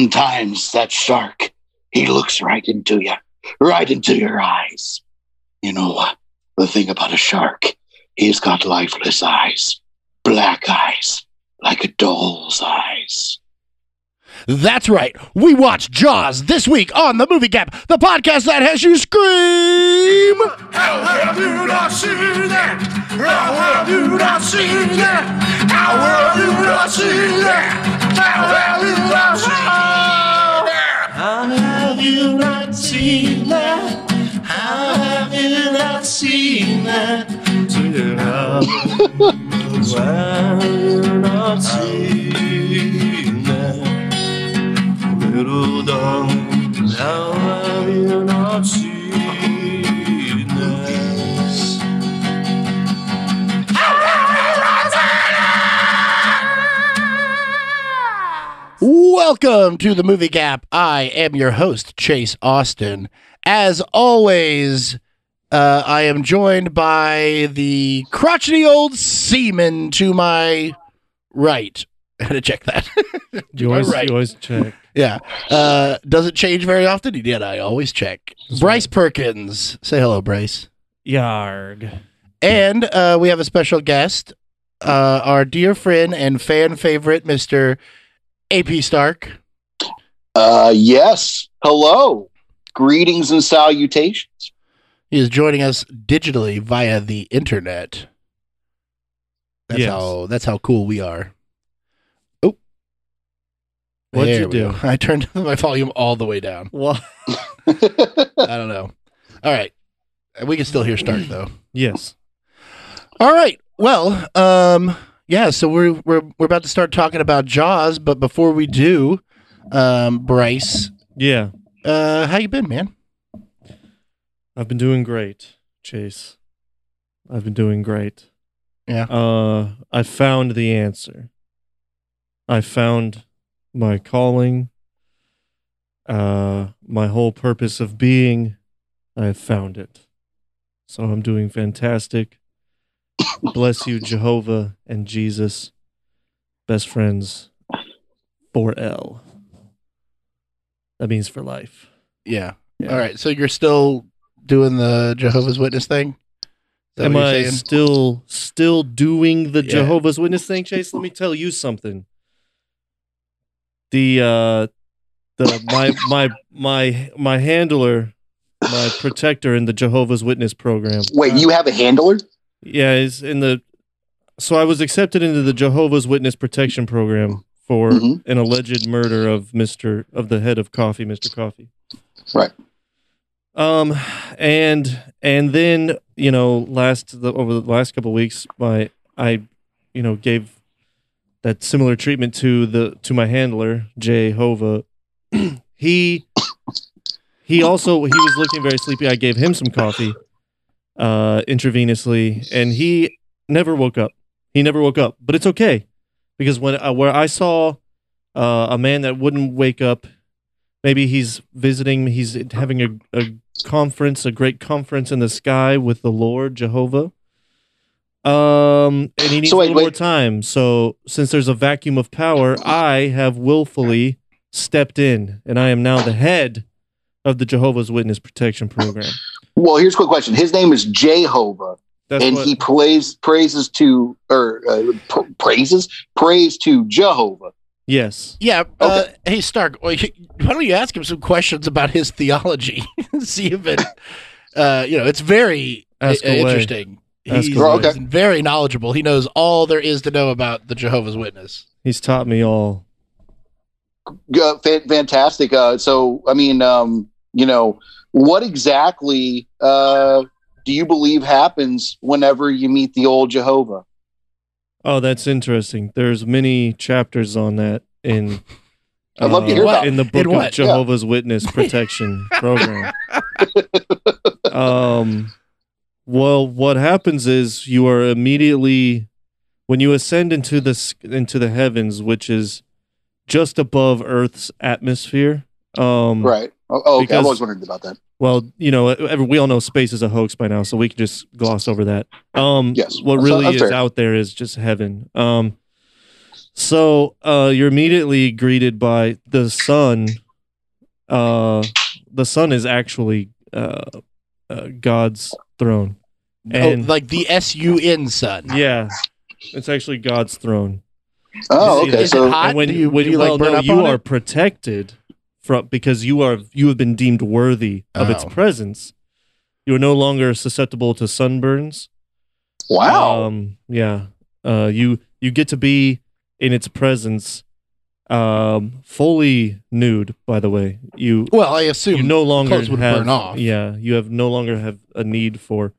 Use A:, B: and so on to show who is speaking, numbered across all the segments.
A: Sometimes that shark, he looks right into you, right into your eyes. You know, uh, the thing about a shark, he's got lifeless eyes, black eyes, like a doll's eyes.
B: That's right. We watch Jaws this week on the Movie Gap, the podcast that has you scream.
C: How have you not seen that? How have you not seen that? How have you not seen that? How have you not seen that? How have you not seen that? How have you not seen that? Why have you not seen that? Little darling, how have you not seen that?
B: Welcome to the Movie Gap. I am your host, Chase Austin. As always, uh, I am joined by the crotchety old seaman to my right. I had to check that.
D: Do you always,
B: Alright.
D: you always check.
B: yeah. Uh, doesn't change very often. He did. I always check. Bryce Perkins. Say hello, Bryce.
D: Yarg.
B: And uh, we have a special guest, uh, our dear friend and fan favorite, Mr. AP Stark.
A: Uh, yes. Hello. Greetings and salutations.
B: He is joining us digitally via the internet. That's
D: Yes.
B: how that's how cool we are. Oh.
D: What'd
B: There
D: you
B: we
D: do?
B: go. I turned my volume all the way down.
D: What?
B: I don't know. All right. We can still hear Stark though.
D: Yes.
B: All right. Well, um yeah, so we're we're we're about to start talking about Jaws, but before we do, um Bryce,
D: Yeah.
B: uh how you been, man?
D: I've been doing great, Chase. I've been doing great.
B: Yeah.
D: Uh, I found the answer. I found my calling. Uh, my whole purpose of being. I have found it. So I'm doing fantastic. Bless you, Jehovah and Jesus. Best friends for L. That means for life.
B: Yeah.
D: Yeah.
B: All right. So you're still doing the Jehovah's Witness thing? Is that
D: Am
B: what you're
D: I
B: saying?
D: still still doing the
B: Yeah.
D: Jehovah's Witness thing, Chase? Let me tell you something. The uh the my my my my handler, my protector in the Jehovah's Witness program.
A: Wait, you have a handler?
D: Yeah, is in the so I was accepted into the Jehovah's Witness protection program for
A: Mhm.
D: an alleged murder of Mr. of the head of coffee, Mr. Coffee.
A: Right.
D: Um and and then, you know, last the over the last couple weeks my I you know gave that similar treatment to the to my handler, Jehovah. he he also he was looking very sleepy. I gave him some coffee uh, intravenously, and he never woke up. He never woke up, but it's okay because when uh, where I saw uh, a man that wouldn't wake up, maybe he's visiting, he's having a, a conference, a great conference in the sky with the Lord Jehovah. Um, and he needs
A: So wait,
D: a little more
A: wait.
D: time. So since there's a vacuum of power, I have willfully stepped in, and I am now the head of the Jehovah's Witness Protection Program.
A: Well, here's a quick question. His name is Jehovah,
D: That's
A: and
D: what,
A: he plays praises to or uh, pr- praises praise to Jehovah.
D: yes.
B: Yeah. Uh, hey, Stark, why don't you ask him some questions about his theology? See if it, uh, you know, it's very i-
D: Ask away.
B: interesting.
D: Ask
B: He's,
A: away. Okay.
B: he's very knowledgeable. He knows all there is to know about the Jehovah's Witness.
D: He's taught me all.
A: Uh, fa- fantastic. Uh, so, I mean, um, you know, what exactly uh, do you believe happens whenever you meet the old Jehovah?
D: Oh, that's interesting. There's many chapters on that in. uh,
A: I'd love to hear about it.
D: in the book
B: In what?
D: of Jehovah's Witness Protection Program. um, well, what happens is you are immediately when you ascend into the s- into the heavens, which is just above Earth's atmosphere. Um,
A: Right. Oh, oh, okay. I've
D: Because-
A: always wondered about that.
D: Well, you know, every, we all know space is a hoax by now, so we can just gloss over that. Um,
A: Yes.
D: What
A: That's-
D: really
A: that's
D: is
A: fair.
D: out there is just heaven. Um, So uh, you're immediately greeted by the sun. Uh, the sun is actually uh, uh, God's throne. And
B: oh, like the S U N sun.
D: yeah, it's actually God's throne.
A: Oh,
D: Is it-
A: okay.
D: is
B: it
A: So
B: hot?
D: and when
B: Do you-
D: when
B: do you,
D: well,
B: like, burn
D: no,
B: up
D: you
B: on
D: are
B: it?
D: protected from because you are you have been deemed worthy of its
B: Oh.
D: presence. You are no longer susceptible to sunburns.
B: Oh.
A: wow.
D: Um, yeah. Uh, you you get to be in its presence, um, fully nude. By the way, you
B: Well, I assume
D: you no longer
B: clothes would
D: have
B: burn off.
D: yeah you have no longer have a need for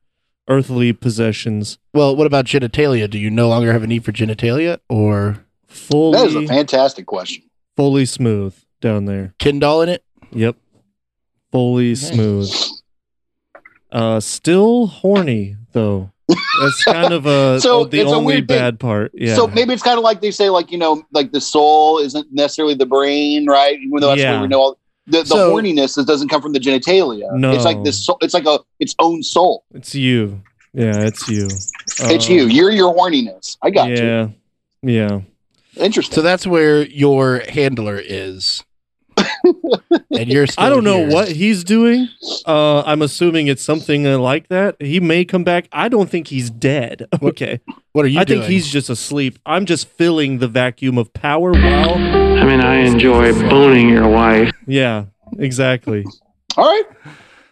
D: earthly possessions.
B: Well, what about genitalia? Do you no longer have a need for genitalia or
D: Fully
A: that is a fantastic question.
D: fully smooth down there.
B: Kindle in it?
D: Yep. Fully
B: Nice.
D: smooth. Uh still horny though. That's kind of a
A: So,
D: the
A: it's a
D: only
A: weird thing.
D: bad part. Yeah.
A: So maybe it's kind of like they say, like you know, like the soul isn't necessarily the brain, right? Even though that's
D: Yeah.
A: where we know all the, the
B: So-
A: horniness that doesn't come from the genitalia.
D: No.
A: It's like this. Soul, it's like a its own soul.
D: it's you. Yeah, it's you.
A: it's
D: Uh,
A: you. You're your horniness. I got you.
D: yeah. Yeah.
A: Interesting.
B: So that's where your handler is. and you're still
D: I don't know
B: here.
D: what he's doing. Uh I'm assuming it's something uh, like that. He may come back. I don't think he's dead. Okay.
B: What are you
D: I
B: doing?
D: think he's just asleep. I'm just filling the vacuum of power while
E: I mean, I enjoy boning your wife.
D: Yeah, exactly.
A: All right.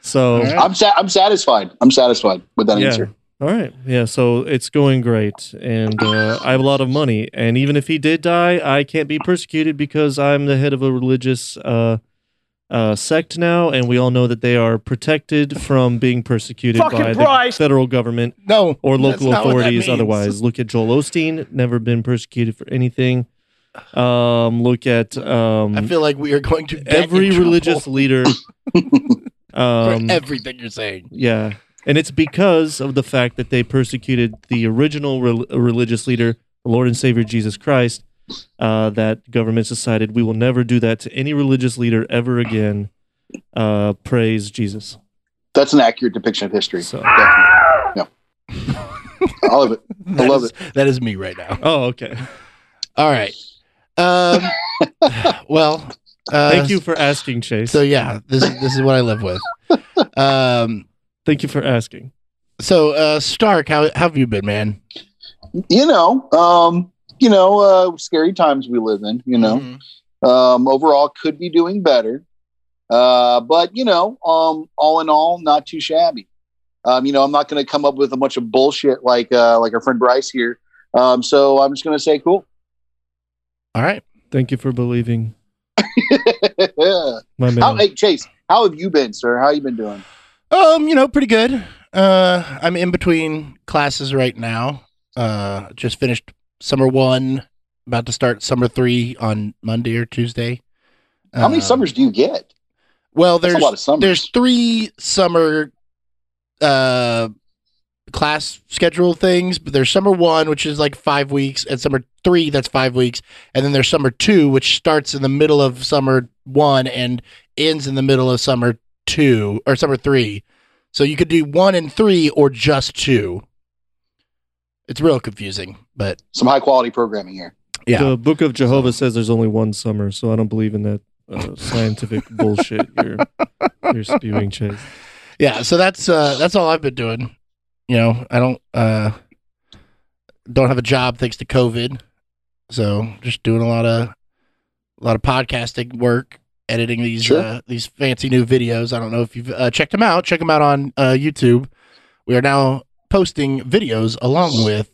D: So
B: All right.
A: I'm sa- I'm satisfied. I'm satisfied with that
D: yeah.
A: answer.
D: All right. Yeah. So it's going great, and uh, I have a lot of money. And even if he did die, I can't be persecuted because I'm the head of a religious uh, uh, sect now, and we all know that they are protected from being persecuted
F: Fucking
D: by the
F: Christ!
D: federal government
B: no
D: or
B: that's
D: local
B: not what that
D: authorities.
B: means.
D: Otherwise, look at Joel Osteen. Never been persecuted for anything. Um, look at um,
B: I feel like we are going to get
D: every
B: in trouble
D: religious leader.
B: for
D: um,
B: everything you're saying.
D: Yeah. And it's because of the fact that they persecuted the original rel- religious leader, the Lord and Savior Jesus Christ, uh, that governments decided we will never do that to any religious leader ever again. Uh, praise Jesus.
A: That's an accurate depiction of history.
D: So,
A: Definitely. Yeah. All of it.
B: That
A: love
B: is- That is me right now.
D: oh, okay.
B: All right. Um, well, uh,
D: Thank you for asking, Chase.
B: So yeah, this is this is what I live with. Um,
D: Thank you for asking.
B: so uh, Stark, how, how have you been, man?
A: You know, um, you know, uh, scary times we live in, you know. Um, overall could be doing better. Uh, but you know, um, all in all, not too shabby. Um, you know, I'm not gonna come up with a bunch of bullshit like uh like our friend Bryce here. Um, so I'm just gonna say cool.
B: All right.
D: Thank you for believing,
A: how,
D: my man.
A: hey Chase, how have you been, sir? How you been doing?
B: Um, you know, pretty good. Uh, I'm in between classes right now. Uh, just finished summer one. About to start summer three on Monday or Tuesday.
A: How many
B: Uh,
A: summers do you get?
B: Well,
A: That's
B: there's
A: a lot of summers.
B: there's three summer uh class schedule things but there's summer one which is like five weeks and summer three that's five weeks and then there's summer two which starts in the middle of summer one and ends in the middle of summer two or summer three so you could do one and three or just two it's real confusing but
A: Some high quality programming here.
B: yeah.
D: The Book of Jehovah says there's only one summer, so I don't believe in that uh, scientific bullshit you're, you're spewing, Chase.
B: yeah so that's uh that's all i've been doing you know i don't uh don't have a job thanks to covid so just doing a lot of a lot of podcasting work editing these
A: Sure.
B: uh these fancy new videos i don't know if you've uh, checked them out check them out on uh youtube we are now posting videos along with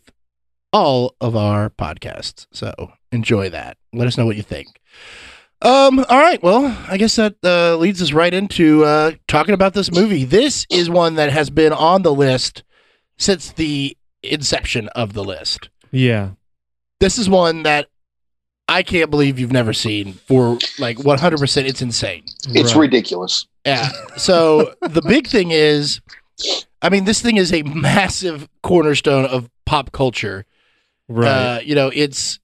B: all of our podcasts so enjoy that let us know what you think um, all right. Well, I guess that uh, leads us right into uh, talking about this movie. This is one that has been on the list since the inception of the list.
D: Yeah.
B: This is one that I can't believe you've never seen for like 100%. It's insane.
A: It's
D: Right.
A: ridiculous.
B: Yeah. So the big thing is, I mean, this thing is a massive cornerstone of pop culture.
D: Right.
B: Uh, you know, it's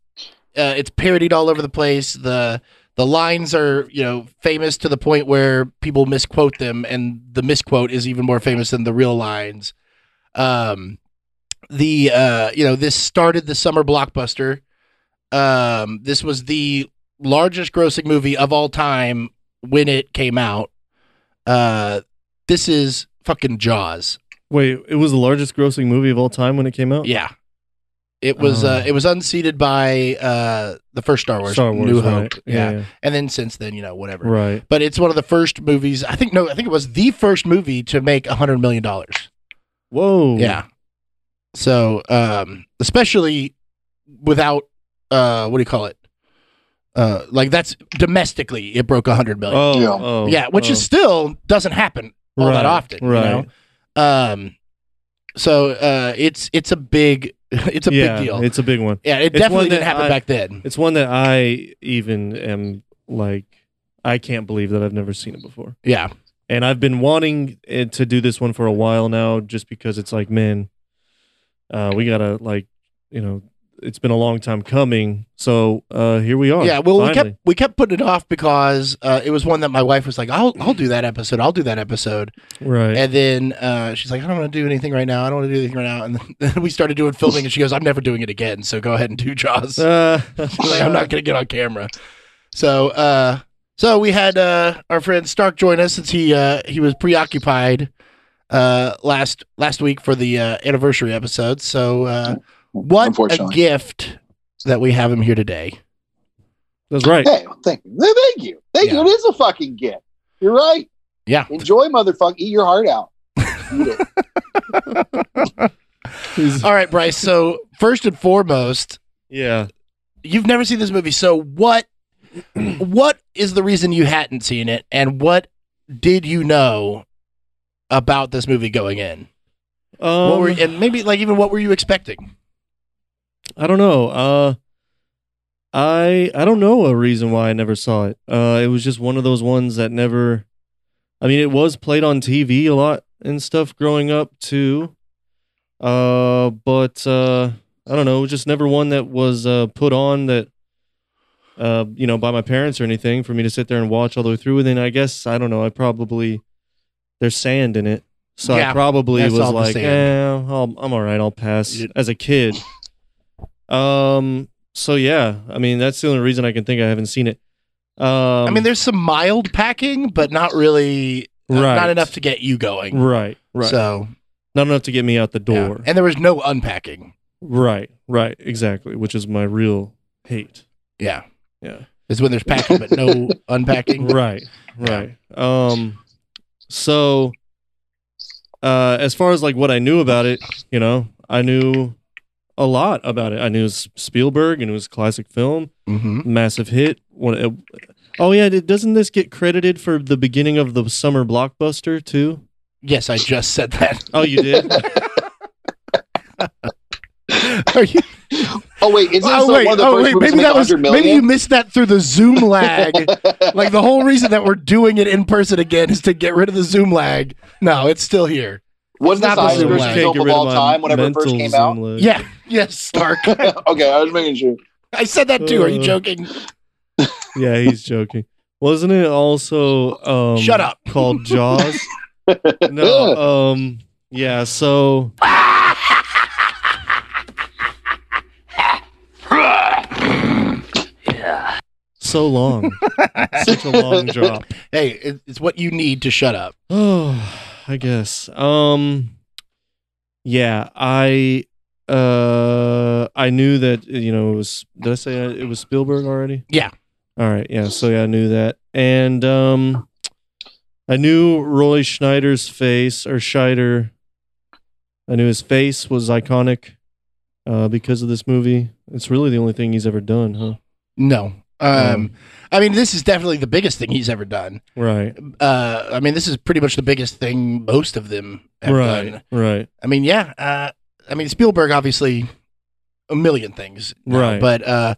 B: uh, it's parodied all over the place. The the lines are you know famous to the point where people misquote them, and the misquote is even more famous than the real lines. Um, the uh, you know this started the summer blockbuster. Um, this was the largest grossing movie of all time when it came out. Uh, this is fucking Jaws.
D: Wait, it was the largest grossing movie of all time when it came out.
B: Yeah. It was
D: Oh.
B: uh, it was unseated by uh, the first Star Wars,
D: Star Wars.
B: New
D: right.
B: Hope,
D: Yeah,
B: yeah. and then since then, you know, whatever.
D: Right.
B: But it's one of the first movies. I think no, I think it was the first movie to make a hundred million dollars.
D: Whoa.
B: Yeah. So, um, especially without uh, what do you call it? Uh, like that's domestically, it broke a hundred million.
D: Oh.
A: Yeah.
D: oh,
B: yeah, which
D: oh.
B: is still doesn't happen all
D: Right,
B: that often.
D: right.
B: You know? Um. So uh, it's it's a big it's a
D: yeah,
B: big deal.
D: It's a big one.
B: yeah, it
D: it's one
B: definitely
D: that
B: didn't happen
D: I-
B: back then.
D: It's one that I even am like, I can't believe that I've never seen it before.
B: Yeah.
D: And I've been wanting it to do this one for a while now, just because it's like, man, uh, we gotta like, you know, it's been a long time coming. So uh, here we are.
B: Yeah, well, we
D: finally.
B: kept we kept putting it off because uh, it was one that my wife was like, "I'll I'll do that episode. I'll do that episode."
D: right.
B: And then uh, she's like, I don't want to do anything right now. I don't want to do anything right now. And then we started doing filming, and she goes, I'm never doing it again. So go ahead and do Jaws.
D: Uh,
B: like, I'm not going to get on camera. So, uh, so we had uh, our friend Stark join us since he uh, he was preoccupied uh, last last week for the uh, anniversary episode. So, uh, what a
A: Unfortunately.
B: gift that we have him here today.
D: That's right.
A: Hey, well, thank you. Thank you. Thank
B: Yeah.
A: you. It is a fucking gift. You're right.
B: Yeah.
A: Enjoy, motherfucker. Eat your heart out. Eat it.
B: All right, Bryce. So first and foremost,
D: Yeah.
B: you've never seen this movie so what what is the reason you hadn't seen it and what did you know about this movie going in
D: Um,
B: what were and maybe like even what were you expecting
D: I don't know. Uh, I I don't know a reason why I never saw it. Uh, it was just one of those ones that never. I mean, it was played on TV a lot and stuff growing up too. Uh, but uh, I don't know. It was just never one that was uh, put on that. Uh, you know, by my parents or anything for me to sit there and watch all the way through. And then I guess I don't know. I probably there's sand in it, so
B: Yeah,
D: I probably
B: that's
D: was
B: all the
D: like,
B: sand.
D: eh, I'll, I'm all right. I'll pass
B: Yeah.
D: as a kid. Um. So yeah, I mean that's the only reason I can think I haven't seen it. Um,
B: i mean there's some mild packing but not really uh, not
D: Right.
B: enough to get you going
D: right, right,
B: so
D: not enough to get me out the
B: yeah.
D: door.
B: and there was no unpacking
D: Right, right, exactly. Which is my real hate.
B: yeah
D: Yeah.
B: it's when there's packing but no unpacking
D: Right, right. Um. So, uh, as far as like what I knew about it, you know, I knew a lot about it. I knew it was Spielberg and it was a classic film.
B: Mhm.
D: massive hit. One, uh, oh yeah, did- doesn't this get credited for the beginning of the summer blockbuster too?
B: yes i just said that
D: Oh, you did.
B: are you
A: Oh wait, isn't this
B: Oh
A: the-
B: wait,
A: one of the
B: oh,
A: first
B: wait,
A: movies to
B: maybe
A: make
B: that was
A: 100
B: maybe you
A: million?
B: missed that through the Zoom lag. like the whole reason that we're doing it in person again is to get rid of the Zoom lag. No, it's still here.
A: Wasn't
B: not
A: this
B: the
A: the
B: Zoom
A: Oscars
B: lag.
A: film of all time whenever it first came out?
B: Yeah, yes, Stark.
A: okay, I was making sure.
B: I said that too. Are you
D: Uh,
B: joking?
D: Yeah, he's joking. Wasn't it also um,
B: Shut up.
D: called Jaws? no. Um. Yeah. So. So long. Such a long drop.
B: Hey, it, it's what you need to shut up.
D: Oh, I guess. Um, yeah, I, uh, I knew that you know it was. Did I say I- it was Spielberg already?
B: Yeah.
D: All right. Yeah. So yeah, I knew that, and um, I knew Roy Schneider's face or Scheider. I knew his face was iconic, uh, because of this movie. It's really the only thing he's ever done, huh?
B: No. Um, I mean, this is definitely the biggest thing he's ever done.
D: Right.
B: Uh, I mean, this is pretty much the biggest thing most of them have
D: Right.
B: done.
D: Right.
B: I mean, yeah. Uh, I mean, Spielberg obviously a million things, now,
D: Right.
B: But uh,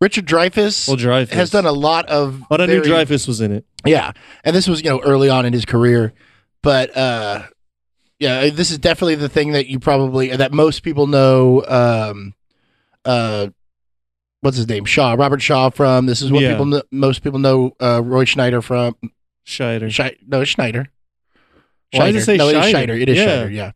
B: Richard Dreyfuss
D: Well, Dreyfus
B: has done a lot of.
D: But I knew
B: very-
D: Dreyfus was in it.
B: Yeah, and this was you know early on in his career, but uh, yeah, this is definitely the thing that you probably that most people know. Um, uh, what's his name? Shaw, Robert Shaw from. This is what
D: Yeah.
B: people kn- most people know. Uh, Roy Schneider from.
D: Scheider.
B: Sch- no, it's Schneider.
D: Why does it say
B: no, it is Schneider.
D: Schneider?
B: It is
D: Yeah.
B: Schneider. Yeah,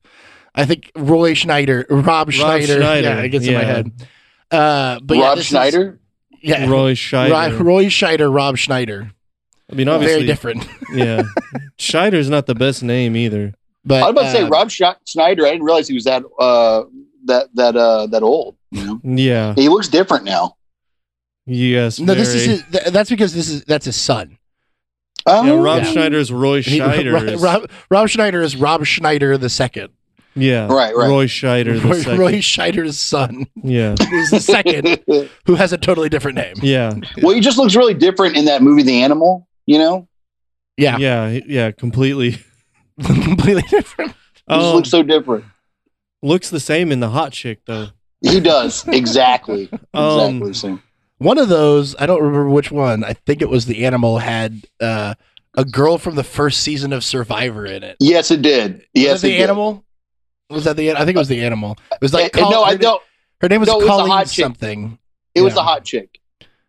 B: I think Roy Schneider, Rob, Schneider.
D: Schneider,
B: Yeah, it gets in
D: yeah.
B: my head. Uh, but yeah,
A: Rob
B: this is-
A: Schneider.
B: yeah, Roy
D: Roy Scheider.
B: Roy, Scheider, Rob Schneider,
D: I mean,
B: very
D: obviously,
B: different.
D: yeah. Scheider's not the best name either.
B: But
A: I was about to say
B: uh,
A: Rob Sch- Schneider. I didn't realize he was that uh, that that uh, that old. You know,
D: Yeah.
A: he looks different now.
D: Yes.
B: No, this is
D: very.
B: his, th- that's because this is that's his son.
A: Oh,
D: Yeah, Rob
B: Yeah.
D: Schneider's Roy
B: He-
D: Scheider.
B: Rob,
D: is-
B: Rob, Rob Schneider is Rob Schneider the second.
D: yeah.
A: Right, right.
D: Roy Scheider the
B: Roy,
D: second.
B: Roy Scheider's son
D: Yeah.
B: is the second, who has a totally different name.
D: Yeah.
A: well, he just looks really different in that movie, The Animal. You know,
B: Yeah,
D: Yeah. he- Yeah. Completely.
B: completely different.
A: he just
B: Oh.
D: Um,
A: looks so different.
D: looks the same in the hot chick though.
A: He does exactly,
D: Um,
A: exactly the same.
B: One of those, I don't remember which one. I think it was the animal had uh, a girl from the first season of Survivor in it.
A: Yes, it did. Yes,
B: was that
A: it
B: the
A: did.
B: animal? Was that the? an- I think it was the animal. It was like
A: Eh, eh,
B: Col-
A: no,
B: her,
A: I
B: na-
A: don't.
B: Her name was
A: no, it was a
B: Colleen
A: hot chick.
B: something.
A: It was
D: Yeah.
A: the hot chick,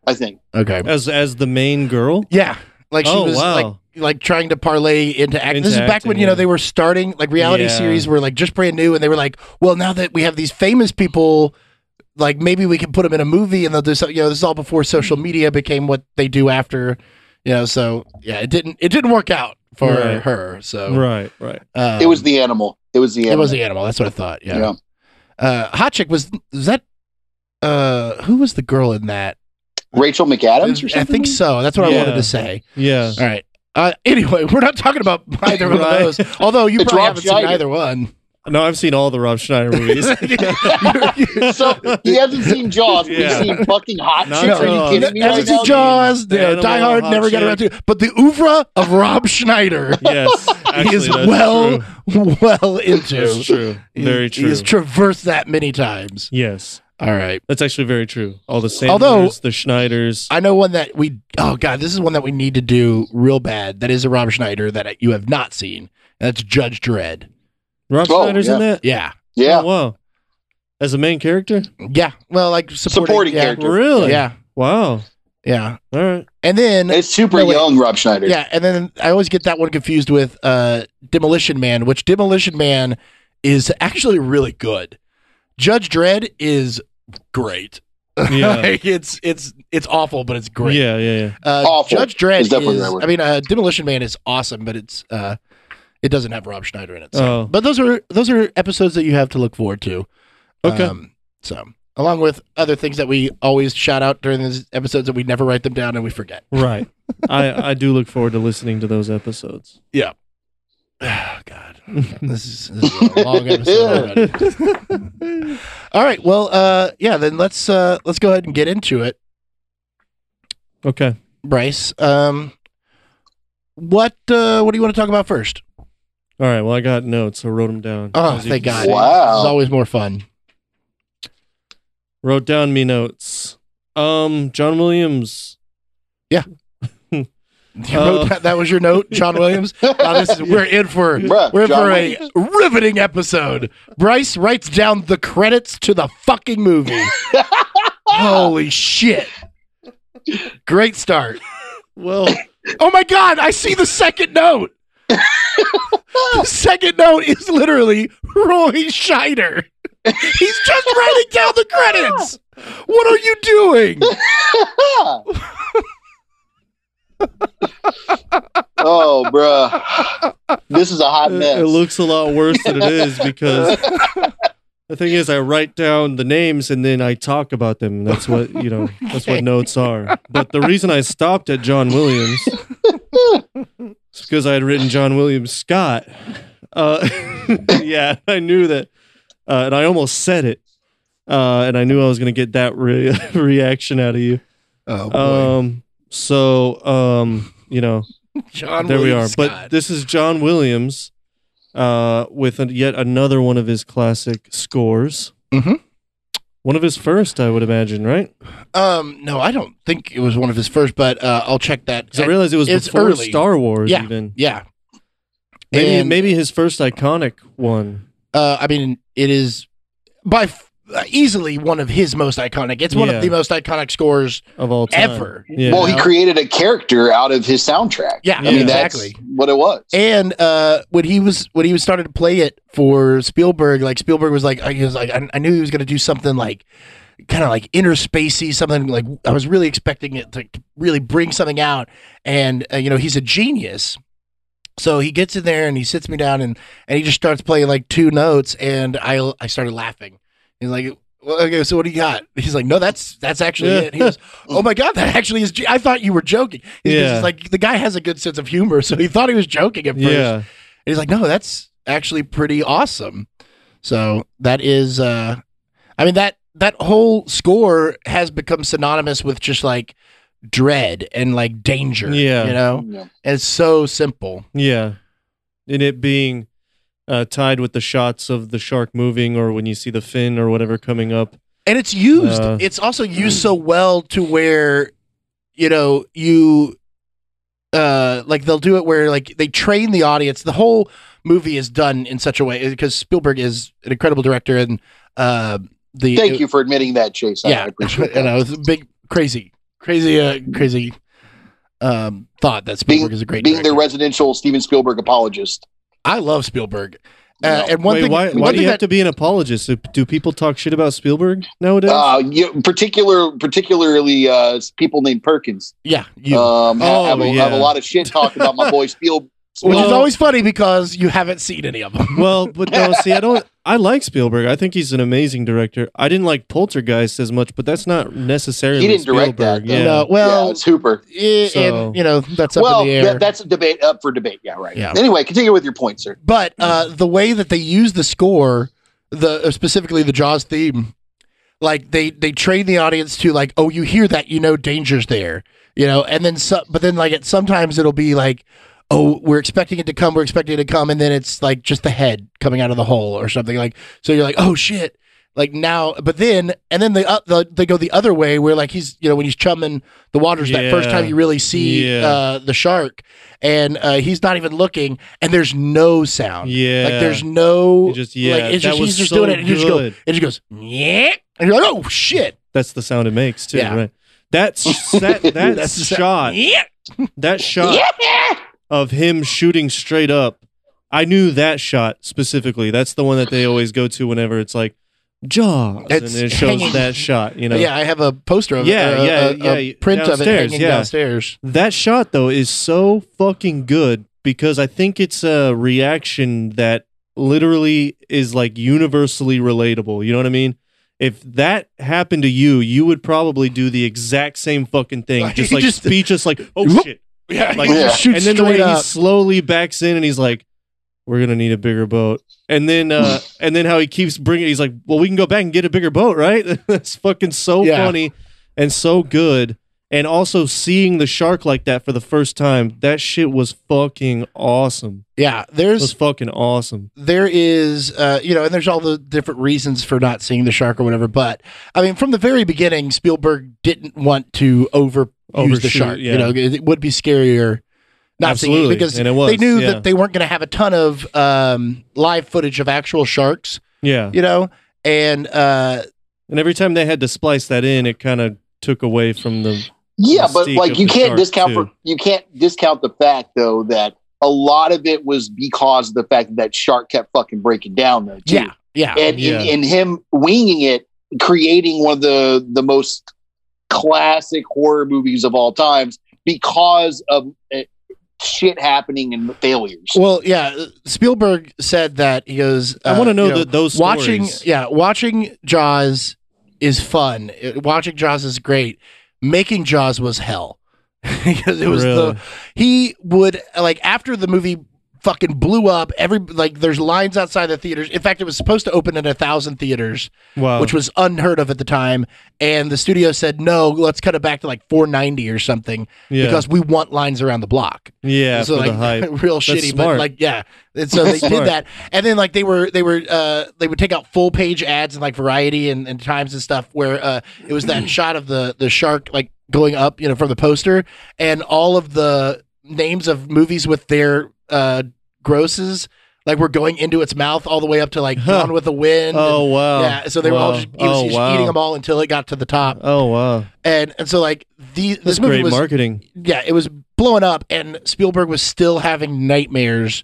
A: I think.
B: Okay.
D: As as the main girl.
B: Yeah, like she
D: oh
B: was
D: wow.
B: like like trying to parlay into acting.
D: Into
B: This is back when
D: acting,
B: you know
D: yeah.
B: they were starting like reality
D: Yeah.
B: series were like just brand new, and they were like, well, now that we have these famous people, like maybe we can put them in a movie, and they'll do something. You know, this is all before social
D: Hmm.
B: media became what they do after. You know, so yeah, it didn't it didn't work out for
D: Right.
B: her. So
D: right. Right.
B: um,
A: it was the animal. It was the animal.
B: it was the animal. That's what I thought. Yeah.
A: Yeah.
B: Uh, Hot chick was was that. Uh, who was the girl in that?
A: Rachel McAdams or something.
B: I think so. That's what I wanted
D: Yeah.
B: to say.
D: Yeah.
B: All right. Uh, anyway, we're not talking about either one
D: Right.
B: of those. Although you
A: It's
B: probably
A: Rob
B: haven't
A: Schneider.
B: seen either one.
D: No, I've seen all the Rob Schneider movies.
A: So he hasn't seen Jaws. but
D: Yeah.
A: He's seen fucking hot
D: Not
A: chick. Are
D: Jaws.
A: you kidding me?
D: Haven't
A: Right
B: Haven't
A: now?
B: seen Jaws,
D: The
B: you know, Die
D: Animal,
B: Hard,
D: Hot
B: never got around to. it. But the oeuvre of Rob Schneider
D: yes. Actually,
B: is
D: that's
B: well,
D: true.
B: well into.
D: That's true.
B: He's-
D: Very true.
B: He's traversed that many times.
D: yes.
B: All right.
D: That's actually very true. All the Sanders,
B: Although-
D: the Schneiders.
B: I know one that we. Oh God, this is one that we need to do real bad. That is a Rob Schneider that you have not seen. And that's Judge Dredd.
D: Rob
A: Oh,
D: Schneider's in
A: yeah.
D: that?
B: Yeah,
D: Oh,
A: Yeah.
D: wow. As a main character?
B: yeah. Well, like supporting,
A: Supporting
B: yeah.
A: character.
D: Really?
B: Yeah,
D: Wow.
B: yeah.
D: All right.
B: And then
A: It's super
B: No, wait.
A: young, Rob Schneider.
B: Yeah, and then I always get that one confused with uh, Demolition Man, which Demolition Man is actually really good. Judge Dredd is great.
D: Yeah.
B: Like, it's it's it's awful, but it's great.
D: Yeah, yeah, yeah.
B: Uh,
A: Awful
B: Judge Dredd
A: is
B: is.
A: definitely the right word.
B: I mean, uh, Demolition Man is awesome, but it's uh, it doesn't have Rob Schneider in it. So.
D: Oh.
B: But those are those are episodes that you have to look forward to.
D: Okay.
B: Um, so along with other things that we always shout out during these episodes that we never write them down and we forget.
D: Right. Oh. I, I do look forward to listening to those episodes.
B: Oh, God. This is, this is a long episode already. All right. Well, uh, yeah, then let's uh, let's go ahead and get into it,
D: Okay.
B: Bryce. Um, what uh, what do you want to talk about first?
D: All right. Well, I got notes. I wrote them down.
B: Oh,
D: As you
B: thank
D: can
B: God.
D: see.
A: Wow.
B: This is always more fun.
D: Wrote down me notes. Um, John Williams.
B: You wrote
D: Uh,
B: that, that was your note, John Williams. Wow, this is, we're in for
A: Bruh,
B: we're in
A: John
B: for a riveting episode. Bryce writes down the credits to the fucking movie. Holy shit! Great start.
D: Well,
B: Oh my god, I see the second note. the second note is literally Roy Scheider. He's just writing down the credits. What are you doing?
A: oh, bruh. This is a hot
B: Uh,
A: mess.
D: it, it looks a lot worse than it is because the thing is, I write down the names and then I talk about them. That's what you know. That's what notes are. But the reason I stopped at John Williams is because I had written John Williams Scott. Uh, yeah, I knew that, uh, and I almost said it, uh, and I knew I was going to get that re- reaction out of you.
B: Oh boy.
D: Um, so, um, you know,
B: John
D: there
B: Williams
D: we are.
B: Scott.
D: But this is John Williams uh, with a, yet another one of his classic scores.
B: Mhm.
D: One of his first, I would imagine, right?
B: um no, I don't think it was one of his first, but uh, I'll check that.
D: Because I realized it was
B: It's
D: before
B: early.
D: Star Wars,
B: Yeah.
D: even.
B: yeah.
D: Maybe,
B: And-
D: maybe his first iconic one.
B: uh, I mean, it is by f- uh, easily one of his most iconic. It's one
D: Yeah.
B: of the most iconic scores
D: Of all time,
B: Ever.
D: Yeah.
A: well, he created a character out of his soundtrack.
B: Yeah,
A: I mean,
B: exactly.
A: that's what it was.
B: And uh, when he was when he was started to play it for Spielberg, like Spielberg was like, I- he was like, I, I knew he was going to do something like kind of like interspacey, something like I was really expecting it to really bring something out. And uh, you know, he's a genius. So he gets in there and he sits me down and and he just starts playing like two notes and I I started laughing. He's like, well, okay, so what do you got? He's like, no, that's that's actually
D: Yeah.
B: it. He goes, oh my god, that actually is. ge- I thought you were joking. He's
D: Yeah.
B: just like the guy has a good sense of humor, so he thought he was joking at first.
D: yeah.
B: And he's like, no, that's actually pretty awesome. So that is, uh, I mean that that whole score has become synonymous with just like dread and like danger.
D: Yeah.
B: you know,
A: Yeah.
B: and it's so simple.
D: Yeah. And it being uh, tied with the shots of the shark moving or when you see the fin or whatever coming up.
B: And it's used.
D: Uh,
B: it's also used so well to where, you know, you, uh, like they'll do it where like they train the audience. The whole movie is done in such a way because Spielberg is an incredible director and uh, the
A: Thank you for admitting that, Chase. I- I appreciate
B: and
A: that.
B: I was a big crazy, crazy, uh, crazy um, thought that Spielberg is a great
A: Being
B: director.
A: the residential Steven Spielberg apologist.
B: I love Spielberg. Uh,
A: No.
B: And one
D: Wait,
B: thing,
D: why,
B: one
D: why do
B: thing
D: you have
B: that,
D: to be an apologist? Do- Do people talk shit about Spielberg nowadays?
A: Uh, you, particular, particularly uh, people named Perkins.
B: yeah, you,
A: Um, I-
D: Oh,
A: I have, a, I have a
D: yeah.
A: lot of shit talk about my boy Spiel.
B: which is
D: well-
B: always funny because you haven't seen any of them.
D: well, but no, see, I don't. I like Spielberg. I think he's an amazing director. I didn't like Poltergeist as much, but that's not necessarily
A: He didn't direct
D: Spielberg.
A: that, though.
D: yeah.
B: No,
A: well,
B: well,
A: it's Hooper.
B: eh,
D: So-
B: and you know that's up
A: Well,
B: in the air.
A: that, that's a debate up for debate. Yeah, right.
B: Yeah.
A: Anyway, continue with your point, sir.
B: but uh, the way that they use the score, the uh, specifically the Jaws theme, like they they train the audience to like, oh, you hear that, you know, danger's there, you know, and then so, but then like it sometimes it'll be like, oh, we're expecting it to come, we're expecting it to come, and then it's like just the head coming out of the hole or something like, so you're like, oh shit. Like now, but then, and then they up, the, they go the other way where like he's, you know, when he's chumming the waters that first
D: Yeah.
B: time you really see
D: Yeah.
B: uh, the shark, and uh, he's not even looking, and there's no sound.
D: Yeah.
B: Like there's no
D: He just- yeah,
B: like, it's
D: that
B: just
D: was
B: he's just
D: so
B: doing it and you just go
D: good.
B: it just goes yeah and you're like oh shit
D: That's the sound it makes too,
B: Yeah.
D: right? That's that that
B: That's the sound.
D: shot.
B: yeah
D: That shot of him shooting straight up. I knew that shot specifically. That's the one that they always go to whenever it's like Jaws,
B: It's
D: and it shows
B: hanging-
D: that shot. You know,
B: yeah I have a poster of
D: Yeah,
B: it or a-
D: yeah,
B: a- a,
D: yeah,
B: print of it
D: downstairs,
B: hanging
D: yeah.
B: downstairs
D: That shot though is so fucking good because I think it's a reaction that literally is like universally relatable. You know what I mean? If that happened to you, you would probably do the exact same fucking thing.
B: Like,
D: Just
B: you
D: like
B: just-
D: speechless, like, oh
B: Whoop.
D: shit.
B: yeah
D: Like,
B: he just
A: yeah.
B: shoots
D: and then the
B: straight
D: way he
B: up
D: slowly backs in and he's like, We're gonna need a bigger boat. And then uh and then how he keeps bringing he's like, Well, we can go back and get a bigger boat, right? That's fucking so
B: Yeah.
D: funny and so good. And also seeing the shark like that for the first time, that shit was fucking awesome.
B: yeah
D: It was
B: there's
D: fucking awesome.
B: there is uh, you know and there's all the different reasons for not seeing the shark or whatever but i mean from the very beginning spielberg didn't want to over use the
D: Overshoot,
B: shark you
D: yeah.
B: know it it would be scarier not seeing
D: Absolutely,
B: it because
D: and it was,
B: they knew
D: yeah.
B: that they weren't going to have a ton of um, live footage of actual sharks
D: Yeah.
B: you know and uh,
D: And every time they had to splice that in, it kind of took away from the
A: Yeah,
D: the
A: but
D: mystique
A: like
D: of
A: you
D: the
A: can't
D: shark,
A: discount
D: too.
A: for, you can't discount the fact though that a lot of it was because of the fact that, that shark kept fucking breaking down though. Too.
B: yeah yeah
A: and in
D: Yeah.
A: and, him winging it, creating one of the the most classic horror movies of all times because of uh, shit happening and failures.
B: well yeah spielberg said that he goes
D: I
B: uh,
D: want to know,
B: you
D: that those
B: watching
D: stories.
B: yeah watching jaws is fun It- watching jaws is great making jaws was hell because it was
D: Really.
B: the he would like after the movie fucking blew up every like there's lines outside the theaters in fact it was supposed to open at a thousand theaters
D: wow.
B: which was unheard of at the time and the studio said no let's cut it back to like 490 or something
D: yeah.
B: because we want lines around the block
D: yeah,
B: so
D: for
B: like
D: the hype.
B: real
D: That's
B: shitty, but
D: smart.
B: like yeah. And so they
D: That's smart.
B: did that, and then like they were they were uh they would take out full page ads and like Variety and, and Times and stuff where uh it was that shot of the the shark like going up you know from the poster and all of the names of movies with their uh grosses like were going into its mouth all the way up to like
D: Huh.
B: Gone with the Wind.
D: Oh
B: and-
D: wow.
B: yeah, so they were all
D: Wow.
B: just, he was
D: oh,
B: just
D: wow.
B: eating them all until it got to the top,
D: Oh wow.
B: and and so like the, this
D: That's
B: movie
D: great
B: was
D: marketing.
B: yeah, it was blowing up, and Spielberg was still having nightmares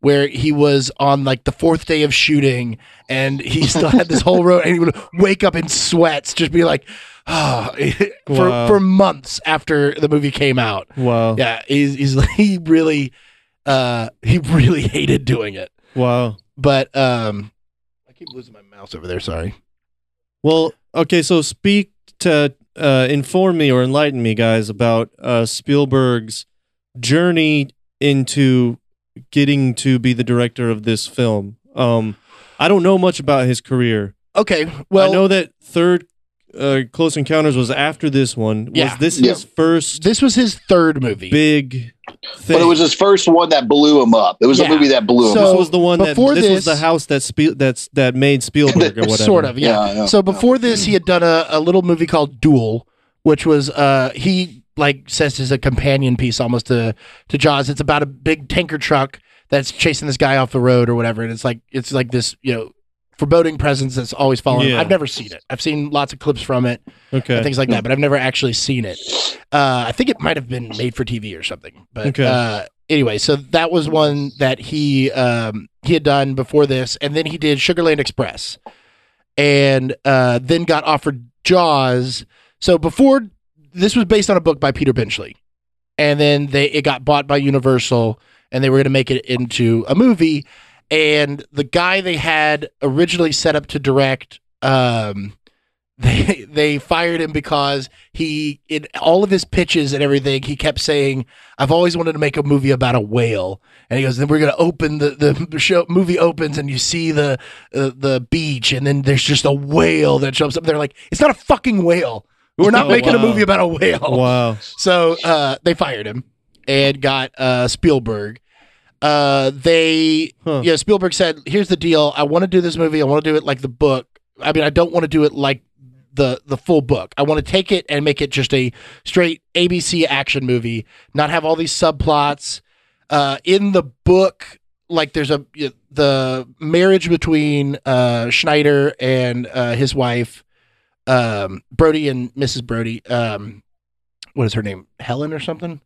B: where he was on like the fourth day of shooting and he still had this whole road and he would wake up in sweats, just be like, oh, for,
D: Wow. Oh.
B: for months after the movie came out.
D: Wow.
B: Yeah, he's, he's he really uh he really hated doing it.
D: Wow.
B: But um I keep losing my mouse over there, sorry.
D: Well, okay, so speak to uh, inform me or enlighten me, guys, about uh, Spielberg's journey into getting to be the director of this film. Um, I don't know much about his career.
B: Okay, well
D: I know that third uh, Close Encounters was after this one.
B: Yeah.
D: Was this
A: Yeah.
D: his first
B: this was his third movie.
D: big thing?
A: But it was his first one that blew him up. It was
B: Yeah.
A: a movie that blew him
B: So-
A: up.
D: this was the one that
B: Oh, before
D: this, was the
B: this-
D: house that Spiel, that's that made Spielberg or whatever.
B: Sort of, yeah.
A: Yeah, yeah,
B: so before this, he had done a, a little movie called Duel, which was uh he like says is a companion piece almost to to Jaws. It's about a big tanker truck that's chasing this guy off the road or whatever, and it's like it's like this you know foreboding presence that's always following. him.
D: Yeah.
B: I've never seen it. I've seen lots of clips from it.
D: Okay. Hmm.
B: and things like that. But I've never actually seen it. Uh, I think it might have been made for TV or something. But
D: Okay.
B: uh, anyway, so that was one that he um, he had done before this, and then he did Sugarland Express, and uh, then got offered Jaws. So before this was based on a book by Peter Benchley, and then they it got bought by Universal, and they were going to make it into a movie. And the guy they had originally set up to direct um, they they fired him because he in all of his pitches and everything he kept saying I've always wanted to make a movie about a whale and he goes then we're gonna open the the show movie opens and you see the uh, the beach and then there's just a whale that jumps up they're like it's not a fucking whale we're not
D: Oh,
B: making a
D: wow.
B: movie about a whale
D: Wow.
B: so uh, they fired him and got uh, Spielberg. Uh, they,
D: Huh.
B: yeah, Spielberg said, "Here's the deal. I want to do this movie. I want to do it like the book. I mean, I don't want to do it like the the full book. I want to take it and make it just a straight ABC action movie. Not have all these subplots. Uh, in the book, like there's a the marriage between uh, Schneider and uh, his wife, um, Brody and Mrs. Brody. Um, what is her name? Helen or something?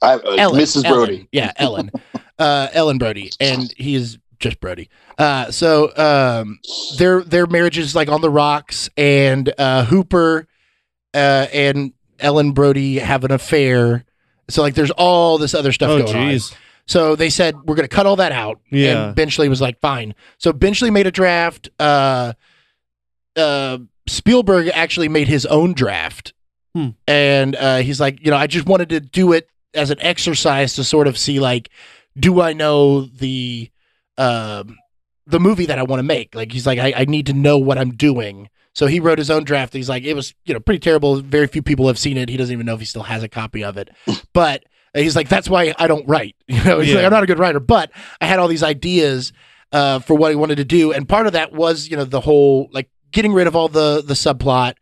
A: I, uh,
B: Ellen.
A: Mrs.
B: Ellen.
A: Brody.
B: Yeah, Ellen. uh, Ellen Brody, and he's just Brody. Uh, so um, their their marriage is like on the rocks, and uh, Hooper uh, and Ellen Brody have an affair. So like, there's all this other stuff
D: Oh
B: going on.
D: jeez.
B: So they said we're going to cut all that out.
D: Yeah.
B: And Benchley was like, "Fine." So Benchley made a draft. Uh, uh, Spielberg actually made his own draft,
D: Hmm.
B: and uh, he's like, "You know, I just wanted to do it as an exercise to sort of see like, do I know the um, the movie that I want to make? Like, he's like, I, I need to know what I'm doing." So he wrote his own draft. He's like, it was you know pretty terrible. Very few people have seen it. He doesn't even know if he still has a copy of it, but and he's like, that's why I don't write. You know, he's
D: Yeah.
B: like, I'm not a good writer, but I had all these ideas uh, for what I wanted to do, and part of that was, you know, the whole like getting rid of all the the subplot,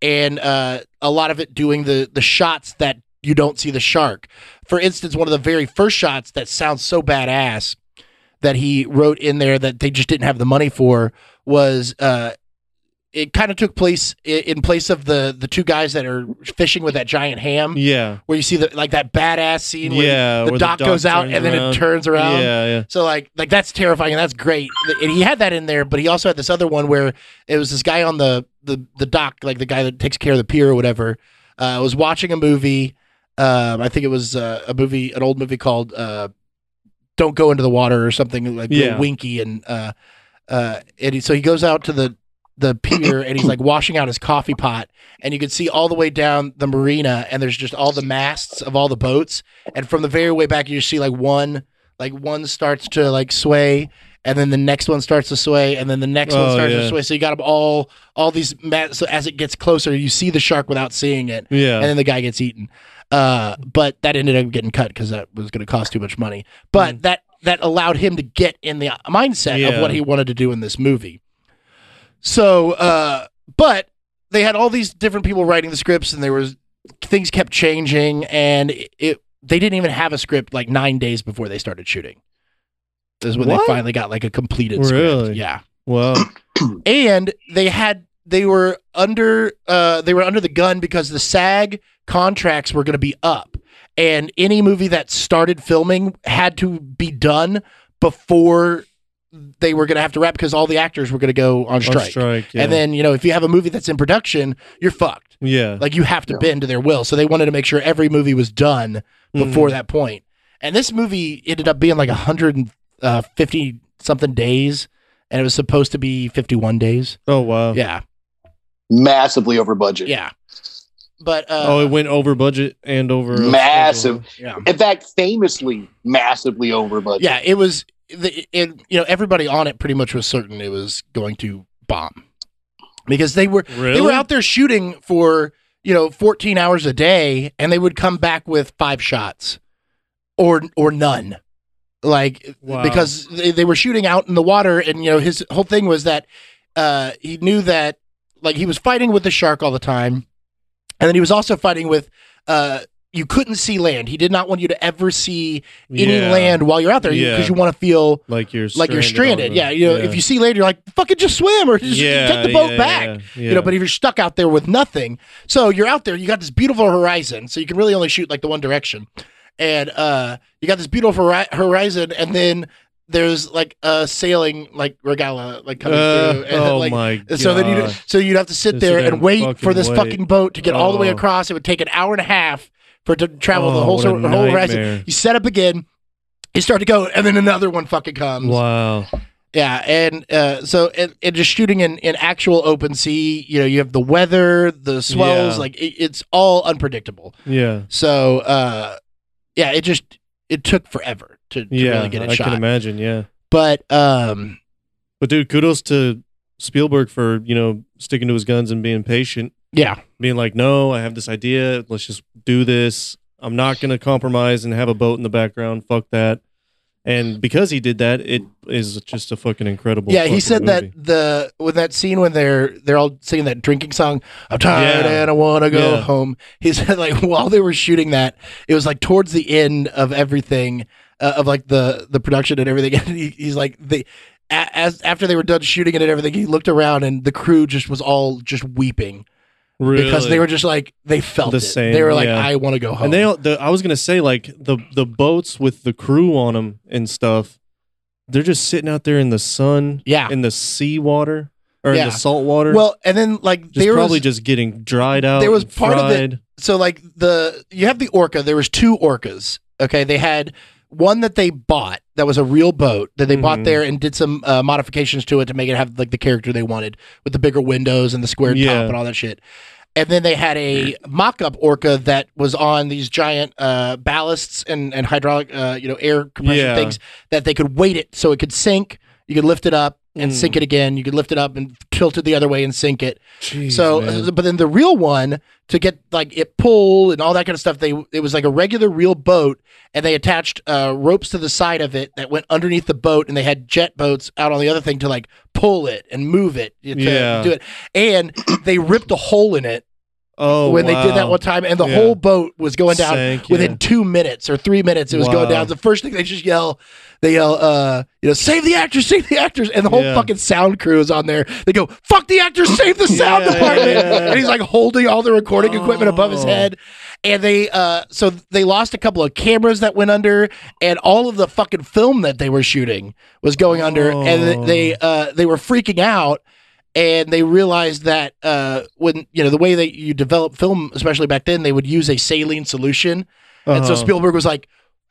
B: and uh, a lot of it doing the the shots that you don't see the shark. For instance, one of the very first shots that sounds so badass that he wrote in there that they just didn't have the money for was uh, it kind of took place i- in place of the the two guys that are fishing with that giant ham
D: Yeah.
B: where you see the like that badass scene where
D: Yeah,
B: the,
D: where the
B: doc
D: doc
B: goes out
D: turns
B: and then
D: around.
B: it turns around.
D: Yeah, yeah.
B: So like like that's terrifying and that's great. And he had that in there, but he also had this other one where it was this guy on the the the dock, like the guy that takes care of the pier or whatever, uh, was watching a movie. Um, I think it was uh, a movie, an old movie called uh, "Don't Go into the Water" or something like real
D: Yeah.
B: Winky and uh, uh, and he, so he goes out to the the pier and he's like washing out his coffee pot and you can see all the way down the marina and there's just all the masts of all the boats and from the very way back you just see like one like one starts to like sway and then the next one starts to sway and then the next one
D: Oh,
B: starts to
D: yeah.
B: sway so you got them all all these mats so as it gets closer you see the shark without seeing it
D: Yeah.
B: and then the guy gets eaten. Uh, but that ended up getting cut because that was going to cost too much money. But that that allowed him to get in the mindset of
D: Mm. Yeah.
B: what he wanted to do in this movie. So, uh, but they had all these different people writing the scripts, and there was things kept changing, and it, it- they didn't even have a script like nine days before they started shooting. This is when they
D: What?
B: finally got like a completed script.
D: Really?
B: Yeah
D: Wow.
B: and they had they were under uh they were under the gun because the SAG contracts were going to be up and any movie that started filming had to be done before they were going to have to wrap because all the actors were going to go on strike.
D: On strike yeah.
B: And then, you know, if you have a movie that's in production, you're fucked.
D: yeah,
B: Like you have to bend to their will. So they wanted to make sure every movie was done before
D: Mm.
B: that point. And this movie ended up being like 150 something uh, days, and it was supposed to be 51 days.
D: oh wow.
B: Yeah,
A: Massively over budget.
B: yeah. But uh,
D: oh, it went over budget and over
A: Massive.
B: yeah,
A: In fact, famously, massively over budget.
B: yeah. It was the it, you know everybody on it pretty much was certain it was going to bomb because they were
D: Really?
B: they were out there shooting for you know 14 hours a day, and they would come back with five shots or or none. like
D: Wow.
B: because they, they were shooting out in the water and you know his whole thing was that uh he knew that like he was fighting with the shark all the time and then he was also fighting with uh you couldn't see land he did not want you to ever see any
D: Yeah.
B: land while you're out there because
D: Yeah.
B: you want to feel
D: Like you're
B: like you're stranded
D: on the-
B: yeah you know if you see land you're like fucking just swim or just
D: Yeah,
B: take the boat
D: yeah,
B: back
D: yeah,
B: you know
D: yeah.
B: but if you're stuck out there with nothing so you're out there you got this beautiful horizon so you can really only shoot like the one direction and uh you got this beautiful hori- horizon and then there's like a sailing like regala like coming
D: Uh,
B: through and
D: oh
B: like
D: my god.
B: so then you so you'd have to sit
D: Just
B: there
D: sit there
B: and
D: and
B: wait
D: fucking
B: for this
D: wait.
B: fucking boat to get all the way
D: Oh.
B: across. It would take an hour and a half for it to travel the
D: Oh,
B: whole
D: what
B: sort
D: a
B: whole horizon.
D: nightmare.
B: You set up again, you start to go, and then another one fucking comes.
D: wow.
B: Yeah, and uh, so and, and just shooting in, in actual open sea, you know, you have the weather, the swells,
D: Yeah.
B: like it, it's all unpredictable.
D: Yeah.
B: So uh, yeah, it just it took forever to, to
D: Yeah.
B: really get it
D: I can
B: shot.
D: imagine. Yeah.
B: But um,
D: But dude, kudos to Spielberg for you know sticking to his guns and being patient,
B: yeah,
D: being like, no, I have this idea. Let's just do this. I'm not going to compromise and have a boat in the background. Fuck that. And because he did that, it is just a fucking incredible.
B: yeah, he
D: fucking
B: said
D: movie.
B: that the with that scene when they're they're all singing that drinking song, I'm tired
D: Yeah.
B: and I want to go
D: Yeah.
B: home. He said like while they were shooting that, it was like towards the end of everything uh, of like the the production and everything. And he, he's like the a- as after they were done shooting it and everything, he looked around and the crew just was all just weeping because they
D: Really?
B: were just like they felt
D: The
B: it.
D: same,
B: they were like,
D: yeah.
B: I want to go home.
D: And they, all- the, I was gonna say, like the the boats with the crew on them and stuff, they're just sitting out there in the sun,
B: yeah.
D: in the sea water or in
B: Yeah.
D: the salt water.
B: Well, and then like
D: just
B: they were
D: probably just getting dried out.
B: there was
D: and
B: part of it-
D: fried.
B: so like the you have the orca there was two orcas okay they had one that they bought that was a real boat that they bought
D: Mhm.
B: there and did some uh, modifications to it to make it have like the character they wanted with the bigger windows and the square
D: Yeah.
B: top and all that shit and then they had a mock-up orca that was on these giant uh, ballasts and, and hydraulic uh, you know air compression
D: Yeah.
B: things that they could weight it so it could sink you could lift it up and
D: Mm.
B: sink it again you could lift it up and tilt it the other way and sink it
D: Jeez,
B: so, uh,
D: man.
B: but then the real one to get like it pull and all that kind of stuff. They it was like a regular real boat, and they attached uh, ropes to the side of it that went underneath the boat, and they had jet boats out on the other thing to like pull it and move it to
D: Yeah.
B: do it. And they ripped a hole in it
D: oh,
B: when they did that
D: wow.
B: one time, and the
D: Yeah.
B: whole boat was going down
D: Sank, yeah.
B: within two minutes or three minutes. It was
D: Wow.
B: going down. The first thing they just yell, they yell, uh, you know, save the actors, save the actors, and the whole
D: Yeah.
B: fucking sound crew is on there. They go, fuck the actors, save the sound
D: Yeah,
B: department,
D: yeah, yeah.
B: and he's like holding all the recording equipment above his
D: Oh.
B: head. And they, uh, so they lost a couple of cameras that went under, and all of the fucking film that they were shooting was going under,
D: Oh.
B: and they, uh, they were freaking out and they realized that uh, when you know the way that you develop film, especially back then, they would use a saline solution, and so
D: Uh-huh.
B: Spielberg was like,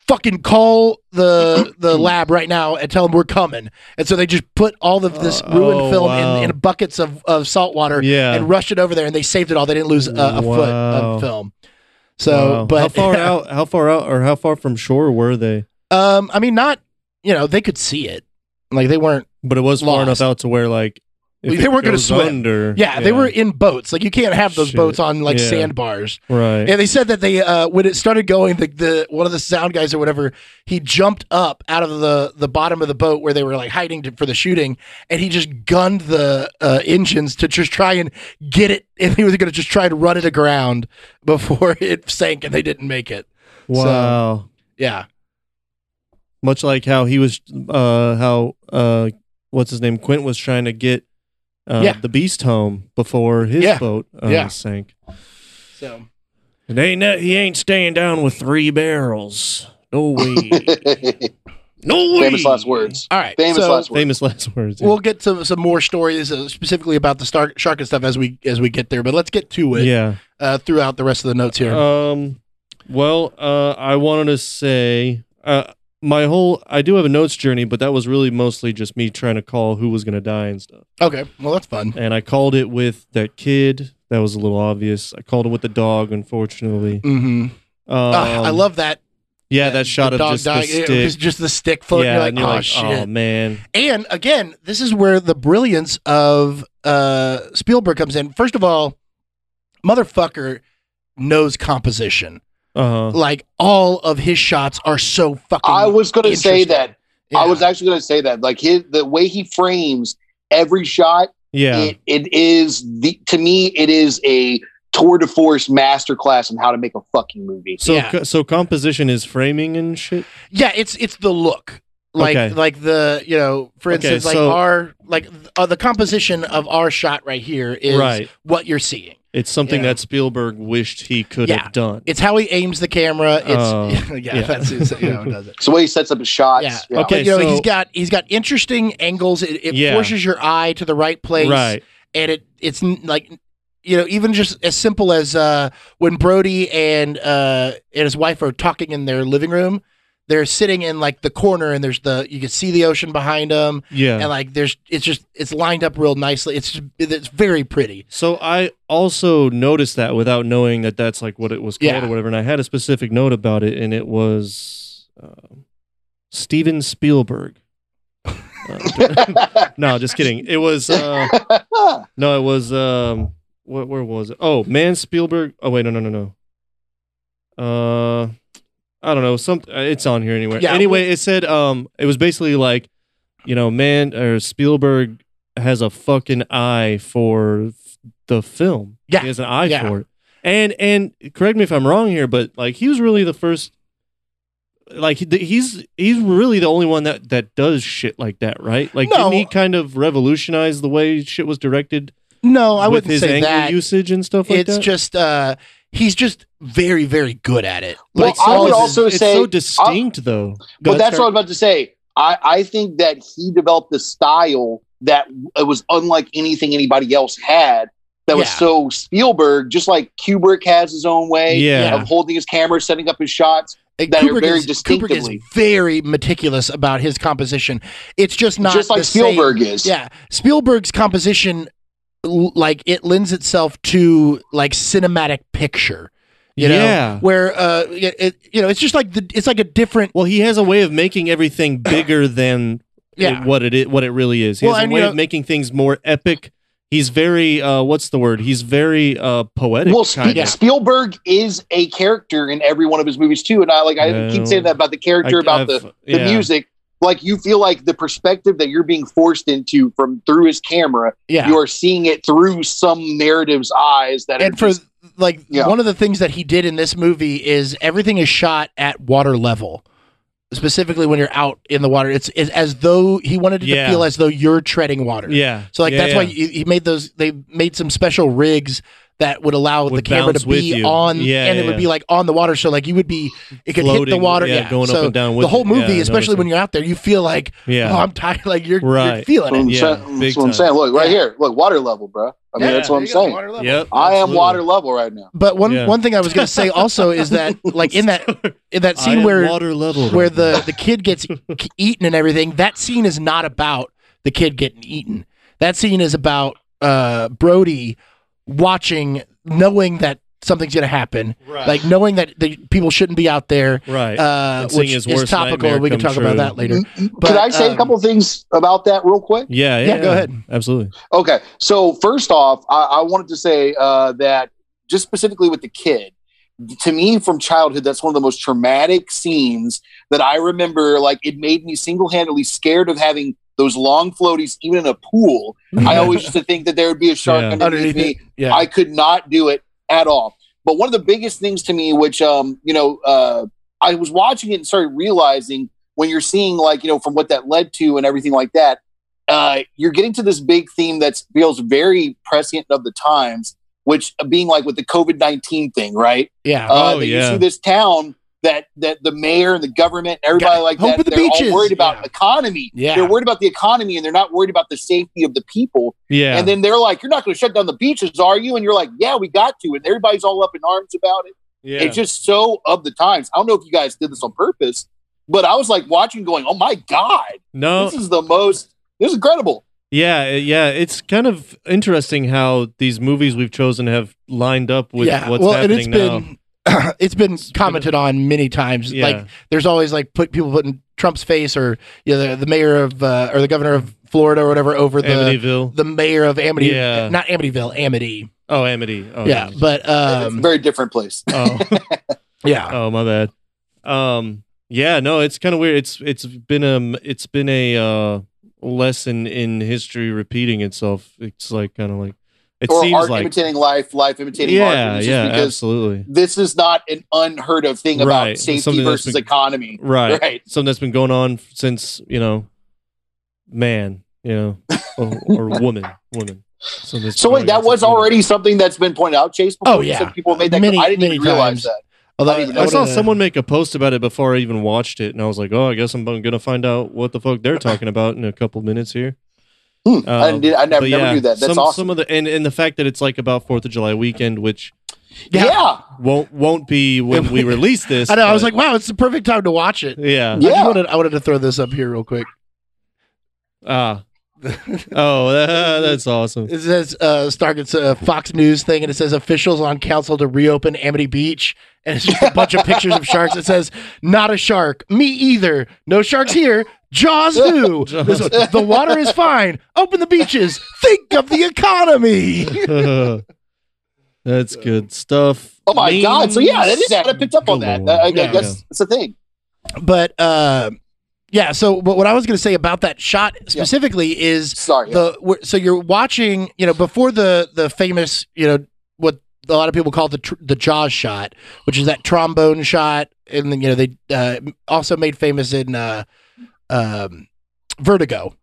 B: "Fucking call the the lab right now and tell them we're coming." And so they just put all of this
D: Uh,
B: ruined
D: oh,
B: film
D: wow.
B: in, in buckets of, of salt water
D: Yeah.
B: and rushed it over there, and they saved it all. They didn't lose a, a foot
D: Wow.
B: of film. So,
D: Wow.
B: but
D: how far out? How far out? Or how far from shore were they?
B: Um, I mean, not you know they could see it, like they weren't.
D: But it was far
B: Lost.
D: enough out to where like if
B: They
D: it
B: weren't gonna
D: goes
B: swim.
D: Under,
B: Yeah, they were in boats. Like you can't have those
D: Shit.
B: boats on like
D: Yeah.
B: sandbars.
D: right.
B: Yeah, they said that they uh, when it started going, the, the one of the sound guys or whatever, he jumped up out of the the bottom of the boat where they were like hiding to, for the shooting, and he just gunned the uh, engines to just try and get it, and he was going to just try and run it aground before it sank, and they didn't make it.
D: wow.
B: Yeah,
D: much like how he was uh how uh what's his name quint was trying to get uh,
B: Yeah.
D: the beast home before his
B: Yeah.
D: boat uh,
B: Yeah.
D: sank
B: so
D: it ain't that he ain't staying down with three barrels no way No way.
A: Famous last words.
B: All right.
A: Famous
B: so
A: last words.
D: Famous last words. yeah.
B: We'll get to some more stories uh, specifically about the star- shark and stuff as we as we get there, but let's get to it
D: yeah.
B: uh, throughout the rest of the notes here.
D: Um. Well, uh, I wanted to say uh, my whole I do have a notes journey, but that was really mostly just me trying to call who was gonna die and stuff.
B: okay, well that's fun.
D: And I called it with that kid. That was a little obvious. I called it with the dog. Unfortunately,
B: hmm
D: um,
B: I love that.
D: Yeah,
B: that
D: that shot
B: the
D: of
B: dog
D: just
B: dying-
D: the
B: it-
D: stick.
B: it's just the stick floating.
D: yeah,
B: you're like,
D: and you're
B: oh
D: like,
B: shit.
D: oh man.
B: And again, this is where the brilliance of uh, Spielberg comes in. First of all, motherfucker knows composition.
D: Uh huh.
B: Like all of his shots are so fucking.
A: I was going to say
B: interesting.
A: that. I
B: Yeah.
A: was actually going to say that. Like his, the way he frames every shot,
D: Yeah.
A: it, it is the to me it is a tour de force masterclass on how to make a fucking movie.
D: So
B: Yeah.
D: co- so composition is framing and shit.
B: Yeah, it's it's the look. Like
D: Okay.
B: like the you know for
D: Okay,
B: instance like
D: so-
B: our like th- uh, the composition of our shot right here is
D: Right.
B: what you're seeing.
D: It's something
B: Yeah.
D: that Spielberg wished he could
B: Yeah.
D: have done.
B: It's how he aims the camera. It's
D: Oh,
B: yeah,
D: yeah.
B: that's it's, you know it does it.
A: It's the way he sets up his shots.
B: Yeah.
A: Yeah.
D: Okay,
B: but, you know
D: so-
B: he's got he's got interesting angles. It, it
D: Yeah.
B: forces your eye to the right place,
D: Right.
B: And it it's n- like you know even just as simple as uh, when Brody and uh, and his wife are talking in their living room. They're sitting in like the corner, and there's the you can see the ocean behind them,
D: Yeah.
B: and like there's it's just it's lined up real nicely. It's just, it's very pretty.
D: So I also noticed that without knowing that that's like what it was called
B: Yeah.
D: or whatever, and I had a specific note about it, and it was um Steven Spielberg. Uh, no, just kidding. It was uh, no, it was um, wh- where was it? Oh, man, Spielberg. Oh wait, no, no, no, no. Uh, I don't know. Some uh, it's on here anywhere.
B: Yeah,
D: anyway, it said um, it was basically like, you know, man or Spielberg has a fucking eye for f- the film.
B: Yeah,
D: he has an eye
B: yeah.
D: for it. And and correct me if I'm wrong here, but like he was really the first. Like he- he's he's really the only one that that does shit like that, right? Like
B: No.
D: didn't he kind of revolutionize the way shit was directed
B: No, I
D: with
B: wouldn't
D: his
B: say
D: angle
B: that.
D: usage and stuff like
B: it's
D: that.
B: just uh, he's just very very good at it.
A: Well,
B: Like,
A: I
B: all
A: would
B: of his-
A: also
D: it's
A: say-
B: uh,
D: so distinct though.
A: but that's what I was about to say. I, I think that he developed a style that it was unlike anything anybody else had. That was
B: Yeah.
A: so Spielberg, just like Kubrick has his own way
D: Yeah.
A: of holding his camera, setting up his shots.
B: And
A: that are very
B: is, Kubrick is
A: distinctively-
B: very meticulous about his composition. It's just not
A: just like
B: the same-
A: Spielberg is.
B: Yeah, Spielberg's composition, l- like it lends itself to like cinematic picture. You know,
D: Yeah.
B: where uh, it, it- you know, it's just like the it's like a different.
D: Well, he has a way of making everything bigger than
B: Yeah.
D: it- what it is, what it really is. He
B: Well,
D: has
B: and,
D: a
B: you
D: way
B: know-
D: of making things more epic. He's very uh, what's the word? He's very uh, poetic.
A: Well,
D: kind
A: Sp-
D: of.
A: Spielberg is a character in every one of his movies too, and I like I keep
D: No.
A: saying that about the character,
D: I-
A: about
D: I've-
A: the the
D: uh, yeah.
A: music. Like you feel like the perspective that you're being forced into from through his camera,
B: Yeah,
A: you are seeing it through some narrative's eyes. That
B: and
A: are
B: for
A: just-
B: like
A: Yeah.
B: one of the things that he did in this movie is everything is shot at water level specifically when you're out in the water it's, it's as though he wanted it
D: Yeah.
B: to feel as though you're treading water
D: Yeah.
B: so like
D: Yeah,
B: that's
D: yeah.
B: why he, he made those they made some special rigs that would allow the
D: Would
B: camera
D: bounce
B: to
D: with
B: be
D: you.
B: on
D: Yeah,
B: and it
D: yeah,
B: would
D: yeah.
B: be like on the water so like you would be it could hit the
D: Floating,
B: water
D: yeah, going up
B: so
D: and down with
B: the whole
D: it. Yeah,
B: movie
D: I
B: especially
D: noticed
B: when you're out there you feel like
D: yeah.
B: oh i'm tired like you're, you're
D: Right.
B: feeling it
A: I'm
D: Yeah,
A: saying-
D: big
A: that's what I'm
D: time.
A: saying. Look right
B: Yeah.
A: here, look water level, bro. I mean,
D: Yeah,
A: that's what I'm
B: you got
A: saying.
B: water level.
D: Yep.
A: I am
D: absolutely.
A: water level right now.
B: but one
D: Yeah.
B: one thing i was going to say also is that like in that in that
D: I
B: scene
D: am
B: where
D: water level
B: where
D: right now.
B: the the kid gets k- eaten and everything that scene is not about the kid getting eaten that scene is about uh brody watching knowing that something's gonna happen
D: Right.
B: like knowing that the people shouldn't be out there
D: right.
B: uh
D: And seeing
B: which
D: his
B: is
D: worst
B: topical
D: nightmare
B: and we can
D: come
B: talk about
D: true.
B: that later but,
A: Mm, Could I say
B: um,
A: a couple things about that real quick?
D: yeah, yeah.
B: yeah, go ahead.
D: Absolutely.
A: Okay, so first off, I, I wanted to say uh, that just specifically with the kid, to me from childhood, that's one of the most traumatic scenes that I remember. Like it made me single handedly scared of having those long floaties, even in a pool. I always used to think that there would be a shark
D: Yeah.
A: underneath
B: Underneath
A: me.
B: it. yeah
A: I could not do it at all. But one of the biggest things to me, which um, you know, uh, I was watching it and started realizing when you're seeing like you know from what that led to and everything like that, uh, you're getting to this big theme that feels very prescient of the times, which being like with the COVID nineteen thing, right?
B: yeah
A: Uh,
D: Oh,
A: that You
D: yeah.
A: see this town
F: that that the mayor and the government and everybody
B: Yeah,
F: like
B: home
F: that
B: for the
F: they're
B: beaches.
F: all worried about
B: Yeah.
F: economy.
B: Yeah.
F: They're worried about the economy and they're not worried about the safety of the people.
D: Yeah.
F: And then they're like, You're not gonna shut down the beaches, are you? And you're like, Yeah, we got to. And everybody's all up in arms about it.
D: yeah.
F: It's just so of the times. I don't know if you guys did this on purpose, but I was like watching going, Oh my God,
D: no.
F: this is the most this is incredible.
D: Yeah, uh, yeah, it's kind of interesting how these movies we've chosen have lined up with what's
B: and
D: happening
B: it's
D: now.
B: been it's been commented on many times.
D: Yeah.
B: Like there's always like put people putting Trump's face or you know, the, the mayor of uh, or the governor of Florida or whatever over the
D: Amityville.
B: the mayor of Amity,
D: Yeah.
B: not Amityville, Amity.
D: oh, Amity. Oh,
B: yeah,
D: okay.
B: but
F: it's a
B: um,
F: very different place.
D: Oh,
B: yeah,
D: oh, my bad. Um, yeah, no, it's kind of weird. It's it's been a it's been a uh, lesson in history repeating itself. It's like kind of like it
F: or
D: seems
F: art
D: like
F: imitating life, life imitating art.
D: yeah,
F: and it's just
D: yeah,
F: because
D: absolutely.
F: this is not an unheard of thing
D: Right.
F: about safety
D: Something that's
F: versus
D: been-
F: economy.
D: Right.
F: Right.
D: something that's been going on since you know, man, you know, or, or woman, woman. So, that's
F: So wait, that was already something that's been pointed out, Chase. Before
B: Oh,
F: You
B: yeah.
F: said people made that.
B: Many,
F: I didn't
B: many
F: even
B: times.
F: realize that.
B: Although,
F: I don't even
D: I
F: know
D: saw
B: wanna-
D: someone make a post about it before I even watched it, and I was like, "Oh, I guess I'm gonna find out what the fuck they're talking about in a couple minutes here." Um,
F: Hmm. I, did, I never,
D: but
F: never
D: yeah,
F: knew that. That's
D: some,
F: awesome.
D: Some of the and, and the fact that it's like about Fourth of July weekend, which
F: yeah.
D: won't won't be when we release this.
B: I know. I was
D: but-
B: like, wow, it's the perfect time to watch it.
D: "Yeah,
B: I, just
F: Yeah.
B: wanted, I wanted to throw this up here real quick.
D: ah, oh, that- that's awesome."
B: It says uh, Stark. It's a Fox News thing, and it says officials on council to reopen Amity Beach, and it's just a bunch of pictures of sharks. It says not a shark, me either. No sharks here. Jaws do. This one, the water is fine. Open the beaches. Think of the economy.
D: that's good stuff.
F: Oh my god. So yeah, that is.
D: Memes.
F: I picked up on that.
D: Good
F: I, I
D: lord.
B: Yeah.
F: guess it's a thing.
B: But uh, yeah. So, but what I was going to say about that shot specifically is
F: Sorry.
B: the where- so you're watching you know before the the famous you know what a lot of people call the tr- the Jaws shot, which is that trombone shot, and then you know they uh, also made famous in uh, um, Vertigo.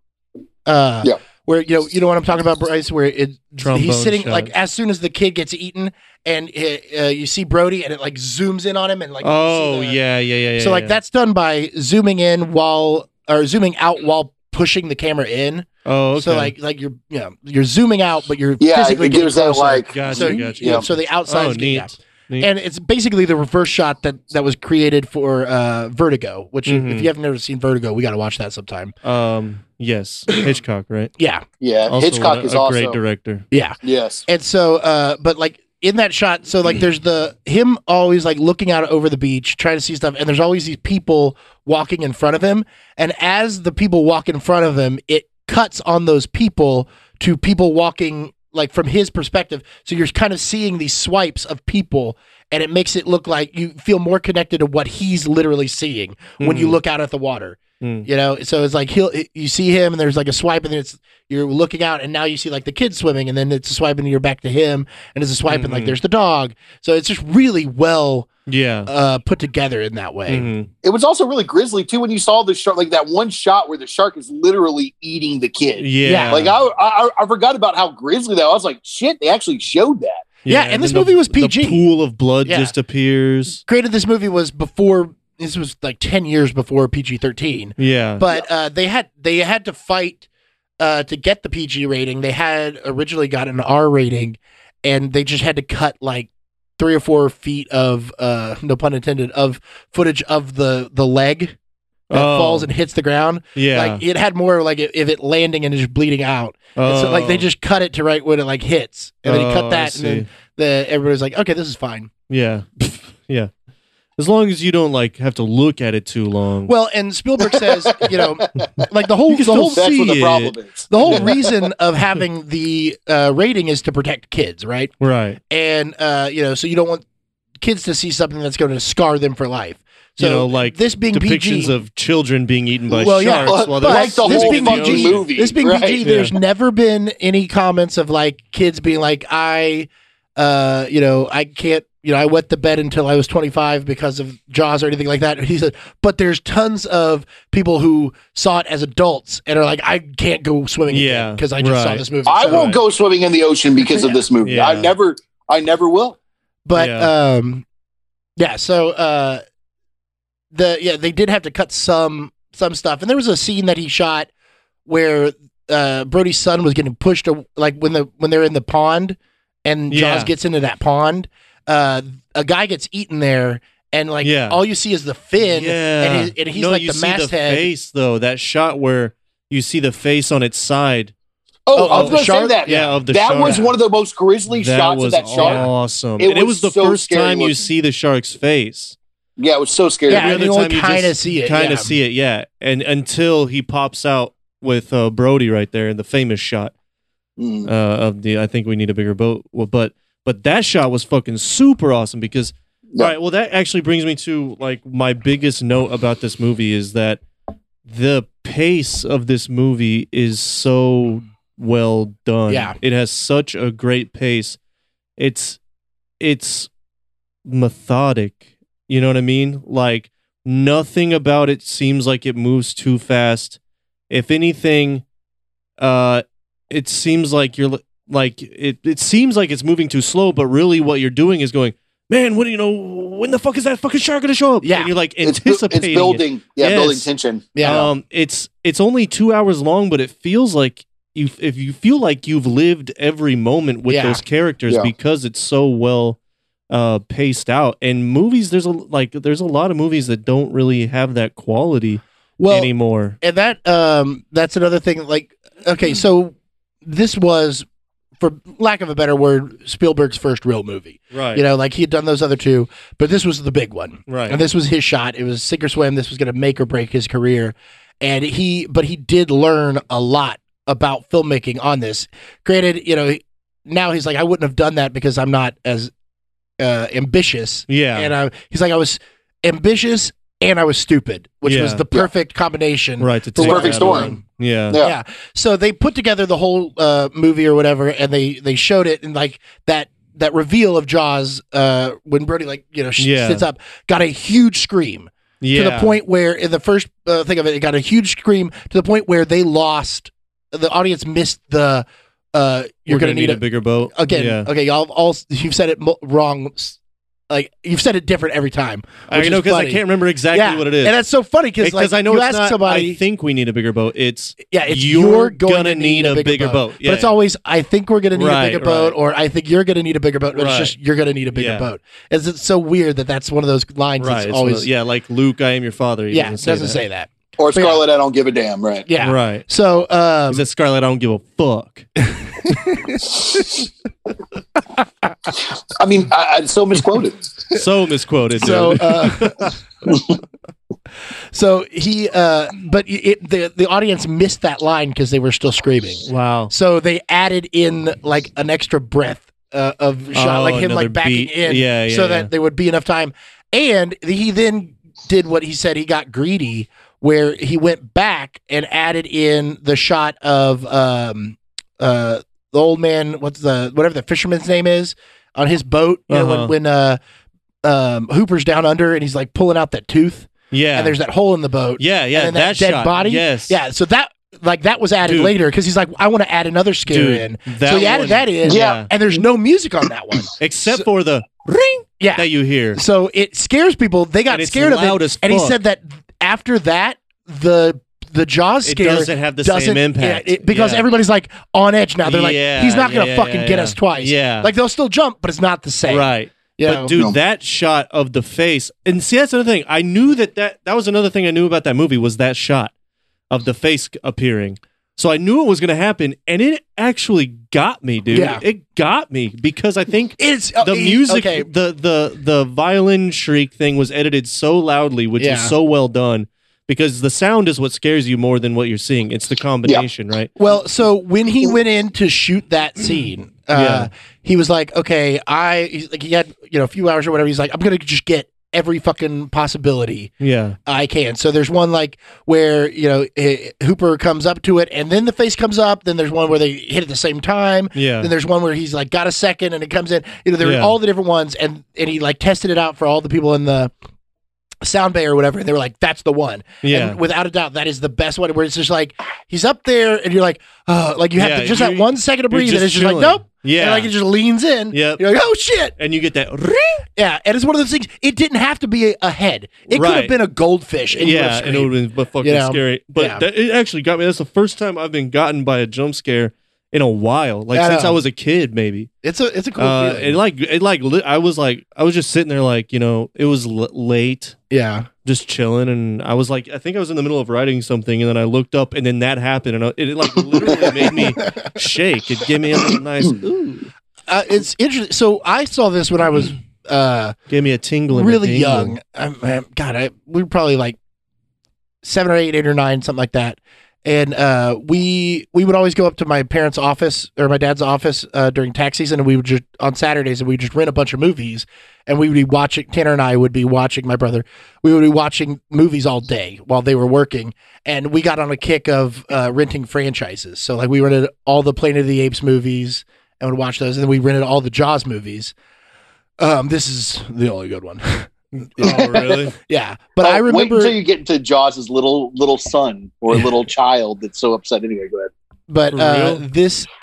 B: Uh,
F: Yeah.
B: Where you know you know what I'm talking about, Bryce? Where it
D: Trombone
B: he's sitting
D: shot.
B: like as soon as the kid gets eaten, and it, uh, you see Brody, and it like zooms in on him, and like you see
D: Oh
B: the-
D: yeah, yeah, yeah, yeah.
B: so like
D: yeah.
B: that's done by zooming in while or zooming out while pushing the camera in.
D: Oh, okay.
B: So like like you're you know, you're zooming out, but you're
F: yeah,
B: physically
F: it
B: getting
F: gives that
B: closer.
F: like.
D: Gotcha,
B: so
D: gotcha.
B: you know,
F: Yeah.
B: so the outside
D: oh, neat. Neat.
B: and it's basically the reverse shot that that was created for uh, Vertigo. Which
D: Mhm.
B: if you haven't never seen Vertigo, we got to watch that sometime.
D: Um, yes, Hitchcock, right?
B: Yeah,
F: Yeah.
D: Also
F: Hitchcock
D: a,
F: is
D: a
F: also.
D: great director.
B: yeah.
F: Yes.
B: And so, uh, but like in that shot, so like there's the him always like looking out over the beach, trying to see stuff, and there's always these people walking in front of him. And as the people walk in front of him, it cuts on those people to people walking like from his perspective. So you're kind of seeing these swipes of people, and it makes it look like you feel more connected to what he's literally seeing when you
D: Mhm.
B: look out at the water.
D: Mm.
B: You know, so it's like he'll you see him and there's like a swipe and then it's you're looking out and now you see like the kid swimming and then it's a swipe and you're back to him and it's a swipe and like
D: Mhm.
B: there's the dog. So it's just really well
D: Yeah.
B: uh put together in that way.
D: Mhm.
F: It was also really grisly too when you saw the shark, like that one shot where the shark is literally eating the kid.
D: Yeah.
B: Yeah,
F: Like I, I, I forgot about how grisly that. was. I was like, shit, they actually showed that.
B: Yeah, and this
D: then
B: movie was
D: the
B: PG.
D: pool of blood
B: Yeah.
D: just appears.
B: Granted, this movie was before this was like ten years before PG thirteen.
D: Yeah.
B: But uh they had they had to fight uh to get the PG rating. They had originally got an R rating and they just had to cut like three or four feet of uh no pun intended of footage of the the leg that
D: Oh,
B: falls and hits the ground.
D: yeah.
B: Like it had more like if if it landing and just bleeding out. And so like they
D: Oh.
B: just cut it to right when it like hits, and then you
D: Oh,
B: cut
D: I
B: that, and then
D: see.
B: the, everybody's like, okay, this is fine.
D: yeah, yeah. As long as you don't like have to look at it too long.
B: Well, and Spielberg says, you know, like the whole
D: You can
B: the
D: still
B: whole
F: That's
D: see
F: what the
D: it.
F: problem is.
B: the whole reason of having the uh, rating is to protect kids, right?
D: right.
B: And uh, you know, so you don't want kids to see something that's going to scar them for life. So
D: you know, like
B: this being
D: depictions
B: PG,
D: of children being eaten by
B: Well, yeah,
D: sharks
F: but-
D: while
F: but
D: they're
F: like the
D: swimming
F: whole
D: in the
F: fucking
D: ocean.
F: movie.
B: This being
F: right?
B: PG, there's never been any comments of like kids being like, I, uh, you know, I can't, you know, I wet the bed until I was 25 because of Jaws or anything like that. He said, but there's tons of people who saw it as adults and are like, I can't go swimming
D: Yeah,
B: because I just saw
D: right.
B: this movie.
F: I
B: So-
F: won't go swimming in the ocean because of this movie.
D: Yeah.
F: I never, I never will.
B: but
D: Yeah.
B: um, yeah. So uh, the yeah they did have to cut some some stuff, and there was a scene that he shot where uh, Brody's son was getting pushed a- like when the when they're in the pond and Jaws
D: Yeah.
B: gets into that pond, uh, a guy gets eaten there. And like
D: Yeah.
B: all you see is the fin, and, he, and he's
D: No,
B: like
D: you
B: the
D: see
B: masthead.
D: face though. That shot where you see the face on its side.
A: Oh,
B: Oh,
A: I was
B: of
A: going
B: the
A: to say
B: shark?
A: that.
D: Yeah, of the
A: that
D: shark.
A: was one of the most grisly
D: that
A: shots of
D: was
A: that shark.
D: awesome.
A: It
D: and it
A: was
D: was the
A: so
D: first
A: scary
D: time
A: looking.
D: you see the shark's face.
A: Yeah, it was so scary.
B: Yeah, and you only
D: kind
B: kinda
D: of
B: see it,
D: Kind
B: yeah.
D: of see it, yeah. And until he pops out with uh, Brody right there in the famous shot
A: Mm.
D: uh, of the I think we need a bigger boat. Well, but but that shot was fucking super awesome because
A: Yeah.
D: all right. Well, that actually brings me to like my biggest note about this movie is that the pace of this movie is so well done.
B: Yeah.
D: it has such a great pace. It's it's methodic. You know what I mean? Like nothing about it seems like it moves too fast. If anything, uh, it seems like you're li- like it. It seems like it's moving too slow, but really, what you're doing is going, man. When you know when the fuck is that fucking shark gonna show up?
B: Yeah.
D: and you're like
A: It's, bu-
D: anticipating.
A: it's
D: it.
A: building, yeah,
D: Yes.
A: building tension.
B: yeah,
D: Um, it's it's only two hours long, but it feels like you if you feel like you've lived every moment with
B: Yeah.
D: those characters
A: Yeah.
D: because it's so well uh paced out. And movies, there's a like there's a lot of movies that don't really have that quality
B: well,
D: anymore.
B: and that um that's another thing like okay so this was for lack of a better word spielberg's first real movie
D: Right.
B: you know like he had done those other two but this was the big one
D: right.
B: and this was his shot it was sink or swim this was going to make or break his career and he but he did learn a lot about filmmaking on this granted you know now he's like i wouldn't have done that because i'm not as uh, ambitious
D: yeah.
B: and I, he's like i was ambitious and i was stupid which was
D: Yeah.
B: the perfect combination
D: right. To
B: for
D: take
B: what
A: perfect
D: that
A: storm.
D: on. Yeah.
A: Yeah.
B: yeah. So they put together the whole uh, movie or whatever, and they they showed it, and like that that reveal of Jaws uh, when Brody like you know sh-
D: Yeah.
B: sits up got a huge scream
D: Yeah.
B: to the point where in the first uh, thing of it, it got a huge scream to the point where they lost the audience missed the uh, you're
D: We're
B: gonna, need, a,
D: bigger boat
B: again
D: Yeah.
B: okay y'all have all you've said it mo- wrong s- like you've said it different every time
D: I
B: which
D: know
B: is
D: because I
B: funny.
D: can't remember exactly
B: yeah.
D: what it is.
B: and that's so funny because like
D: because I know
B: you
D: it's
B: ask
D: not,
B: somebody
D: I think we need a bigger boat. It's
B: Yeah, it's
D: You're
B: you're, going to
D: gonna
B: need, a bigger, boat.
D: Yeah,
B: but it's
D: yeah.
B: always I think we're going to need
D: Right,
B: a bigger boat,
D: right.
B: or I think you're going to need a bigger boat. But
D: Right.
B: It's just you're going to need a bigger
D: Yeah.
B: boat. It's, it's so weird that that's one of those lines
D: right.
B: that's
D: it's
B: always
D: one of- yeah, like Luke, I am your father. He
B: yeah. it doesn't say that.
A: Or
B: But yeah.
A: Scarlet, I don't give a damn, right?
B: Yeah.
D: Right.
B: So um,
D: He said, Scarlett, I don't give a fuck.
A: I mean, I, I so misquoted.
D: so misquoted.
B: so
D: dude.
B: uh, so he uh, but it, the the audience missed that line because they were still screaming.
D: wow.
B: So they added in like an extra breath uh, of shot,
D: Oh,
B: like him
D: another
B: like backing
D: beat.
B: in,
D: Yeah, yeah,
B: so
D: yeah.
B: that there would be enough time. And he then did what he said. He got greedy, where he went back and added in the shot of um uh the old man, what's the whatever the fisherman's name is on his boat. You know,
D: Uh-huh.
B: when when uh um Hooper's down under and he's like pulling out that tooth,
D: Yeah.
B: and there's that hole in the boat.
D: yeah, yeah.
B: and then that
D: that
B: dead
D: shot.
B: body?
D: Yes.
B: Yeah, so that like that was added
D: Dude.
B: later because he's like, I want to add another scare in.
D: Dude, that
B: So you added
D: one-
B: that in,
A: Yeah.
B: and there's no music on that one.
D: Except for the ring
B: Yeah.
D: that you hear.
B: so it scares people. They got
D: And it's
B: scared of
D: loud
B: it,
D: as
B: and he
D: fuck.
B: said that after that, the the Jaws
D: It
B: scare
D: doesn't have the
B: doesn't-
D: same impact.
B: yeah, it- because
D: Yeah.
B: everybody's like on edge now. They're like,
D: Yeah,
B: he's not
D: yeah,
B: gonna
D: yeah,
B: fucking
D: yeah,
B: get
D: yeah.
B: us twice.
D: Yeah.
B: like they'll still jump, but it's not the same.
D: Right.
B: You know?
D: But dude,
A: No.
D: that shot of the face, and see, that's another thing. I knew that, that that was another thing I knew about that movie was that shot of the face appearing. So I knew it was going to happen, and it actually got me, dude.
B: Yeah.
D: It got me because I think
B: it's
D: the
B: it-
D: music,
B: Okay,
D: the the the violin shriek thing was edited so loudly, which
B: Yeah.
D: is so well done because the sound is what scares you more than what you're seeing. It's the combination, right?
B: Well, so when he went in to shoot that scene, uh, he was like, "Okay, I." He's like, he had you know a few hours or whatever. He's like, "I'm gonna just get every fucking possibility
D: Yeah,
B: I can." So there's one like where you know eh, Hooper comes up to it, and then the face comes up. Then there's one where they hit at the same time.
D: yeah,
B: Then there's one where he's like got a second, and it comes in. You know, there
D: Yeah.
B: were all the different ones, and and he like tested it out for all the people in the sound bay or whatever, and they were like, "That's the one."
D: yeah.
B: And without a doubt, that is the best one. Where it's just like he's up there, and you're like, oh, like you have
D: Yeah,
B: to, just
D: you-
B: that one second of
D: You're
B: breathing. and It's just
D: chilling.
B: like, nope, And
D: Yeah.
B: like it just leans in.
D: Yep.
B: You're like, oh shit.
D: and you get that. ring.
B: Yeah. And it's one of those things, it didn't have to be a, a head. It could have
D: Right.
B: been a goldfish. And
D: yeah,
B: yeah.
D: and it would have been bu- fucking
B: You know?
D: scary. But
B: Yeah.
D: that, it actually got me. That's the first time I've been gotten by a jump scare in a while, like
B: I
D: since
B: know.
D: I was a kid, maybe.
B: it's a it's a cool
D: Uh,
B: feeling.
D: it like it like lit, I was like I was just sitting there like you know it was l- late,
B: yeah.
D: just chilling, and I was like I think I was in the middle of writing something, and then I looked up, and then that happened, and I, it, like literally made me shake. It gave me a little nice, ooh,
B: Uh, it's interesting. So I saw this when I was uh
D: gave me a tingle. and a
B: really
D: dingle.
B: young. I'm, I'm, God, I, we were probably like seven or eight, eight or nine, something like that. And uh, we we would always go up to my parents' office or my dad's office uh, during tax season, and we would just on Saturdays, and we would just rent a bunch of movies, and we would be watching. Tanner and I would be watching. My brother, we would be watching movies all day while they were working, and we got on a kick of uh, renting franchises. So like we rented all the Planet of the Apes movies and would watch those, and then we rented all the Jaws movies. Um, this is the only good one.
D: Oh really?
B: Yeah, but
A: Oh,
B: I remember.
A: Wait until you get into Jaws' little little son or little child that's so upset. Anyway, go
B: but
D: For
B: uh,
D: real?
B: this um,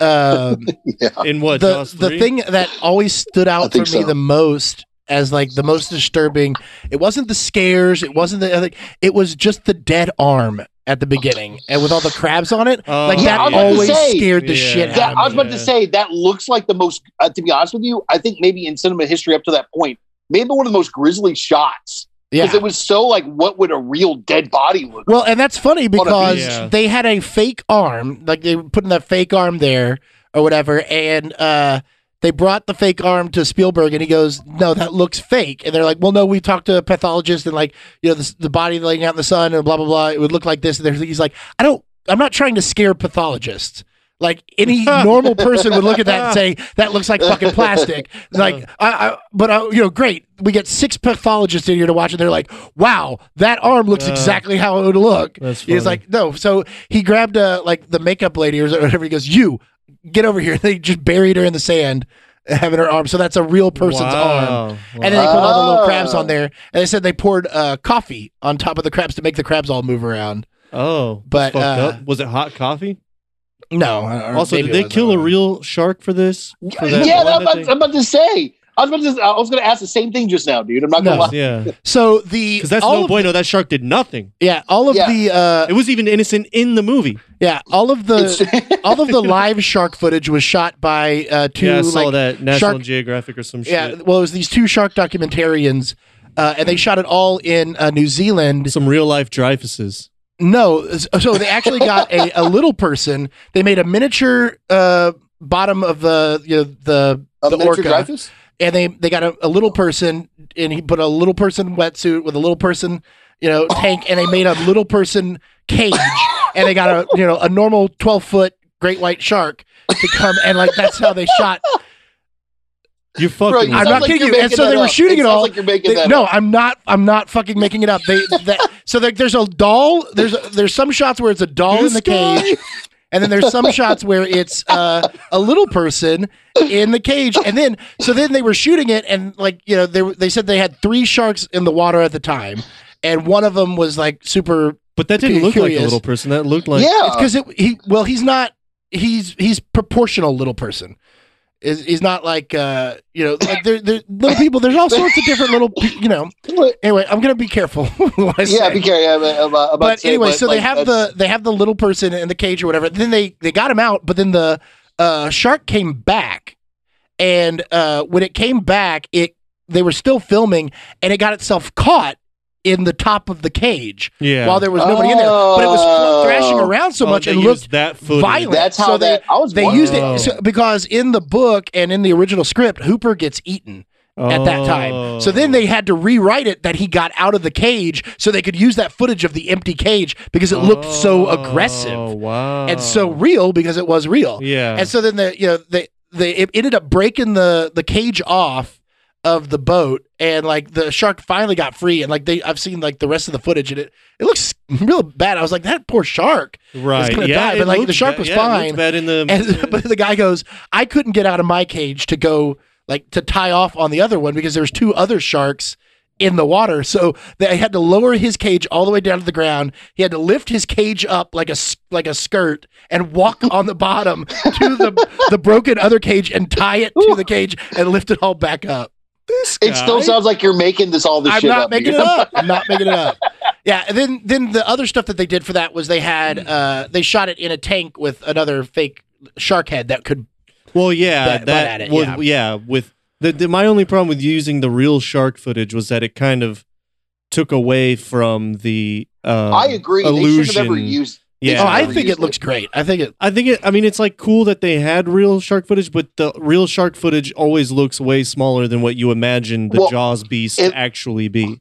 A: ahead. Yeah.
D: In what?
B: the
D: Jaws
B: the
D: three?
B: thing that always stood
A: I
B: out for me
A: think so.
B: the most as like the most disturbing. It wasn't the scares. It wasn't the other. It was just the dead arm at the beginning, and with all the crabs on it,
D: Oh,
B: like
A: Yeah, I
B: that
A: was about to
B: always
A: say.
B: scared the
D: Yeah.
B: shit
A: That, I
B: out
A: was
B: of me.
A: about to say that looks like the most. Uh, to be honest with you, I think maybe in cinema history up to that point, maybe one of the most grisly shots because
B: Yeah.
A: it was so like, what would a real dead body look?
B: Well, and that's funny because
D: Yeah.
B: they had a fake arm, like they were putting that fake arm there or whatever, and uh, they brought the fake arm to Spielberg, and he goes, "No, that looks fake." And they're like, "Well, no, we talked to a pathologist, and like, you know, the, the body laying out in the sun, and blah blah blah, it would look like this." And they're- he's like, "I don't, I'm not trying to scare pathologists." Like any normal person would look at that and say that looks like fucking plastic. Like, I, I, but I, you know, great. We get six pathologists in here to watch, and they're like, "Wow, that arm looks
D: Uh.
B: exactly how it would look."
D: That's funny.
B: He's like, no. So he grabbed uh, like the makeup lady or whatever. He goes, "You get over here." they just buried her in the sand, having her arm. So that's a real person's arm.
D: Wow.
B: And then they put all the little
A: Oh.
B: crabs on there, and they said they poured uh, coffee on top of the crabs to make the crabs all move around.
D: oh,
B: But,
D: fucked
B: uh,
D: up. was it hot coffee?
B: No. or
D: Also,
B: maybe
D: did
B: it
D: they
B: was, I
D: kill
B: don't
D: a
B: know.
D: real shark for this? For that
A: yeah, I'm
D: one that
A: about,
D: they-
A: I'm about to say. I was about to. I was going to ask the same thing just now, dude. I'm not going
B: No.
A: to lie.
D: yeah,
B: So the
D: because that's
B: all
D: no
B: of-
D: bueno. That shark did nothing.
B: yeah, all of
A: Yeah.
B: the uh,
D: It was even innocent in the movie.
B: yeah, all of the
A: It's-
B: all of the live shark footage was shot by uh, two
D: yeah, I saw
B: like,
D: that National
B: shark-
D: Geographic or some shit.
B: Yeah, well, it was these two shark documentarians, uh, and they shot it all in uh, New Zealand.
D: some real life Dreyfuses.
B: No, s- so they actually got a, a little person. They made a miniature uh, bottom of the you know, the
A: Of
B: the
A: Mr.
B: orca,
A: Dreyfus?
B: and they they got a, a little person, and he put a little person wetsuit with a little person, you know, tank, and they made a little person cage, and they got a you know a normal twelve foot great white shark to come, and like that's how they shot
D: You're
A: Bro,
D: fucking.
A: it
B: I'm
A: sounds
B: not
A: like
B: kidding
A: you're
B: you. And
A: making
B: so they
A: that
B: were
A: up.
B: shooting it
A: sounds
B: all.
A: Like you're making
B: They-
A: that
B: no, I'm not. I'm not fucking making it up. They that, so like there's a doll. There's there's some shots where it's a doll in the cage, and then there's some shots where it's uh, a little person in the cage. And then so then they were shooting it, and like you know they were- they said they had three sharks in the water at the time, and one of them was like super
D: but that didn't
B: being
D: look like
B: curious.
D: a little person. That looked like
A: yeah,
B: because it he well he's not he's he's proportional little person. Is he's not like uh you know like there there little people. There's all sorts of different little pe- you know. Anyway, I'm gonna be careful. what I
A: yeah.
B: say.
A: Be careful about. about
B: but
A: saying,
B: anyway, so they
A: like,
B: have
A: that's-
B: the they have the little person in the cage or whatever. Then they they got him out, but then the uh, shark came back, and uh, when it came back, it they were still filming, and it got itself caught in the top of the cage
D: yeah.
B: while there was nobody in there. But it was fl- thrashing around so
D: Oh,
B: much
D: they
B: it
D: used
B: looked
D: that footage.
B: violent.
A: That's how
B: so they-
A: that. I was.
B: they
A: wondering.
B: used
D: Wow.
B: it so, because in the book and in the original script, Hooper gets eaten at that time. So then they had to rewrite it that he got out of the cage so they could use that footage of the empty cage because it looked so
D: Oh,
B: aggressive
D: wow.
B: and so real because it was real.
D: yeah.
B: And so then the you know they they it ended up breaking the the cage off of the boat and like the shark finally got free and like they I've seen like the rest of the footage and it it looks real bad. I was like that poor shark.
D: right.
B: gonna
D: yeah.
B: die,
D: it
B: but, like, the
D: looked
B: shark
D: bad.
B: was
D: Yeah, it looked
B: fine.
D: bad in the.
B: And but the guy goes, I couldn't get out of my cage to go like to tie off on the other one because there was two other sharks in the water. So they had to lower his cage all the way down to the ground. He had to lift his cage up like a s- like a skirt and walk on the bottom to the the broken other cage and tie it to the cage and lift it all back up.
A: It still
D: guy?
A: sounds like you're making this all this
B: I'm
A: shit
B: not
A: up.
B: making
A: dude.
B: it up. I'm not making it up. Yeah, and then then the other stuff that they did for that was they had uh they shot it in a tank with another fake shark head that could
D: Well, yeah,
B: But- but
D: that
B: at it,
D: would,
B: yeah.
D: yeah. With the, the my only problem with using the real shark footage was that it kind of took away from the. Um,
A: I agree. They should
D: Illusion.
A: have never used. they
D: Yeah,
B: Oh,
A: should
B: I
A: never
B: think
A: used
B: it looks great. I think it
D: I think it. I mean, it's like cool that they had real shark footage, but the real shark footage always looks way smaller than what you imagine the
A: Well,
D: Jaws beast
A: it-
D: to actually be.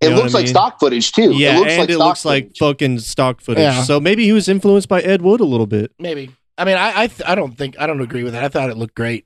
A: It
D: You know what
A: looks
D: I
A: like
D: mean?
A: stock footage too.
D: Yeah,
A: it looks
D: and
A: like
D: it
A: stock
D: looks like
A: footage.
D: fucking stock footage.
B: Yeah.
D: So maybe he was influenced by Ed Wood a little bit.
B: maybe. I mean, I I, th- I don't think I don't agree with that. I thought it looked great,